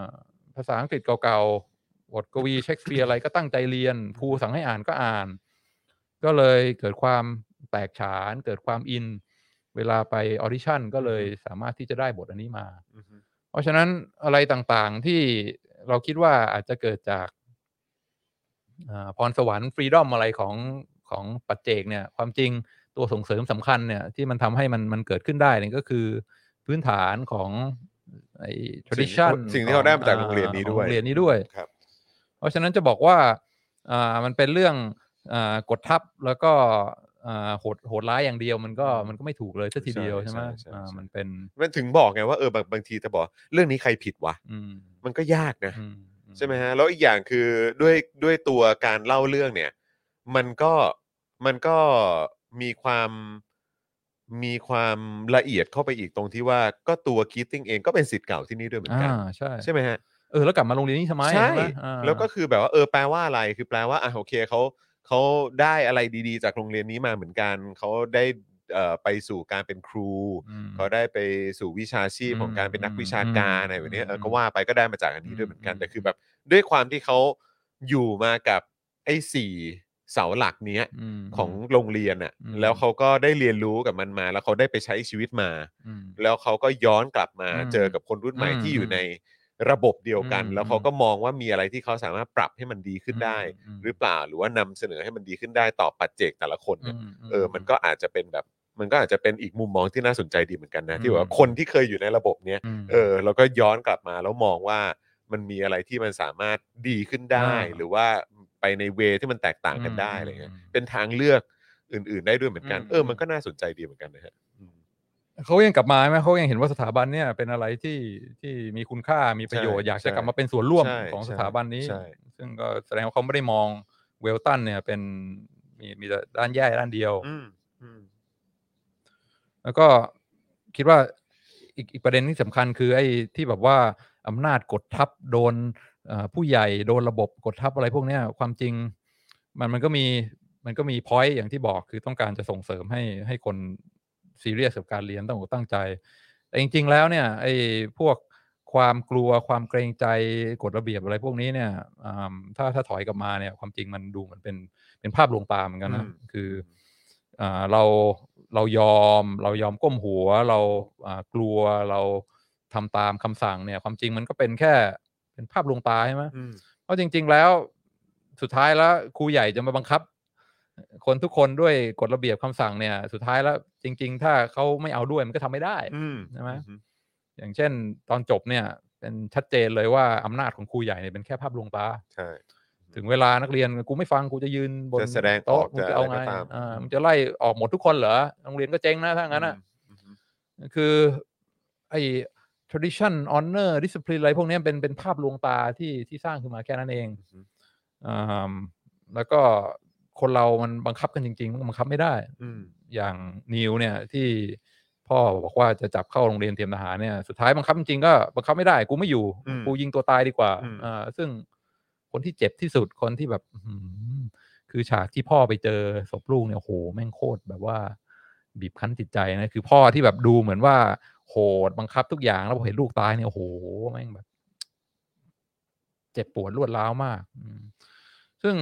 D: ภาษาอังกฤษเก่าๆ บทกวีเชคสเปียร์อะไรก็ตั้งใจเรียน ครูสั่งให้อ่านก็อ่าน ก็เลยเกิดความแตกฉาน เกิดความอิน เวลาไปออดิชั่นก็เลยสามารถที่จะได้บทอันนี้มา
C: อือฮึ
D: เพราะฉะนั้นอะไรต่างๆที่เราคิดว่าอาจจะเกิดจากอ่าพรสวรรค์ฟรีดอมอะไรของของปัจเจกเนี่ย ความจริงตัวส่งเสริมสำคัญเนี่ย ที่มันทำให้มันมันเกิดขึ้นได้เนี่ยก็คือพื้นฐานของไอ้ tradition
C: สิ่งที่เขาได้มาจากโรงเรียนนี้
D: ของ
C: ด้วย
D: โรงเรียนนี้ด้วย
C: ครับ
D: เพราะฉะนั้นจะบอกว่าอ่ามันเป็นเรื่องอากดทับแล้วก็อ่าโหดโหดร้ายอย่างเดียวมันก็มันก็ไม่ถูกเลยสักทีเดียว
C: ใช่
D: ใช่ไหม
C: ใช่ใช่
D: อ่า
C: ใช่
D: มันเป็น
C: มันถึงบอกไงว่าเออบางบางทีจะบอก เรื่องนี้ใครผิดวะ
D: อืม
C: มันก็ยากนะ
D: อืม
C: ใช่ไหมฮะแล้วอีกอย่างคือด้วยด้วยตัวการเล่าเรื่องเนี่ย มันก็มันก็มีความมีความละเอียดเข้าไปอีกตรงที่ว่าก็ตัวคีตติ้งเองก็เป็นสิทธิ์เก่าที่นี่ด้วยเหมือนกัน
D: อ่าใช่
C: ใช่ไหมฮะ
D: เออแล้วกลับมาโรงเรียนนี้ทำไม
C: ใช่
D: ใช่ไหมอ่า
C: แล้วก็คือแบบว่าเออแปลว่าอะไรคือแปลว่าอ่ะโอเคเขาเขาได้อะไรดีๆ จากโรงเรียนนี้มาเหมือนกันเขาได้เอ่อไปสู่การเป็นครู
D: อืม
C: เขาได้ไปสู่วิชาชีพ
D: อืม
C: ของการเป็นนักวิชาการอะไรแบบเนี้ยเออ
D: อืม
C: ก็ว่าไปก็ได้มาจากอันนี้ด้วยเหมือนกัน
D: อืม
C: แต่คือแบบด้วยความที่เขาอยู่มากับไอ้สี่เสาหลักเนี้ย
D: ม
C: ของโรงเรียนอ่ะ
D: อืม
C: แล้วเขาก็ได้เรียนรู้กับมันมา แล้วเขาได้ไปใช้ชีวิตมา
D: อืม
C: แล้วเขาก็ย้อนกลับมา
D: อืม
C: เจอกับคนรุ่นใหม่
D: อืม
C: ที่อยู่ในระบบเดียวกัน
D: อืม
C: แล้วเขาก็มองว่ามีอะไรที่เขาสามารถปรับให้มันดีขึ้นได้
D: อืม
C: หรือเปล่าหรือว่านำเสนอให้มันดีขึ้นได้ต่อปัจเจกแต่ละคนเนี่ย
D: ม
C: เออมันก็อาจจะเป็นแบบ มันก็อาจจะเป็นอีกมุมมองที่น่าสนใจดีเหมือนกันนะ
D: อืม
C: ที่แบบว่าคนที่เคยอยู่ในระบบเนี้ย
D: ม
C: เออแล้วก็ย้อนกลับมาแล้วมองว่ามันมีอะไรที่มันสามารถดีขึ้นได้
D: อ่า
C: หรือว่าไปในเวที่มันแตกต่างกันได้อะไรเงี้ย
D: อืม
C: เป็นทางเลือกอื่น ๆ ได้ด้วยเหมือนกัน
D: อืม
C: เออมันก็น่าสนใจดีเหมือนกันนะฮะอืม
D: เขายังกลับมาไหมเขายังเห็นว่าสถาบันเนี่ยเป็นอะไรที่ที่มีคุณค่ามีประโยชน์
C: ใช่
D: อยาก
C: ใช่
D: จะกลับมาเป็นส่วนร่วม
C: ใช่
D: ของ
C: ใช่
D: สถาบันนี้
C: ใช่
D: ซึ่งก็แสดงว่าเขาไม่ได้มองเวลตันเนี่ยเป็นมีมีแต่ด้านแย่ด้านเดียว
C: อืมอืม
D: แล้วก็คิดว่า อีกอีกประเด็นที่สำคัญคือไอ้ที่แบบว่าอำนาจกดทับโดนเอ่อผู้ใหญ่โดนระบบกดทับอะไรพวกเนี้ยความจริง มันมันก็มีมันก็มีพอยต์อย่างที่บอกคือต้องการจะส่งเสริมให้ให้คนซีเรียสกับการเรียนตั้งอกตั้งใจ แต่จริง ๆ แล้วเนี่ยไอ้พวกความกลัวความเกรงใจกฎระเบียบอะไรพวกนี้เนี่ยอ่าถ้าถ้าถอยกลับมาเนี่ยความจริงมันดูเหมือนเป็นเป็นภาพลวงตาเหมือนกันนะ
C: อืม
D: คืออ่าเราเรายอมเรายอมก้มหัวเราอ่ากลัวเราทำตามคำสั่งเนี่ยความจริงมันก็เป็นแค่เป็นภาพลวงตาใช่ไหม
C: อืม
D: เพราะจริง ๆ แล้วสุดท้ายแล้วครูใหญ่จะมาบังคับ คนทุกคนด้วยกฎระเบียบคำสั่งเนี่ย สุดท้ายแล้ว จริง ๆ ถ้าเขาไม่เอาด้วยมันก็ทำไม่ได้
C: อืม
D: ใช่ไหม
C: อื
D: อย่างเช่น ตอนจบเนี่ย เป็นชัดเจนเลยว่าอำนาจของครูใหญ่เนี่ยเป็นแค่ภาพลวงตา
C: ใช่
D: ถึงเวลานักเรียนกูไม่ฟังกูจะยืนบน
C: จะแสดงออก
D: โต๊ะมึง
C: จะ
D: จะเอา
C: อะ
D: ไง
C: ไรก็ตาม
D: อ่ามึงจะไล่ออกหมดทุกคนเหรอโรงเรียนก็เจ๊งนะถ้างั้นอ่ะ
C: อืม
D: คือไอ้ tradition honor discipline อะไรพวกเนี้ยเป็นเป็นภาพลวงตาที่ที่สร้างขึ้นมาแค่นั้นเอง
C: อือฮึ
D: อ่ามแล้วก็คนเรามันบังคับกันจริงๆมันบังคับไม่ได้
C: อืม
D: อย่างนิวเนี่ยที่พ่อบอกว่าจะจับเข้าโรงเรียนเตรียมทหารเนี่ยสุดท้ายบังคับจริงๆก็บังคับไม่ได้ กูไม่อยู่
C: อืม
D: กูยิงตัวตายดีกว่า
C: อืม
D: อ่าซึ่งคนที่เจ็บที่สุดคนที่แบบอื้อหือคือฉากที่พ่อไปเจอศพลูกเนี่ยโอ้โหแม่งโคตรแบบว่า บีบคั้นจิตใจนะคือพ่อที่แบบดูเหมือนว่าโหดบังคับทุกอย่างแล้วพอเห็นลูกตายเนี่ยโอ้โหแม่งแบบ เจ็บปวดรวดร้าวมากอืมซึ่ง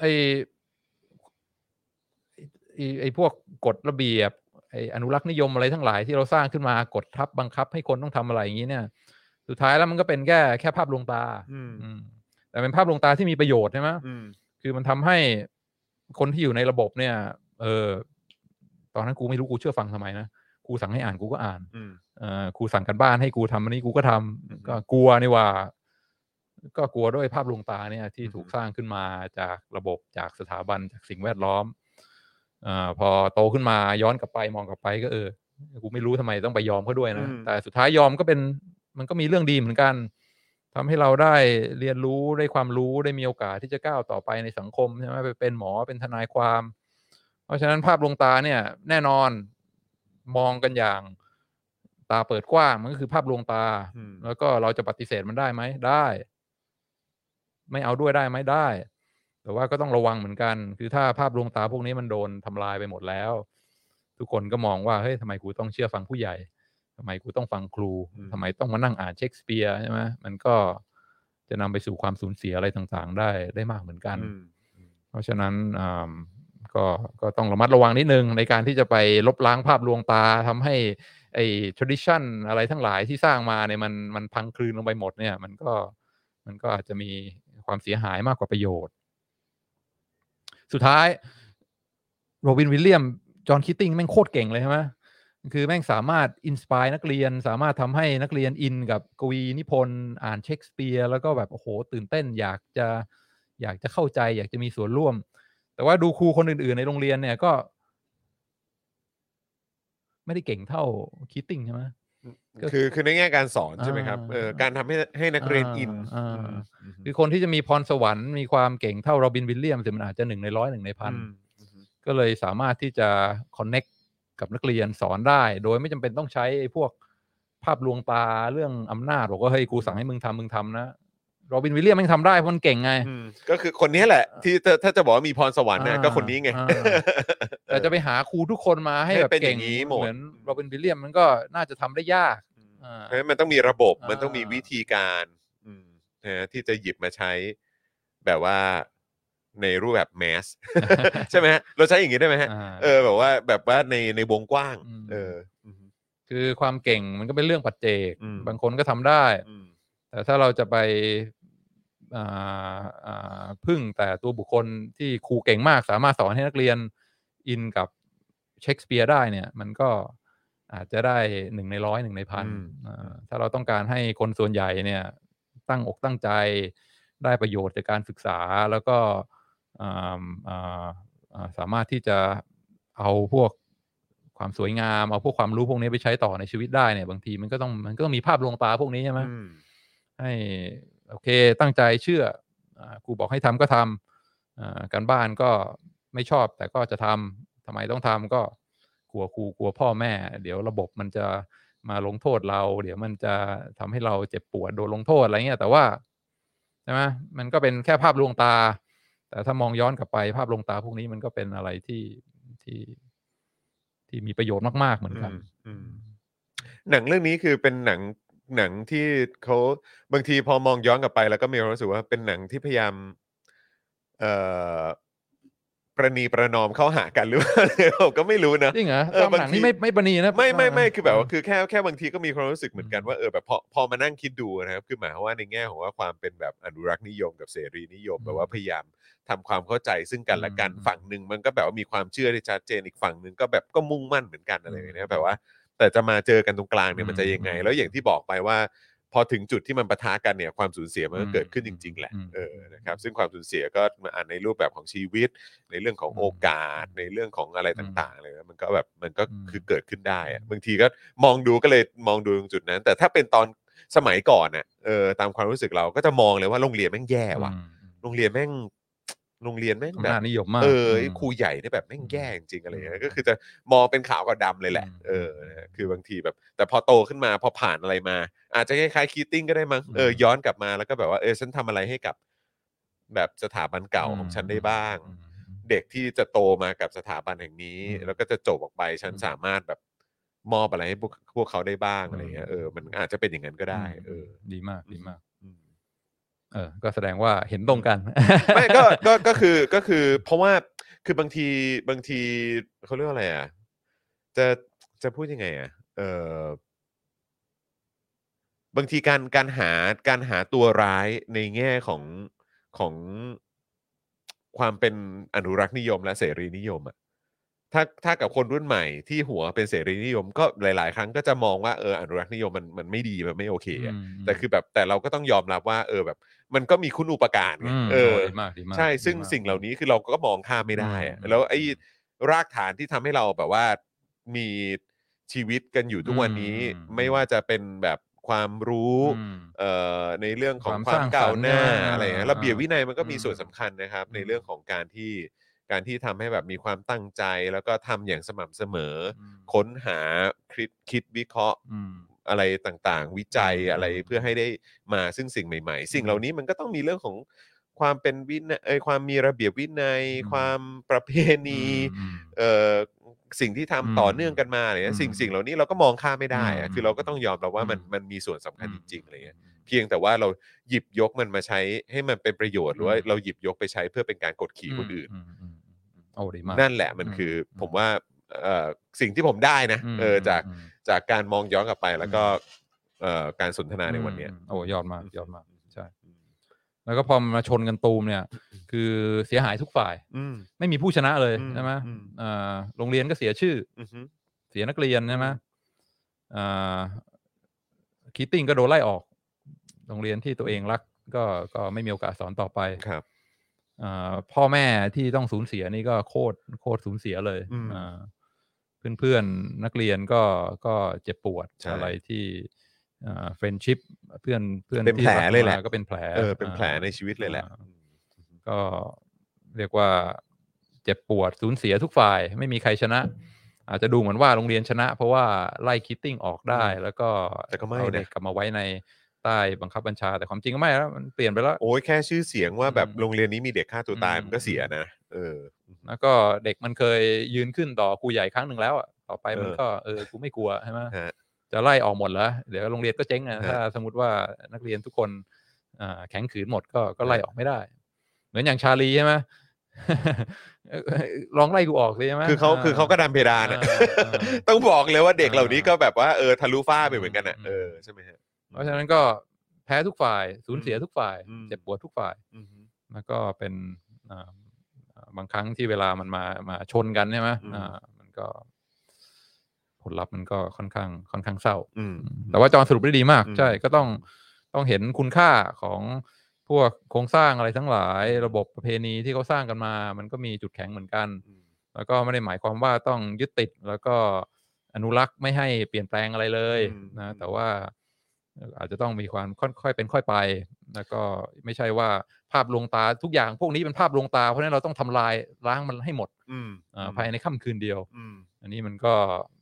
D: ไอไอ้ไอพวกกฎระเบียบ ไออนุรักษ์นิยมอะไรทั้งหลายที่เราสร้างขึ้นมากดทับบังคับให้คนต้องทำอะไรอย่างนี้เนี่ย สุดท้ายแล้วมันก็เป็นแค่แค่ภาพลวงตา
C: อืม
D: อืมแต่เป็นภาพลวงตาที่มีประโยชน์ใช่ไหม
C: อืม
D: คือมันทำให้คนที่อยู่ในระบบเนี่ย เออ ตอนนั้นกูไม่รู้กูเชื่อฟังทำไมนะกูสั่งให้อ่านกูก็อ่าน
C: อืม
D: เออกูสั่งกันบ้านให้กูทำอันนี้กูก็ทำ
C: อือฮึ
D: ก็กลัวนี่ว่า ก็กลัวด้วยภาพลวงตาเนี่ย ที่
C: อือฮึ
D: ถูกสร้างขึ้นมาจากระบบจากสถาบันจากสิ่งแวดล้อมเออพอโตขึ้นมาย้อนกลับไปมองกลับไปก็เออกูไม่รู้ทำไมต้องไปยอมเขาด้วยนะ
C: อืม
D: แต่สุดท้ายยอมก็เป็นมันก็มีเรื่องดีเหมือนกัน ทำให้เราได้เรียนรู้ได้ความรู้ได้มีโอกาสที่จะก้าวต่อไปในสังคมใช่ไหมไปเป็นหมอเป็นทนายความ เพราะฉะนั้นภาพลวงตาเนี่ยแน่นอนมองกันอย่างตาเปิดกว้างมันก็คือภาพลวงตา
C: อืม
D: แล้วก็เราจะปฏิเสธมันได้ไหมได้ ไม่เอาด้วยได้ไหมได้ แต่ว่าก็ต้องระวังเหมือนกัน คือถ้าภาพลวงตาพวกนี้มันโดนทำลายไปหมดแล้ว ทุกคนก็มองว่าเฮ้ยทำไมกูต้องเชื่อฟังผู้ใหญ่ทำไมกูต้องฟังครู
C: อืม
D: ทำไมต้องมานั่งอ่านเชคสเปียร์ใช่ไหมมันก็จะนำไปสู่ความสูญเสียอะไรต่างๆ ได้ได้มากเหมือนกัน
C: อืม
D: เพราะฉะนั้นอ่าก็ก็ต้องระมัดระวังนิดนึง ในการที่จะไปลบล้างภาพลวงตาทำให้ไอ้ tradition อะไรทั้งหลายที่สร้างมาเนี่ยมันมันพังคลืนลงไปหมดเนี่ย มันก็มันก็อาจจะมีความเสียหายมากกว่าประโยชน์ สุดท้ายโรบินวิลเลียม จอห์นคิตติ้งแม่งโคตรเก่งเลยใช่ไหมคือแม่งสามารถอินสปายนักเรียน สามารถทำให้นักเรียนอินกับกวีนิพนธ์อ่านเชคสเปียร์แล้วก็แบบ โอ้โห ตื่นเต้นอยากจะอยากจะเข้าใจ อยากจะมีส่วนร่วม แต่ว่าดูครูคนอื่น ๆ ในโรงเรียนเนี่ยก็ ไม่ได้เก่งเท่าคิตติ้งใช่ไหม ก็
C: คือคือในแง่การสอนใช่ไหมครับ
D: อ่า
C: เออการทำให้ให้นักเรียนอิน
D: อ่าอ่า
C: อืม
D: คือคนที่จะมีพรสวรรค์มีความเก่งเท่าโรบินวิลเลียมแต่มันอาจจะหนึ่งในร้อยหนึ่งในพัน
C: อืม
D: ก็เลยสามารถที่จะ connect กับนักเรียนสอนได้ โดยไม่จำเป็นต้องใช้ไอ้พวกภาพลวงตาเรื่องอำนาจบอกว่าเฮ้ยกูสั่งให้มึงทำมึงทำนะโรบินวิลเลียมแม่งทำได้เพราะมันเก่งไง
C: อืมก็คือคนนี้แหละ ที่ถ้าถ้าจะบอกว่ามีพรสวรรค์นะ
D: อ่า
C: ก็คนนี้ไง
D: อ่า แต่จะไปหาครูทุกคนมาให้
C: ให้
D: แบบ
C: เป็นอ
D: เก่ง
C: ย่างนี้หมด
D: เหมือนโรบินวิลเลียมมันก็น่าจะทำได้ยาก อ่า
C: เพราะฉะนั้นมันต้องมีระบบ
D: อ่ามั
C: มันต้องมีวิธีการอืมนะฮะที่จะหยิบมาใช้แบบว่าในรูปแบบแมส ใช่ไหมฮะเราใช้อย่างนี้ได้ไหมฮะ
D: อ่า
C: เออแบบว่าแบบว่าในในวงกว้าง
D: อืม
C: เออ
D: คือความเก่งมันก็เป็นเรื่องปัจเจก
C: อืม
D: บางคนก็ทำได้
C: อืม
D: แต่ถ้าเราจะไปอ่าอ่าพึ่งแต่ตัวบุคคลที่ครูเก่งมากสามารถสอนให้นักเรียนอินกับเชคสเปียร์ได้เนี่ย มันก็อาจจะได้หนึ่งในร้อยหนึ่งในพัน
C: อืม
D: อ่าถ้าเราต้องการให้คนส่วนใหญ่เนี่ย ตั้งอกตั้งใจได้ประโยชน์จากการศึกษาแล้วก็อ่าอ่าอ่าสามารถที่จะเอาพวกความสวยงาม เอาพวกความรู้พวกนี้ไปใช้ต่อในชีวิตได้เนี่ยบางทีมันก็ต้องมันก็ต้องมีภาพลวงตาพวกนี้ใช่ไหม
C: อืม
D: ให้โอเคตั้งใจเชื่ออาครูบอกให้ทำก็ทำอ่าการบ้านก็ไม่ชอบแต่ก็จะทำทำไมต้องทำก็กลัวครูกลัวพ่อแม่ เดี๋ยวระบบมันจะ มาลงโทษเรา เดี๋ยวมันจะทำให้เราเจ็บปวดโดนลงโทษอะไรเงี้ยแต่ว่าใช่ไหมมันก็เป็นแค่ภาพลวงตา แต่ถ้ามองย้อนกลับไปภาพลวงตาพวกนี้มันก็เป็นอะไรที่ที่ที่มีประโยชน์มากๆเหมือนกัน
C: อืมอืม หนังเรื่องนี้คือเป็นหนังหนังที่เขาบางทีพอมองย้อนกลับไป แล้วก็มีความรู้สึกว่าเป็นหนังที่พยายามเอ่อประนีประนอมเข้าหากันหรือเปล่า ผมก็ไม่รู้นะ
D: จริงเหรอ
C: เออ
D: ตามหนัง
C: บางที
D: นี่ไม่ไม่ประนีนะ
C: ไม่ไม่ไม่
D: เ
C: คือแบบว่าคือแค่แค่บางทีก็มีความรู้สึกเหมือนกันว่าเออแบบพอพอมานั่งคิดดูนะครับคือหมายความว่าในแง่ของว่าความเป็นแบบอนุรักษ์นิยมกับเสรีนิยม
D: อืม
C: แบบว่าพยายามทำความเข้าใจซึ่งกันและกัน
D: อืม
C: ฝั่งหนึ่งมันก็แบบว่ามีความเชื่อที่ชัดเจนอีกฝั่งหนึ่งก็แบบก็มุ่งมั่นเหมือนกันอะไร
D: อืม
C: อย่างเงี้ยแบบว่า แต่จะมาเจอกันตรงกลางเนี่ย
D: อืม
C: มันจะยังไง
D: อืม
C: แล้วอย่างที่บอกไปว่า พอถึงจุดที่มันปะทะกันเนี่ยความสูญเสียมันก็
D: อืม
C: เกิดขึ้นจริง ๆ แหละ
D: อืม
C: เออนะครับซึ่งความสูญเสียก็มาอ่านในรูปแบบของชีวิต ในเรื่องของ
D: อืม
C: โอกาสในเรื่องของอะไร
D: อืม
C: ต่างๆอะไรเลยมันก็แบบมันก็
D: อืม
C: คือเกิดขึ้นได้อะบางทีก็มองดูก็เลยมองดูตรงจุดนั้น แต่ถ้าเป็นตอนสมัยก่อนน่ะเออตามความรู้สึกเราก็จะมองเลยว่าโรงเรียนแม่งแย่ว่ะ
D: อืม
C: โรงเรียนแม่ง โรงเรียนแม่งแบ
D: อำ
C: บ
D: นาจนิยมมาก
C: เออ
D: ม
C: ครูใหญ่เนี่ยแบบแม่งแย่จริงๆอะไรอย่างเงี้
D: อื
C: ย
D: ม
C: ก็คือจะมองเป็นขาวกับดำเลยแหละ
D: อืม
C: เออนะฮะคือบางทีแบบ แต่พอโตขึ้นมาพอผ่านอะไรมา อาจจะคล้ายๆคีตติ้งก็ได้มั้งเออ
D: อืม
C: ย้อนกลับมาแล้วก็แบบว่าเออฉันทำอะไรให้กับ แบบสถาบันเก่าของฉันได้บ้าง
D: อืม
C: เด็กที่จะโตมากับสถาบันแห่งนี้
D: อืม
C: แล้วก็จะจบออกไปฉัน
D: อืม
C: สามารถแบบมอบอะไรให้พวกพวกเขาได้บ้าง
D: อืม
C: อะไรเงี้ยเออมันอาจจะเป็นอย่างนั้นก็ได้ เออ
D: ดีมากดีมาก
C: อืม
D: เออ ก็แสดงว่าเห็นตรงกัน
C: ไม่ก็ก็ก็คือก็คือ เพราะว่าคือบางทีบางทีเขาเรียกว่าอะไรอ่ะจะจะพูดยังไงอ่ะเออบางทีการการหาการหาตัวร้ายในแง่ของของความเป็นอนุรักษ์นิยมและเสรีนิยมอ่ะถ้าถ้ากับคนรุ่นใหม่ที่หัวเป็นเสรีนิยม ก็หลาย ๆ ครั้งก็จะมองว่าเอออนุรักษ์นิยมมันมันไม่ดีมันไม่โอเคอะ
D: ม
C: แต่คือแบบแต่เราก็ต้องยอมรับว่า เออแบบ มันก็มีคุณอุปการไง
D: ม
C: เออ
D: ดีมากดีมาก
C: ใช่ซึ่ง
D: ดีมก
C: สิ่งเหล่านี้คือเราก็มองข้ามไม่ได้อะ
D: อืม
C: แล้วไอ้
D: อืม
C: รากฐานที่ทำให้เราแบบว่ามีชีวิตกันอยู่ทุกวันนี้
D: อืม
C: ไม่ว่าจะเป็นแบบความรู้
D: อืม
C: เอ่อในเรื่องของ
D: ความ
C: ควา
D: ส
C: ม
D: ร้าง
C: ก้า
D: ส
C: ว
D: รรค์
C: หน้า
D: อ่า
C: อะไรอย่างเงี้ยระเบียบวินัยมันก็มี
D: อืม
C: ส่วนสำคัญนะครับ ใน
D: อืม
C: เรื่องของการที่การที่ทำให้แบบมีความตั้งใจ แล้วก็ทำอย่างสม่ำเสมอ ค้นหาคิดคิดวิเคราะห์
D: อืม
C: อะไรต่างๆ วิจัย
D: อืม
C: อะไรเพื่อให้ได้มาซึ่งสิ่งใหม่ ๆ สิ่งเหล่านี้มันก็ต้องมีเรื่องของความเป็นวินัยเอยความมีระเบียบวินัย
D: อืม
C: ความประเพณี
D: อืม
C: เอ่อสิ่งที่ทำ
D: อืม
C: ต่อเนื่องกันมาอะไรเงี้ย
D: อืม
C: สิ่งสิ่งเหล่านี้เราก็มองข้ามไม่ได้อะ
D: อืม
C: คือเราก็ต้องยอมรับว่ามัน
D: อืม
C: มันมีส่วนสำคัญจริงๆอะไรเงี้ย
D: อืม
C: เพียงแต่ว่าเราหยิบยกมันมาใช้ให้มันเป็นประโยชน์หรือว่า
D: อืม
C: เราหยิบยกไปใช้เพื่อเป็นการกดขี่คนอื่น
D: มมอืมโอ้ดีมาก
C: นั่นแหละมัน
D: อืม
C: คืออ
D: ม
C: ผมว่าเอ่อสิ่งที่ผมได้นะ
D: ม
C: เออจาก
D: ม
C: จากการมองย้อนกลับไปแล้วก็
D: อื
C: เอ่อการสนทนาในวันเนี้ย
D: อืมโอ้ยอดมากยอดมาก ใช่
C: อืม
D: แล้วก็พอมาชนกันตูมเนี่ย คือเสียหายทุกฝ่าย
C: อืม
D: ไม่มีผู้ชนะเลย
C: อืม
D: ใช่ไหม
C: อืม
D: เอ่อโรงเรียนก็เสียชื่อ
C: อือฮึ
D: เสียนักเรียนใช่ไหมเอ่อคิตติ้งก็โดนไล่ออก โรงเรียนที่ตัวเองรัก ก็ก็ไม่มีโอกาสสอนต่อไป
C: ครับ
D: เอ่อพ่อแม่ที่ต้องสูญเสียนี่ก็โคตรโคตรสูญเสียเลย
C: อืม
D: เอ่อเพื่อนๆนักเรียนก็ก็เจ็บปวด
C: ใช่
D: อะไรที่เฟรนชิพเพื่อนเพื่อน
C: เป็น
D: ที่
C: แผล
D: รัก
C: เลยแหละ
D: มาก็เป็นแผล
C: เออเป็นแผลใน
D: อ่า
C: ชีวิตเลยแหละ
D: อ่า ก็เรียกว่าเจ็บปวดสูญเสียทุกฝ่าย ไม่มีใครชนะ อาจจะดูเหมือนว่าโรงเรียนชนะ เพราะว่าไล่คิตติ้งออกได้ แล้วก็
C: แต่ก็ไม่นะ
D: เอาเด็กกลับมาไว้ในใต้บังคับบัญชา แต่ความจริงก็ไม่แล้วมันเปลี่ยนไปแล้ว
C: โอ้ยแค่ชื่อเสียงว่าแบบ
D: อืม
C: โรงเรียนนี้มีเด็กฆ่าตัวตาย
D: อืม
C: มันก็เสียนะ เออ
D: แล้วก็เด็กมันเคยยืนขึ้นต่อครูใหญ่ครั้งหนึ่งแล้วอะต่อไปมัน
C: เออ
D: ก็เออกูไม่กลัวใช่ไหม
C: ฮะ
D: จะไล่ออกหมดแล้วเดี๋ยวโรงเรียนก็เจ๊งนะ
C: ฮะ
D: ถ้าสมมติว่านักเรียนทุกคนอ่าแข็งขืนหมดก็ก็ไล่
C: ฮะ
D: ออกไม่ได้ เหมือนอย่างชาลีใช่ไหม ลองไล่กูออกเลยใช่ไหม
C: คือเขาคือเขาก็ดันเพดาน
D: อ่า
C: อะ
D: อ่า
C: ต้องบอกเลยว่าเด็ก
D: อ่า
C: เหล่านี้ก็แบบว่าเออทะลุฟ้าไปเหมือนกันอ่ะ
D: อืม
C: เออใช่ไหมฮะ
D: เพราะฉะนั้นก็แพ้ทุกฝ่ายสูญเสียทุกฝ่าย
C: อืม
D: เจ็บปวดทุกฝ่าย
C: อือฮึ
D: แล้วก็เป็นอ่าอ่าบางครั้งที่เวลามันมามาชนกันใช่ไหม
C: อืม
D: อ่ามันก็ ผลลัพธ์มันก็ค่อนข้างค่อนข้างเศร้า
C: อืม
D: แต่ว่าจอห์นสรุปได้ดีมาก
C: อืม
D: ใช่ ก็ต้องต้องเห็นคุณค่าของพวกโครงสร้างอะไรทั้งหลาย ระบบประเพณีที่เขาสร้างกันมา มันก็มีจุดแข็งเหมือนกัน
C: อืม
D: แล้วก็ไม่ได้หมายความว่าต้องยึดติด แล้วก็อนุรักษ์ไม่ให้เปลี่ยนแปลงอะไรเลย
C: อืม
D: นะ
C: อืม
D: แต่ว่าอาจจะต้องมีความค่อยๆเป็นค่อยไป แล้วก็ไม่ใช่ว่าภาพลวงตาทุกอย่างพวกนี้เป็นภาพลวงตาเพราะฉะนั้นเราต้องทำลายล้างมันให้หมด
C: อืม
D: อ่าภายในค่ำคืนเดียว
C: อืม
D: อันนี้มันก็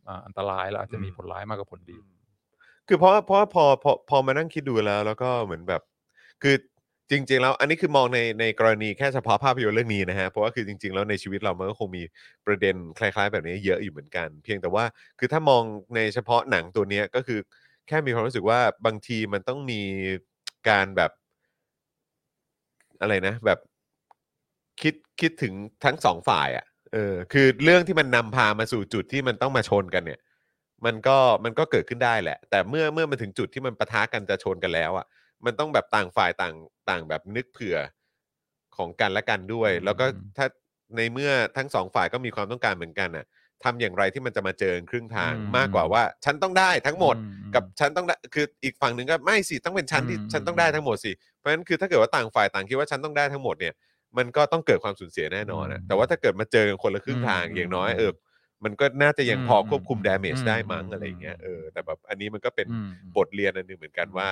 D: อ่าอันตรายแล้วอาจจะมี
C: อืม
D: ผลร้ายมากกว่าผลดี
C: คือเพราะเพราะพอพอพอมานั่งคิดดูแล้ว แล้วก็เหมือนแบบ คือจริง ๆ แล้วอันนี้คือมองในในกรณีแค่เฉพาะภาพยนตร์เรื่องนี้นะฮะเพราะว่าคือจริง ๆ แล้วในชีวิตเรามันก็คงมีประเด็นคล้าย ๆ แบบนี้เยอะอยู่เหมือนกัน เพียงแต่ว่าคือถ้ามองในเฉพาะหนังตัวเนี้ยก็คือแค่มีความรู้สึกว่าบางทีมันต้องมีการแบบ อะไรนะ แบบคิดคิดถึงทั้งสองฝ่ายอะ่ะเออ คือเรื่องที่มันนำพามาสู่จุดที่มันต้องมาชนกันเนี่ย มันก็มันก็เกิดขึ้นได้แหละ แต่เมื่อเมื่อมันถึงจุดที่มันปะทะกันจะชนกันแล้วอะ่ะ มันต้องแบบต่างฝ่ายต่างต่างแบบนึกเผื่อของกันและกันด้วย
D: อืม
C: แล้วก็ถ้าในเมื่อทั้งสองฝ่ายก็มีความต้องการเหมือนกันน่ะทำอย่างไรที่มันจะมาเจอครึ่งทางมากกว่าว่า ฉันต้องได้ทั้งหมด
D: อือื
C: กับฉันต้องได้คืออีกฝั่งหนึ่งก็ไม่สิต้องเป็นฉันที่
D: อืม
C: ฉันต้องได้ทั้งหมดสิเพราะฉะนั้นคือถ้าเกิดว่าต่างฝ่ายต่างคิดว่าฉันต้องได้ทั้งหมดเนี่ย มันก็ต้องเกิดความสูญเสียแน่นอนนะ
D: อืม
C: แต่ว่าถ้าเกิดมาเจอกันคนละครึ่งทาง
D: อืม
C: อย่างน้อยเออมันก็น่าจะยังพอ
D: อืม
C: ควบคุมดาเมจ
D: อืม
C: ได้มั้ง
D: อืม
C: อะไรอย่างเงี้ยเออแต่แบบอันนี้มันก็เป็น
D: อืม
C: บทเรียนอันหนึงเหมือนกันว่า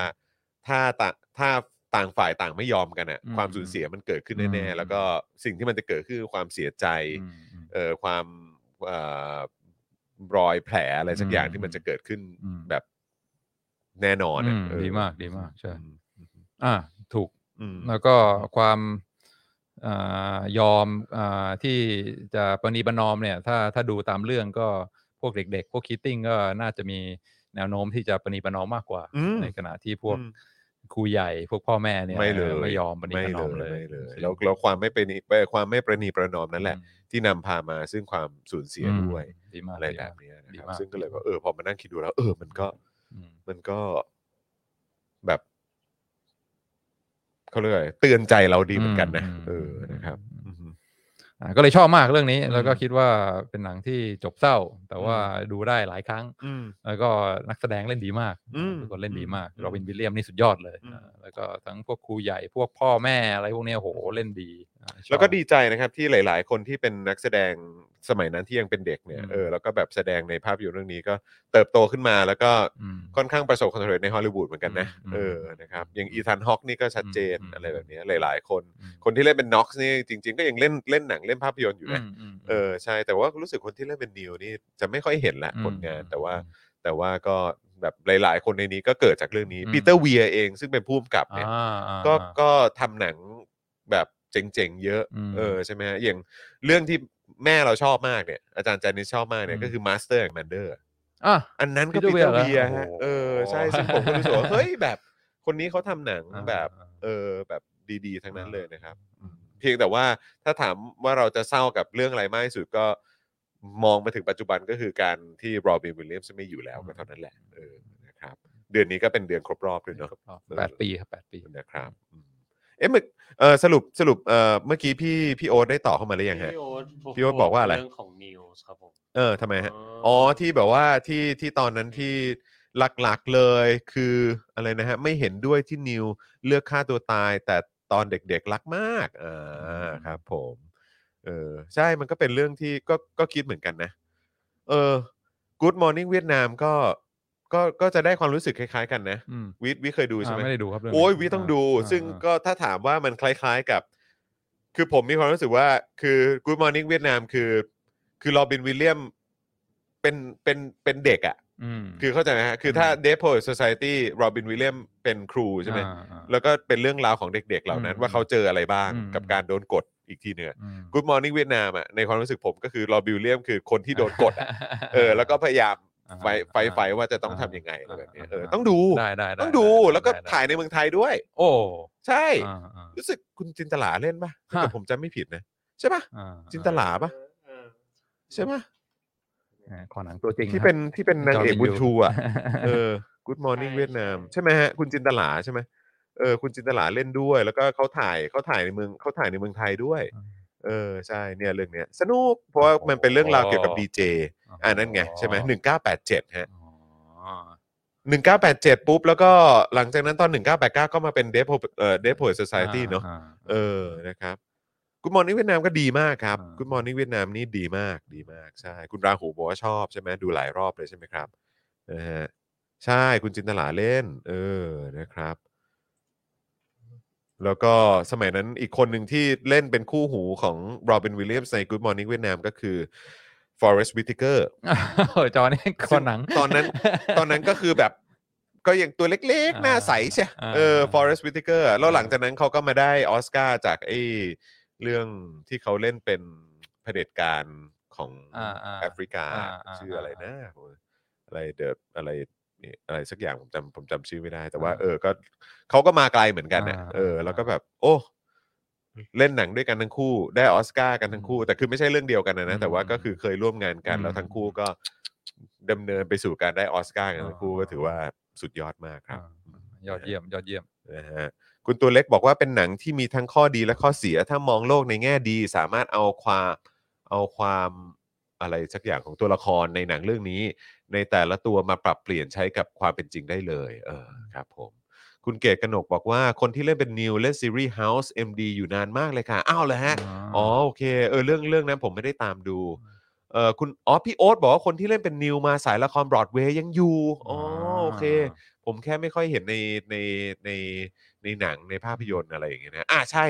C: ถ้าต่างถ้าต่างฝ่ายต่างไม่ยอมกันอ่ะ
D: อืม
C: ความสูญเสียมันเกิดขึ้นแน่ๆ
D: อืม
C: แล้วก็สิ่งที่มันจะเกิดขึ้นคือความเสียใจ
D: อืมอืม
C: เอ่อความเอ่อรอยแผลอะไรสักอย่าง
D: อืม
C: ที่มันจะเกิดขึ้น
D: อืม
C: แบบแน่นอนอะ
D: อืม
C: เออ
D: ดีมากดีมากใช่
C: อืม
D: อ่าถูก
C: อืม
D: แล้วก็ความอายอมอาที่จะประนีประนอมเนี่ย ถ้าถ้าดูตามเรื่องก็พวกเด็ก ๆ พวกคิตติ้งก็น่าจะมีแนวโน้มที่จะประนีประนอมมากกว่า
C: อืม
D: ในขณะที่พวก
C: อืม
D: ครูใหญ่พวกพ่อแม่เนี่ย
C: ไม่เลย
D: ไม่ยอมประนีประนอมเลย
C: ไม่เลยแล้วแล้วความไม่เป็นความไม่ประนีประนอมนั่นแหละ ที่นำพามาซึ่งความสูญเสีย
D: อืม
C: ด้วย
D: ดีมาก
C: อะไร
D: ดี
C: แบ
D: มาก
C: บเนี้ยนะ
D: ดี
C: ครับ
D: มาก
C: ซึ่งก็เลยว่าเออพอมานั่งคิดดูแล้ว เออมันก็
D: อืม
C: มันก็แบบเขาเรียกอะไรเตือนใจเราดีเหมือนกันนะ
D: อืม
C: เออนะครับ อืม
D: อ่าก็เลยชอบมากเรื่องนี้
C: อืม
D: แล้วก็คิดว่าเป็นหนังที่จบเศร้า แต่ว่าดูได้หลายครั้ง
C: อืม
D: แล้วก็นักแสดงเล่นดีมาก
C: อืม
D: ทุกคนเล่นดีมาก
C: อืม
D: โรบินวิลเลียมนี่สุดยอดเลย
C: อืม
D: อ่าแล้วก็ทั้งพวกครูใหญ่พวกพ่อแม่อะไรพวกเนี้ยโหเล่นดีอ่าชอบ
C: แล้วก็ดีใจนะครับที่หลาย ๆ คนที่เป็นนักแสดงสมัยนั้นที่ยังเป็นเด็กเนี่ย
D: อืม
C: เออแล้วก็แบบแสดงในภาพยนตร์เรื่องนี้ก็เติบโตขึ้นมาแล้วก็
D: อืม
C: ค่อนข้างประสบความสำเร็จในฮอลลีวูดเหมือนกันนะ
D: อืม
C: เออนะครับอย่างอีธานฮอกนี่ก็ชัดเจน
D: อืม
C: อะไรแบบนี้หลาย ๆ คน
D: อืม
C: คนที่เล่นเป็นน็อกซ์นี่จริง ๆ ก็ยังเล่นเล่นหนังเล่นภาพยนตร์อยู่นะ
D: มม
C: เออใช่แต่ว่ารู้สึกคนที่เล่นเป็นนิวนี่จะไม่ค่อยเห็นละ
D: ม
C: ผลงานแต่ว่า
D: อืม
C: แต่ว่าก็แบบหลาย ๆ คนในนี้ก็เกิดจากเรื่องนี้
D: อืม
C: ปีเตอร์เวียเองซึ่งเป็นผู้กำกับเนี่ย
D: อ่าอ่า
C: ก็
D: อ่า
C: ก็ทำหนังแบบเจ๋งๆ เยอะ
D: อืม
C: เออใช่ไหมฮะอย่างเรื่องที่แม่เราชอบมากเนี่ย อาจารย์จานิสชอบมากเนี่ย
D: อืม
C: ก็คือ Master and Commander
D: อ่ะ
C: อันนั้นก็
D: Peter
C: ปีเตอ
D: Weir
C: ร์
D: เหรอ
C: เวียฮะ
D: โอ้โห
C: เออใช่ซึ่งผมก็รู้สึกว่า เฮ้ยแบบ คนนี้เขาทำหนังแบบ
D: อ่า
C: เออแบบดีๆ ทั้งนั้นเลยนะครับ
D: อืม
C: เพียงแต่ว่าถ้าถามว่าเราจะเศร้ากับเรื่องอะไรมากที่สุดก็มองมาถึงปัจจุบันก็คือการที่โรบินวิลเลียมส์ไม่อยู่แล้วก็เท่านั้นแหละเออนะครับเดือนนี้ก็เป็นเดือนครบรอบด้วยเนาะ
D: แปดปีครับแปดปี
C: นะครับอืมเอ๊ะเมื่อเอ่อสรุปสรุปเอ่อเมื่อกี้พี่พี่โอ๊ตได้ต่อเข้ามาหรือยังฮะ
E: พี่โอ๊ต
C: พี่โอ๊ตบอกว่าอะไร
E: เรื่องของนิวส์ครับผม
C: เออทำไมฮะอ๋อที่แบบว่าที่ที่ตอนนั้นที่หลักๆเลยคืออะไรนะฮะ ไม่เห็นด้วยที่นิวเลือกฆ่าตัวตาย แต่ตอนเด็กๆรักมากอ่าครับ ผมเออใช่มันก็เป็นเรื่องที่ก็ก็คิดเหมือนกันนะ เออ Good Morning เวียดนามก็ก็ก็จะได้ความรู้สึกคล้าย ๆ กันนะ
D: อืม
C: วิทวิเคยดูใช่ไหม
D: อ่าได้ดูครับเรื่นี้
C: โอ้ยวิต้องดู
D: า
C: ซึ่ง
D: อ่า
C: ก็ถ้าถามว่ามันคล้าย ๆกับ คือผมมีความรู้สึกว่า คือ Good Morning เวียดนามคือ คือโรบินวิลเลียมเป็นเป็นเป็นเด็กอะ่ะ คือเข้าใจไหมฮะ คือถ้า d e p o t Society โรบินวิลเลียมเป็นครูใช่ไหมแล้วก็เป็นเรื่องราวของเด็ก ๆ เหล่านั้น
D: อืม
C: ว่าเขาเจออะไรบ้าง
D: อืม
C: กับการโดนกดอีกทีเนี่ย
D: อืม
C: Good Morning เวียดนามอ่ะในความรู้สึกผมก็คือโรบินวิลเลียมคือคนที่โดนกดอะเออ แล้วก็พยายาม
D: อ่า
C: ไฟไฟไฟว่าจะต้อง
D: อ่า
C: ทำยังไงอะไรแบบเนี้ยเอออา ต้องดู
D: ได้ได้ไ
C: ต้องดู
D: ไ
C: แล้วก็
D: ได้ได้
C: ถ่ายในเมืองไทยด้วย
D: โอ้
C: ใช่
D: อ่าอ่า
C: รู้สึกคุณจินตลาเล่นปะ
D: ฮะ
C: แต่ผมจำไม่ผิดนะ ใช่ปะ
D: อ่า
C: จินตลาปะใช่ปะ
D: อ่าขอหนังตัวจริง
C: ที่
D: ครับ
C: เป็นที่เป็นนางเอกบุญชูอ่ะ เอ อ Good
E: ใช่
C: Morning เวียดนาม
E: ใช่
C: ใช่ไหมฮะ คุณจินตลาใช่ไหมเออคุณจินตลาเล่นด้วย แล้วก็เขาถ่ายเขาถ่ายในเมืองเขาถ่ายในเมืองไทยด้วย
D: อืม
C: เออใช่เนี่ยเรื่องเนี้ย สนุกเพราะว่ามันเป็นเรื่องราวเกี่ยวกับดีเจอ่านั่นไงใช่ไหมหนึ่งเก้าแปดเจ็ดฮะ
D: อ๋อ
C: 1987 ปุ๊บ แล้วก็หลังจากนั้นตอน 1989 ก็มาเป็น Death Hope เอ่อ Death Poet Society เนอะ เออ นะครับกุ o มอ r นิ่งเวียดนามก็ดีมากครับ
D: อ่า
C: กุ o มอ r นิ่งเวียดนามนี่ดีมากดีมากใช่ คุณราหูบอกว่าชอบใช่ไหมดูหลายรอบเลยใช่ไหมครับนะฮะใช่คุณจินตลาเล่น เออนะครับ แล้วก็สมัยนั้นอีกคนหนึ่งที่เล่นเป็นคู่หูของโรบินวิลเลียมใน Good Morning เวียดนามก็คือ Forest Whitaker
D: โอ้ยจอนี่คอหนัง
C: ตอนนั้น ตอนนั้นก็คือแบบ ก็ยังตัวเล็กๆ หน้าใสใช่
D: อ่า
C: เออฟอเรสต์วิติเกอร์แล้วหลังจากนั้นเขาก็มาได้ออสการ์จากไอ้เรื่องที่เขาเล่นเป็นเผด็จการของ
D: อ่าอ่า
C: แอฟริกา
D: อ่าอ่า
C: ชื่ออะไร
D: อ่า
C: นะอะไรเดอะอะไรนี่อะไรสักอย่างผมจำผมจำชื่อไม่ได้ แต่ว่า
D: อ่า
C: เออก็เขาก็มาไกลเหมือนกันนะ
D: อ่าอ่า
C: เออ แล้วก็
D: อ่า
C: แบบ โอ้ เล่นหนังด้วยกันทั้งคู่ได้ออสการ์กันทั้งคู่ แต่คือไม่ใช่เรื่องเดียวกันนะนะ
D: อืม
C: แต่ว่าก็คือเคยร่วมงานกัน แล้วทั้งคู่ก็ดำเนินไปสู่การได้ออสการ์กันทั้งคู่
D: อ๋อ
C: ก็ถือว่าสุดยอดมากครับ
D: อ่ายอดเยี่ยม ยอดเยี่ยม
C: นะฮะคุณตัวเล็กบอกว่าเป็นหนังที่มีทั้งข้อดีและข้อเสีย ถ้ามองโลกในแง่ดี สามารถเอาความเอาความอะไรสักอย่างของตัวละครในหนังเรื่องนี้ ในแต่ละตัวมาปรับเปลี่ยนใช้กับความเป็นจริงได้เลย เออครับผม คุณเกศกนกบอกว่าคนที่เล่นเป็นนิวเล่นซีรีส์ House MD อยู่นานมากเลยค่ะอ้าวเหรอฮะ อ๋อโอเคเออเรื่องเรื่องนั้นผมไม่ได้ตามดูเออคุณอ๋อพี่โอ๊ตบอกว่าคนที่เล่นเป็นนิวมาสายละครบรอดเวย์ยังอยู่อ๋อโอเค ผมแค่ไม่ค่อยเห็นในในในในหนังในภาพยนตร์อะไรอย่างเงี้ยนะอ่ะใช่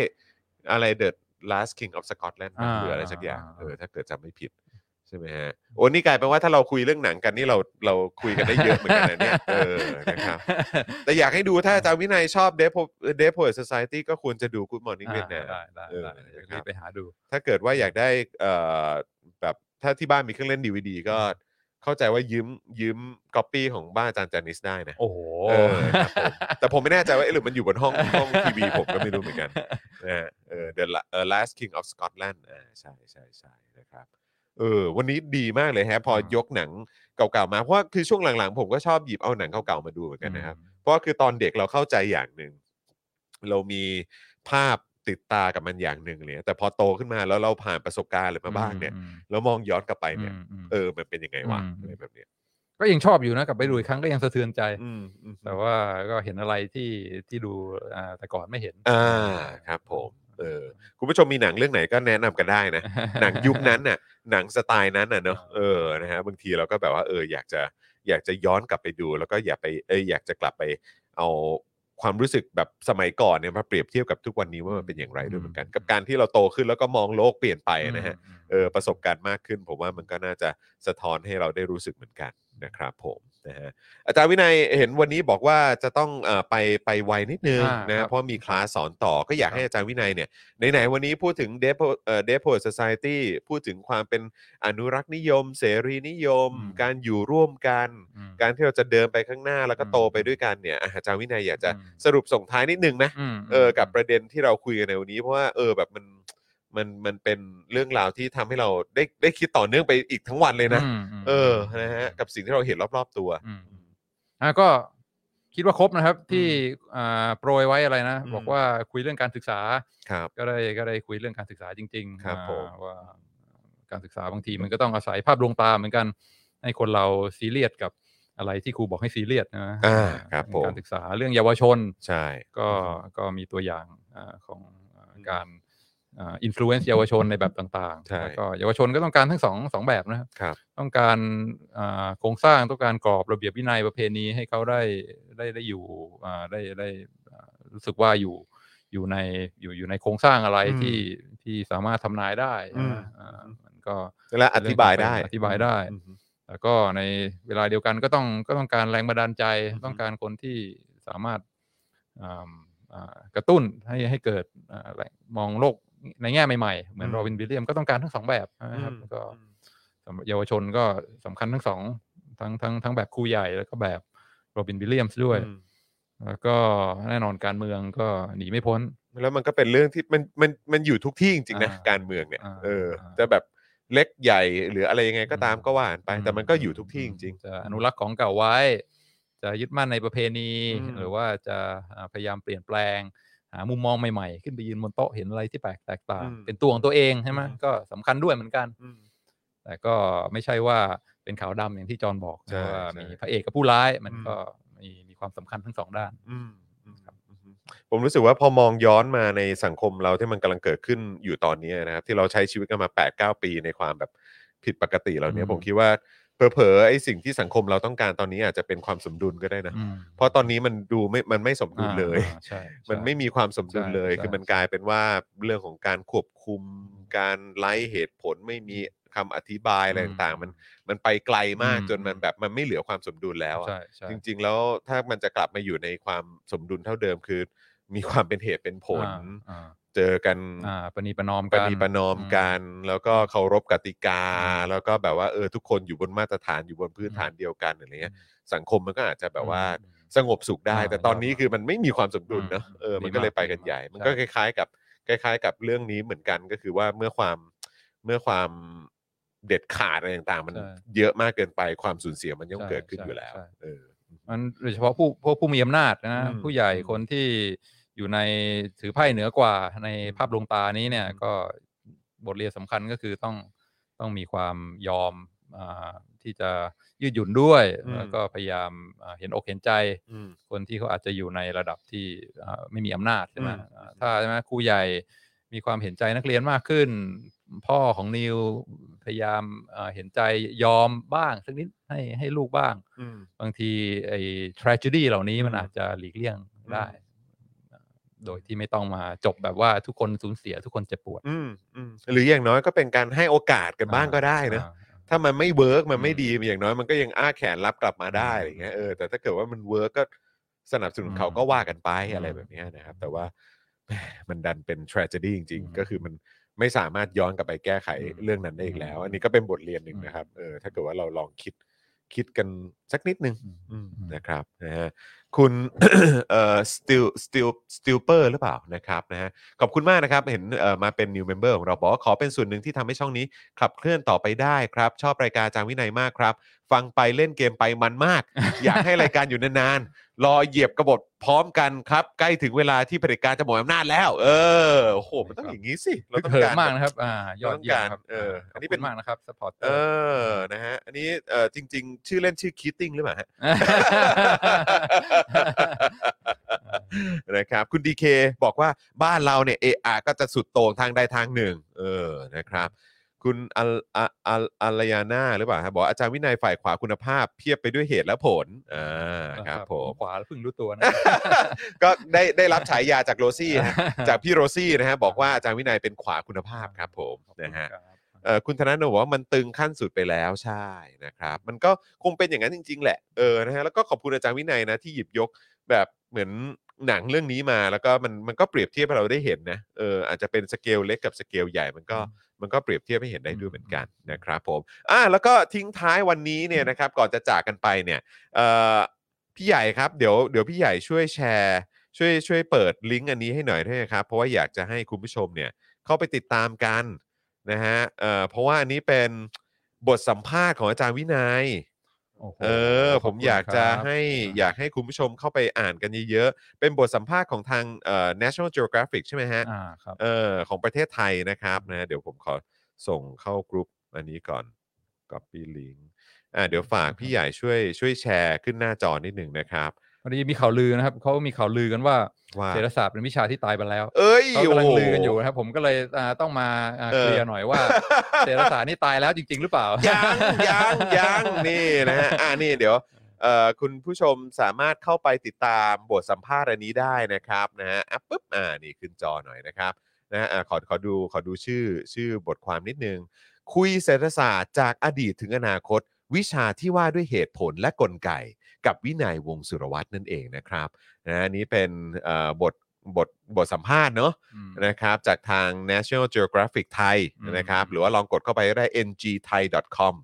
C: อะไร The Last King of Scotland มั้ง
D: อ่า
C: หรืออะไรสักอย่างเออ
D: อ่า
C: ถ้าเกิดจำไม่ผิด ใช่ไหมฮะโอ้นี่กลายเป็นว่าถ้าเราคุยเรื่องหนังกันนี่เราเราคุยกันได้เยอะเหมือนกันนะเนี่ยเออนะครับ แต่อยากให้ดูถ้าอาจารย์วินัยชอบเดฟเดฟโพสซ i ตี้ก็ควรจะดู Good Morning
D: อ่า
C: Vietnam
D: ได้ได้
C: เออ
D: ได้
C: นะ
D: เดี๋ยว
C: ครั
D: รี
C: บ
D: บไปหาดู
C: ถ้าเกิดว่าอยากได้เอ่อแบบถ้าที่บ้านมีเครื่องเล่นดีวดีก็เข้าใจว่ายืมยืมก๊อปปี้ของบ้านอาจารย์จานิสได้นะ
D: โอ้โห
C: เออครับผมแต่ผมไม่แน่ใจว่าเอ๊ะหรือมันอยู่บนห้องห้องทีวีผมก็ไม่รู้เหมือนกัน นะฮะเออ The La- เอ่อ Last King of Scotland อ่าใช่ใช่ใช่นะครับเออวันนี้ดีมากเลยฮะ พอยกหนังเก่าๆมา เพราะว่าคือช่วงหลังๆ ผมก็ชอบหยิบเอาหนังเก่าๆมาดูเหมือนกันนะครับ เพราะว่าคือตอนเด็กเราเข้าใจอย่างหนึ่งเรามีภาพติดตากับมันอย่างหนึ่งเลยแต่พอโตขึ้นมาแล้วเราผ่านประสบการณ์อะไรมาบ้างเนี่ย
D: อืม
C: แล้วมองย้อนกลับไปเนี่ย
D: มม
C: เออ มันเป็นยังไงวะ
D: อืม
C: อะไรแบบเนี้ย
D: ก็ยังชอบอยู่นะกลับไปดูอีกครั้งก็ยังสะเทือนใจ
C: อืมอืม
D: แต่ว่าก็เห็นอะไรที่ที่ดูอ่าแต่ก่อนไม่เห็น
C: อ่าครับผมเอ อคุณผู้ชมมีหนังเรื่องไหนก็แนะนำกันได้นะ หนังยุคนั้นน่ะหนังสไตล์นั้นน่ะเนอะเออนะฮะบางทีเราก็แบบว่าเอออยากจะอยากจะย้อนกลับไปดู แล้วก็อย่าไปเอออยากจะกลับไปเอาความรู้สึกแบบสมัยก่อนเนี่ยมาเปรียบเทียบกับทุกวันนี้ว่ามันเป็นอย่างไรด้วยเหมือนกัน กับการที่เราโตขึ้นแล้วก็มองโลกเปลี่ยนไปนะฮะ
D: อืม
C: เออประสบการณ์มากขึ้น ผมว่ามันก็น่าจะสะท้อนให้เราได้รู้สึกเหมือนกันนะครับผมนะฮะอาจารย์วินัยเห็นวันนี้บอกว่าจะต้องเอ่อไปไปไวนิดนึง
D: อ่าน
C: นะ
D: ครั
C: ฮะ
D: บ
C: เพราะมีคลาสสอนต่อก็อยากให้อาจารย์วินัยเนี่ย ไหนๆวันนี้พูดถึงเดฟเดฟโพสซ i ตี้พูดถึงความเป็นอนุรักษ์นิยม เสรีนิยม
D: อืม
C: การอยู่ร่วมกัน
D: อืม
C: การที่เราจะเดินไปข้างหน้าแล้วก็
D: อืม
C: โตไปด้วยกันเนี่ยอ่ะอาจารย์วินัยอยากจะ
D: อืม
C: สรุปส่งท้ายนิดนึงนะ
D: ม
C: เออกับประเด็นที่เราคุยกันในวันนี้ เพราะว่าเออแบบมันมันมันเป็นเรื่องราวที่ทำให้เราได้ได้คิดต่อเนื่องไปอีกทั้งวันเลยนะ
D: อืมม
C: เออนะฮะกับสิ่งที่เราเห็นรอบๆตัว
D: อืมอ่าก็คิดว่าครบนะครับ ที่อ่าโปรยไว้อะไรนะ
C: อืม
D: บอกว่าคุยเรื่องการศึกษา
C: ครับ
D: ก็ได้ก็ได้คุยเรื่องการศึกษาจริงๆ
C: ครับ
D: อ่า
C: ผม
D: ว่าการศึกษาบางทีมันก็ต้องอาศัยภาพดวงตาเหมือนกัน ให้คนเราซีเรียสกับอะไรที่ครูบอกให้ซีเรียสนะ
C: อ่าครับผม
D: การศึกษาเรื่องเยาวชน
C: ใช่
D: ก็ก็มีตัวอย่างอาของอ่าการอิม l u เ n นซ์เยาวชนในแบบต่าง
C: ใช่
D: ๆแล้วก็เยาวชนก็ต้องการทั้งสองสองแบบนะครับ
C: ครับ
D: ต้องการอ่าโครงสร้างต้องการกรอบระเบียบวินัยประเพณีให้เขาได้ได้ได้อยู่อ่าได้ได้อ่ารู้สึกว่าอยู่อยู่ในอยู่อยู่ในโครงสร้างอะไร
B: อืม
D: ที่ที่สามารถทำนายได้
C: อืม
D: อ่ามันก็
C: และอธิบายได้
D: อธิบายได้ แล้วก็ในเวลาเดียวกันก็ต้องก็ต้องการแรงบันดาลใจ
C: อือฮึ
D: ต้องการคนที่สามารถอ่าอ่ากระตุ้นให้ให้เกิดอ่าแรงมองโลกในแง่ใหม่ๆ เหมือน
C: อืม
D: โรบินวิลเลียมก็ต้องการทั้งสองแบบนะครับ
C: อืม
D: ก็
C: อืม
D: สำหรับเยาวชนก็สำคัญทั้งสองทั้งทั้งทั้งแบบครูใหญ่แล้วก็แบบโรบินวิลเลียมส์ด้วย
C: อืม
D: แล้วก็แน่นอนการเมืองก็หนีไม่พ้น
C: แล้วมันก็เป็นเรื่องที่มันมันมันอยู่ทุกที่จริงๆนะ
D: อ่า
C: การเมืองเนี่ย
D: อ่า
C: เอออา จะแบบเล็กใหญ่หรืออะไรยังไงก็ตาม
D: อืม
C: ก็ว่ากันไป แต่มันก็อยู่ทุกที่จริง
D: จะอนุรักษ์ของเก่าไว้ จะยึดมั่นในประเพณี
C: อืม
D: หรือว่าจะอ่าพยายามเปลี่ยนแปลง หามุมมองใหม่ๆ ขึ้นไปยืนบนโต๊ะเห็นอะไรที่แปลกแตกต่าง เป็นตัวของตัวเองใช่ไหมก็สำคัญด้วยเหมือนกัน
C: ๆอืม
D: แต่ก็ไม่ใช่ว่าเป็นขาวดำอย่างที่จอห์นบอก
C: ใช่
D: ว่า
C: ใช่
D: มีพระเอกกับผู้ร้ายมัน
C: อืม
D: ก็มีมีความสำคัญทั้งสองด้าน
C: อืมอืมอืมผมรู้สึกว่าพอมองย้อนมาในสังคมเราที่มันกำลังเกิดขึ้นอยู่ตอนนี้นะครับ ที่เราใช้ชีวิตกันมา8ปดปีในความแบบผิดปกติเหล่านี้
D: อืม
C: ผมคิดว่าเผลอๆไอ้สิ่งที่สังคมเราต้องการตอนนี้อาจจะเป็นความสมดุลก็ได้นะ
D: อืม
C: เพราะตอนนี้มันดูไม่มันไม่สมดุล
D: อ่า
C: เลย
D: อ่าใช่ใช่
C: มันไม่มีความสมดุลเลย
D: ใช่
C: คือมัน
D: ใช่
C: กลายเป็นว่าเรื่องของการควบคุม การไล่เหตุผลไม่มี คำอธิบายอะไร
D: อืม
C: ต่างๆ มันมันไปไกลมาก
D: อืม
C: จนมันแบบมันไม่เหลือความสมดุลแล้วอะ
D: ใช่ใช่
C: จริง ๆ แล้วถ้ามันจะกลับมาอยู่ในความสมดุลเท่าเดิมคือ มี ความเป็นเหตุเป็นผล
D: อ่า
C: เจอกัน
D: อ่าปณีประนอม
C: ป
D: กัน
C: ฏิประนอมกัน แล้วก็เคารพกติกา
D: อืม
C: แล้วก็แบบว่าเออทุกคนอยู่บนมาตรฐานอยู่บนพื้นฐานเดียวกันอะไร
D: อืม
C: เงี้ยสังคมมันก็อาจจะแบบว่า
D: อืม
C: สงบสุขได้
D: อ่า
C: แต่ตอนนี้คือมันไม่มีความสมดุล
D: อืม
C: เนอะเออมัน
D: ดี
C: ก็เลย
D: มาก
C: ไปกัน
D: ดีมาก
C: ใหญ่ มัน
D: ใช่
C: ก็คล้าย ๆ กับคล้าย ๆ กับเรื่องนี้เหมือนกันก็คือว่าเมื่อความเมื่อความเด็ดขาดอะไรต่างๆ มัน
D: ใช่
C: เยอะมากเกินไปความสูญเสียมันย่อม
D: ใช่
C: เกิดขึ้น
D: ใช่
C: อยู่แล้ว
D: ใช่
C: เออ
D: มันโดยเฉพาะผู้พวกผู้มีอำนาจนะ
C: อืม
D: ผู้ใหญ่
C: อืม
D: คนที่อยู่ในถือไพ่เหนือกว่าในภาพลวงตานี้เนี่ย
C: อืม
D: ก็บทเรียนสำคัญก็คือต้องต้องมีความยอมอาที่จะยืดหยุ่นด้วย แล้วก็พยายามอ่าเห็นอกเห็นใจ
C: อืม
D: คนที่เขาอาจจะอยู่ในระดับที่อ่าไม่มีอำนาจใช่ไหม
C: อืม
D: อ่าถ้าใช่ไหมครูใหญ่มีความเห็นใจนักเรียนมากขึ้น พ่อของนิวพยายามอ่าเห็นใจยอมบ้างสักนิดให้ให้ลูกบ้าง
C: อืม
D: บางทีไอ้ tragedy เหล่านี้มัน
C: อืม
D: อาจจะหลีกเลี่ยงได้
C: อื
D: โดยที่ไม่ต้องมาจบแบบว่าทุกคนสูญเสียทุกคนเจ็บปวด
C: อืมอืมหรืออย่างน้อยก็เป็นการให้โอกาสกันบ้างก็ได้นะ
D: อ่า
C: ถ้ามันไม่เวิร์กมันไม่
D: อืม
C: ดีอย่างน้อยมันก็ยังอ้าแขนรับกลับมาได้
D: อืม
C: อะไรเงี้ยเออแต่ถ้าเกิดว่ามันเวิร์กก็สนับสนุน
D: อืม
C: เขาก็ว่ากันไปอะไร
D: อืม
C: แบบเนี้ยนะครับ แต่ว่าแหมมันดันเป็น tragedy จริง
D: อืม
C: ๆ ก็คือมันไม่สามารถย้อนกลับไปแก้ไข
D: อืม
C: เรื่องนั้นได้อีกแล้ว อันนี้ก็เป็นบทเรียนหนึ่ง
D: อืม
C: นะครับเออถ้าเกิดว่าเราลองคิดคิดกันสักนิดนึง
D: อืม
C: อืม
D: อืม
C: นะครับนะฮะคุณ เอ่อ still still still เปอร์หรือเปล่านะครับนะฮะ ขอบคุณมากนะครับ เห็นเอ่อมาเป็น new member ของเราบอกว่าขอเป็นส่วนหนึ่งที่ทำให้ช่องนี้ขับเคลื่อนต่อไปได้ครับ ชอบรายการอาจางวินัยมากครับ ฟังไปเล่นเกมไปมันมาก อยากให้รายการอยู่นานๆ รอเหยียบกบฏพร้อมกันครับ ใกล้ถึงเวลาที่เผด็จการจะหมดอำนาจแล้ว เออโอ้โหมันต้องอย่างนี้สิ เรา
D: ฮึก
C: ต้อง
D: เหิม
C: การ
D: มากนะครับ อ่ายอดเยี่ยมครับ
C: เอออันนี้
D: นี้
C: เป็
D: เป็น นมากนะครับ support
C: เออนะฮะอันนี้เออจริง ๆ ชื่อเล่นชื่อคิตติ้งหรือเปล่าฮะ นะครับคุณดีเคบอกว่าบ้านเราเนี่ยเออาก็จะสุดโต่งทางใดทางหนึ่ง เออนะครับ คุณอัลอะอัลอัลยาน่าหรือเปล่าครับบอกอาจารย์วินัยฝ่ายขวาคุณภาพเพียบไปด้วยเหตุและผลอ่าครับผม
D: ขวาเพิ่งรู้ตัวนะ
C: ก็ได้ได้รับฉายาจากโรซี่ฮะจากพี่โรซี่นะฮะบอกว่าอาจารย์วินัยเป็นขวาคุณภาพครับผมนะฮะ เอ่อคุณธนาโนบอกว่ามันตึงขั้นสุดไปแล้วใช่นะครับ มันก็คงเป็นอย่างนั้นจริง ๆ แหละเออนะฮะแล้วก็ขอบคุณอาจารย์วินัยนะที่หยิบยกแบบเหมือนหนังเรื่องนี้มาแล้วก็มันมันก็เปรียบเทียบให้เราได้เห็นนะเอออาจจะเป็นสเกลเล็กกับสเกลใหญ่มันก็มันก็เปรียบเทียบให้เห็นได้ด้วยเหมือนกันนะครับผมอ่ะแล้วก็ทิ้งท้ายวันนี้เนี่ยนะครับก่อนจะจากกันไปเนี่ยเอ่อพี่ใหญ่ครับเดี๋ยวเดี๋ยวพี่ใหญ่ช่วยแชร์ ช่วยช่วยเปิดลิงก์อันนี้ให้หน่อยด้วยนะครับเพราะว่าอยากจะให้คุณผู้ชมเนี่ยเข้าไปติดตามกัน นะฮะเอ่อเพราะว่าอันนี้เป็นบทสัมภาษณ์ของอาจารย์วินัย
D: โโห
C: เออ
D: ข
C: ผ
D: บ
C: ม
D: คุณ
C: อยากจะ
D: ครับ
C: ให้อยากให้คุณผู้ชมเข้าไปอ่านกันเยอะๆ เป็นบทสัมภาษณ์ของทางเอ่อ National Geographic ใช่ไหมฮะ
D: อ่าครับ
C: เออของประเทศไทยนะครับนะ เดี๋ยวผมขอส่งเข้ากรุ๊ปอันนี้ก่อน Copy Link อ่าเดี๋ยวฝากพี่ใหญ่ช่วยช่วยแชร์ขึ้นหน้าจอนิดหนึ่งนะครับ
D: พอดีมีข่าวลือนะครับเขามีข่าวลือกันว่า
C: ว่า
D: เศรษฐศาสตร์เป็นวิชาที่ตายไปแล้ว
C: เอ้ย
D: เขากำลังลือกันอยู่
C: โโห
D: นะครับผมก็เลยอ่าต้องมาอ่า
C: เออ
D: เคลียร์หน่อย ว่าเศรษฐศาสตร์นี่ตายแล้วจริง ๆ หรือเปล่า
C: ยั
D: ยั
C: งยัง ยังนี่นะฮะอ่านี่เดี๋ยวเอ่อคุณผู้ชมสามารถเข้าไปติดตามบทสัมภาษณ์อันนี้ได้นะครับนะฮะอ่ะปุ๊บอ่านี่ขึ้นจอหน่อยนะครับนะฮะอ่ะขอขอดูขอดูชื่อชื่อบทความนิดนึง คุยเศรษฐศาสตร์จากอดีตถึงอนาคต วิชาที่ว่าด้วยเหตุผลและกลไก กับวินัยวงศ์สุรวัตรนั่นเองนะครับนะฮะอันนี้เป็นเอ่อบทบทบทสัมภาษณ์เนาะ นะครับจากทาง National Geographic ไทย
D: อืม
C: นะครับหรือว่าลองกดเข้าไปก็ได้ ngthai.com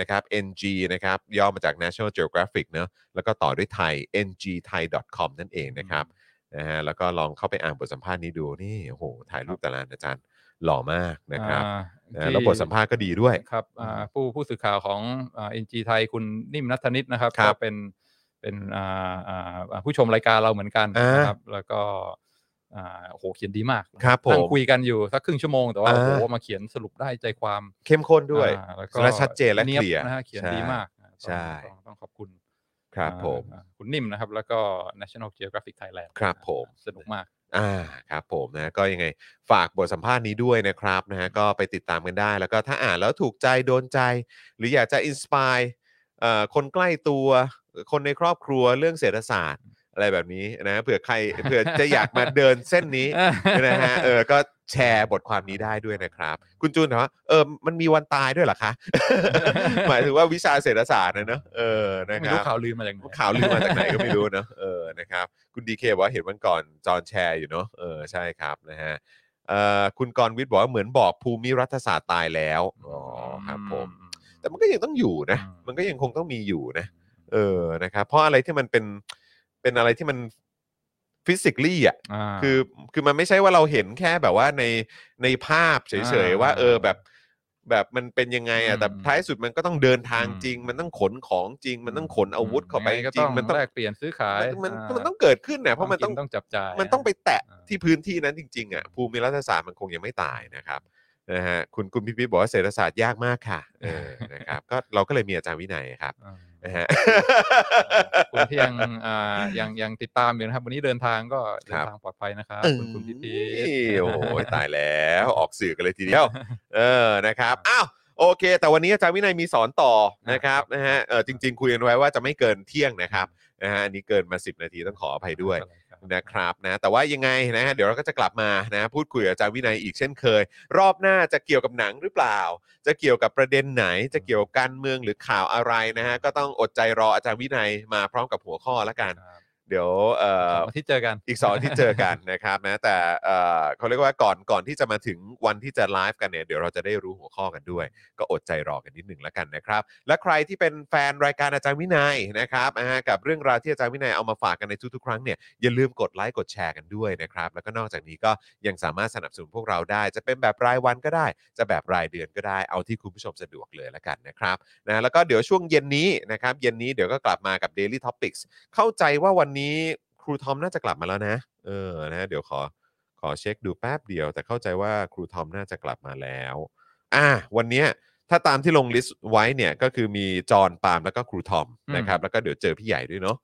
C: นะครับ ng นะครับย่อมาจาก National Geographic เนอะแล้วก็ต่อด้วยไทย ngthai.com นั่นเองนะครับนะฮะแล้วก็ลองเข้าไปอ่านบทสัมภาษณ์นี้ดูนี่โอ้โหถ่ายรูปตารางอาจารย์หล่อมากนะครับ
D: า
C: นะฮะแล้วบทสัมภาษณ์ก็ดีด้วย
D: ครับอ่าผู้ผู้สื่อข่าวของเอ็นจีไทยคุณนิ่มนัทนิตนะครับ
C: ครั
D: ก็
C: บ
D: เป็นเป็นอ่าอ่าอ่าผู้ชมรายการเราเหมือนกัน
C: อ่าน
D: นะครับ แล้วก็อ่าโอ้โหเขียนดีมาก
C: ครับผ
D: นั่ง
C: ม
D: คุยกันอยู่สักครึ่งชั่วโมงแต่ว่า
C: อ่า
D: โอ้โหมาเขียนสรุปได้ใจความ
C: เข้มข้นด้วย
D: อ่าแล้ว
C: และ
D: ก็
C: ชัดเจนและ
D: ยบ
C: เคลียร์
D: นะฮะเขียน
C: ใช่
D: ดีมากนะต้อง
C: ใช่
D: ต้องต้องขอบคุณ
C: ครับ
D: อ่า
C: ผม
D: อ่าคุณนิ่มนะครับ แล้วก็ National Geographic Thailand
C: ครับผม
D: สนุกมาก
C: อ่าครับผมนะก็ยังไงฝากบทสัมภาษณ์นี้ด้วยนะครับนะฮะก็ไปติดตามกันได้ แล้วก็ถ้าอ่านแล้วถูกใจโดนใจ หรืออยากจะอินสปายคนใกล้ตัวคนในครอบครัวเรื่องเศรษฐศาสตร์ อะไรแบบนี้นะเผื่อใครเผื่อจะอยากมาเดินเส้น นี้ นะฮะเออก็แชร์บทความนี้ได้ด้วยนะครับ คุณจูนถามว่าเออมันมีวันตายด้วยเหรอคะ หมายถึงว่าวิชาเศรษฐศาสตร์นะเนอะเออนะค
D: ไม่
C: รั
D: รู้
C: บ
D: ข่าวลือมาจากไหน
C: ข่าวลือมาจากไหนก็ไม่รู้เนอะเออนะครับ คุณดีเคบอกว่าเห็นวันก่อนจอนแชร์อยู่เนอะเออใช่ครับนะฮะเอ่อคุณกรณ์วิทย์บอกว่าเหมือนบอกภูมิรัฐศาสตร์ตายแล้วอ๋อครับผม แต่มันก็ยังต้องอยู่นะ
D: อืม
C: มันก็ยังคงต้องมีอยู่นะ เออนะครับ เพราะอะไรที่มันเป็นเป็นอะไรที่มันฟิสิก a l อ่ะ
D: อ่า
C: คือคือมันไม่ใช่ว่าเราเห็นแค่แบบว่าในในภาพเฉยๆ
D: อ่า
C: ว่า เออแบบแบบมันเป็นยังไงอ่ะแต่
D: อืม
C: ท้ายสุดมันก็ต้องเดินทาง
D: อืม
C: จริง มันต้องขนของจริง มันต้องขนอาวุธเข้าไป
D: ยั
C: จริ
D: งงก็ต้
C: ง
D: อง
C: มันต้อง
D: แลกเปลี่ยนซื้อขาย
C: มัน
D: อ่า
C: มันต้องเกิดขึ้นนะเพราะมัน
D: ข
C: ต้
D: อ
C: องง
D: กิต้องจับจ่าย
C: มันต้องไปแตะ
D: อ่า
C: ที่พื้นที่นั้นจริงๆอ่ะภูมิรัฐศาสตร์มันคงยังไม่ตายนะครับนะฮะคุณคุณพิพิธบอกว่าเศรษฐศาสตร์ยากมากค่ะเออนะครับ ก็เราก็เลยมีอาจารย์วินัยครับ
D: อ่า
C: นะฮะ
D: คุณที่ยังอ่ายังยังติดตามอยู่นะครับ วันนี้เดินทางก็เดิ
C: ครั
D: น
C: บ
D: ทางปลอดภัยนะครับคุณคุณพิพี
C: เอ้ยโอ้โหตายแล้วออกสื่อกันเลยทีเดี ยว เออ นะครับ อ้าว โอเค แต่วันนี้อาจารย์วินัยมีสอนต่อนะครับ
D: ครับ
C: นะฮะ เออจริง ๆ คุยกันไว้ว่าจะไม่เกินเที่ยงนะครับ นะฮะ อันนี้เกินมา 10 นาทีต้องขออภัยด้วย นะครับนะแต่ว่ายังไงนะฮะเดี๋ยวเราก็จะกลับมานะพูดคุยกับอาจารย์วินัยอีกเช่นเคย รอบหน้าจะเกี่ยวกับหนังหรือเปล่า จะเกี่ยวกับประเด็นไหน จะเกี่ยวกับการเมืองหรือข่าวอะไรนะฮะก็ต้องอดใจรออาจารย์วินัยมาพร้อมกับหัวข้อละกัน
D: ครับ
C: เดี๋ยวเอ่อ
D: วันที่เจอกัน
C: อีกสองอาที่เจอกันนะครับนะแต่เอ่อเขาเรียกว่าก่อนก่อนที่จะมาถึงวันที่จะไลฟ์กันเนี่ยเดี๋ยวเราจะได้รู้หัวข้อกันด้วย ก็อดใจรอกันนิดหนึ่งแล้วกันนะครับ และใครที่เป็นแฟนรายการอาจารย์วินัยนะครับนะฮะกับเรื่องราวที่อาจารย์วินัยเอามาฝากกันในทุกๆครั้งเนี่ยอย่าลืมกดไลค์กดแชร์กันด้วยนะครับแล้วก็นอกจากนี้ก็ยังสามารถสนับสนุนพวกเราได้ จะเป็นแบบรายวันก็ได้ จะแบบรายเดือนก็ได้เอาที่คุณผู้ชมสะดวกเลยแล้วกันนะครับนะแล้วก็เดี๋ยวช่วงเย็นนี้นะครับเย็นนี้เดี๋ยวก็กลับมากับ Daily Topics เข้าใจว่าวันนี้ครูทอมน่าจะกลับมาแล้วนะ เออนะเดี๋ยวขอขอเช็คดูแป๊บเดียว แต่เข้าใจว่าครูทอมน่าจะกลับมาแล้ว อ่ะวันเนี้ยถ้าตามที่ลงลิสต์ไว้เนี่ยก็คือมีจอห์นปาล์มแล้วก็ครูทอม
D: อืม
C: นะครับแล้วก็เดี๋ยวเจอพี่ใหญ่ด้วยเนาะ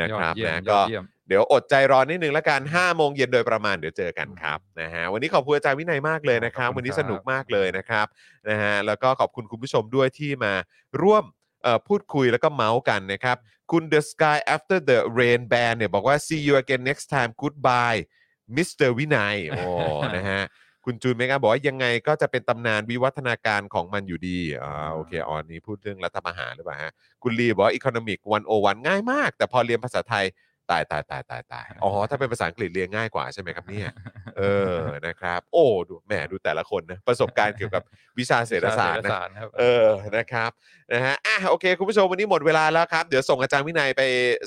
C: นะครับ
D: ยอดเยี่ยม
C: นะ
D: ย
C: ก็
D: อดเยี่ยม
C: เดี๋ยวอดใจรอนิดนึงละกัน5โมงเย็นโดยประมาณเดี๋ยวเจอกันครับนะฮะวันนี้ขอบคุณอาจารย์วินัยมากเลยนะครับ
D: ขอบคุณ
C: วันนี้
D: ครับ
C: สนุกมากเลยนะครับนะฮะแล้วก็ขอบคุณคุณผู้ชมด้วยที่มาร่วมเอ่อพูดคุยแล้วก็เมาส์กันนะครับ คุณ The Sky After the Rain Band เนี่ยบอกว่า see you again next time goodbye มิสเตอร์วินัยโอ้ นะฮะ คุณจูนเมกาบอกว่ายังไงก็จะเป็นตำนานวิวัฒนาการของมันอยู่ดีอ่าโอเคออนนี้พูดเรื่องรัฐประหารหรือเปล่าฮะ คุณลีบอกว่า Economic 101 ง่ายมาก แต่พอเรียนภาษาไทย ตายตายตายตายตายอ๋อ ถ้าเป็นภาษาอังกฤษเรียนง่ายกว่าใช่ไหมครับเนี่ย เออ นะครับ โอ้ ดู แหม ดูแต่ละคนนะ ประสบการณ์เกี่ยวกับวิชาเศรษฐศาสตร์นะ
D: ครับ
C: เออ นะครับ นะฮะ อ่ะ โอเค คุณผู้ชม วันนี้หมดเวลาแล้วครับ เดี๋ยวส่งอาจารย์วินัยไป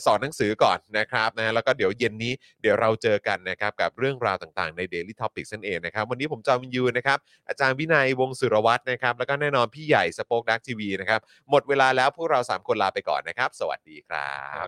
C: สอนหนังสือก่อนนะครับ นะฮะแล้วก็เดี๋ยวเย็นนี้ เดี๋ยวเราเจอกันนะครับ กับเรื่องราวต่างๆ ใน Daily t o p i c นั่นเองนะครับ วันนี้ผมจอมยูนะครับ อาจารย์วินัยวงศ์สุรวัตรนะครับ แล้วก็แน่นอนพี่ใหญ่สป็อคดักทีวีนะครับ หมดเวลาแล้วพวกเราสามคนลาไปก่อนนะครับ สวัสดีครับ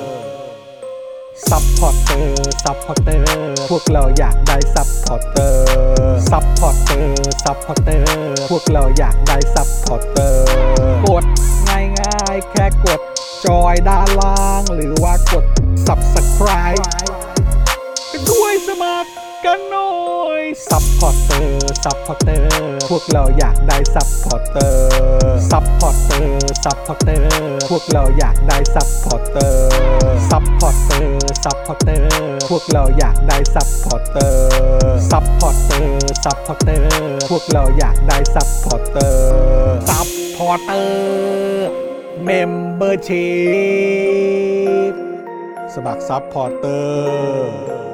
A: ซัพพอร์เตอร์ ซัพพอร์เตอร์ พวกเราอยากได้ซัพพอร์เตอร์ ซัพพอร์เตอร์ ซัพพอร์เตอร์ พวกเราอยากได้ซัพพอร์เตอร์ กดง่ายง่ายๆแค่กด จอยด้านล่าง หรือว่ากด subscribe กันด้วยสมัครกันหน่อย ซัพพอร์เตอร์ ซัพพอร์เตอร์ พวกเราอยากได้ซัพพอร์เตอร์ ซัพพอร์เตอร์ ซัพพอร์เตอร์ พวกเราอยากได้ซัพพอร์เตอร์ ซัพพอร์เตอร์ ซัพพอร์เตอร์ พวกเราอยากได้ซัพพอร์เตอร์ ซัพพอร์เตอร์ ซัพพอร์เตอร์ พวกเราอยากได้ซัพพอร์เตอร์ ซัพพอร์เตอร์ เมมเบอร์ชีพสมัครซัพพอร์เตอร์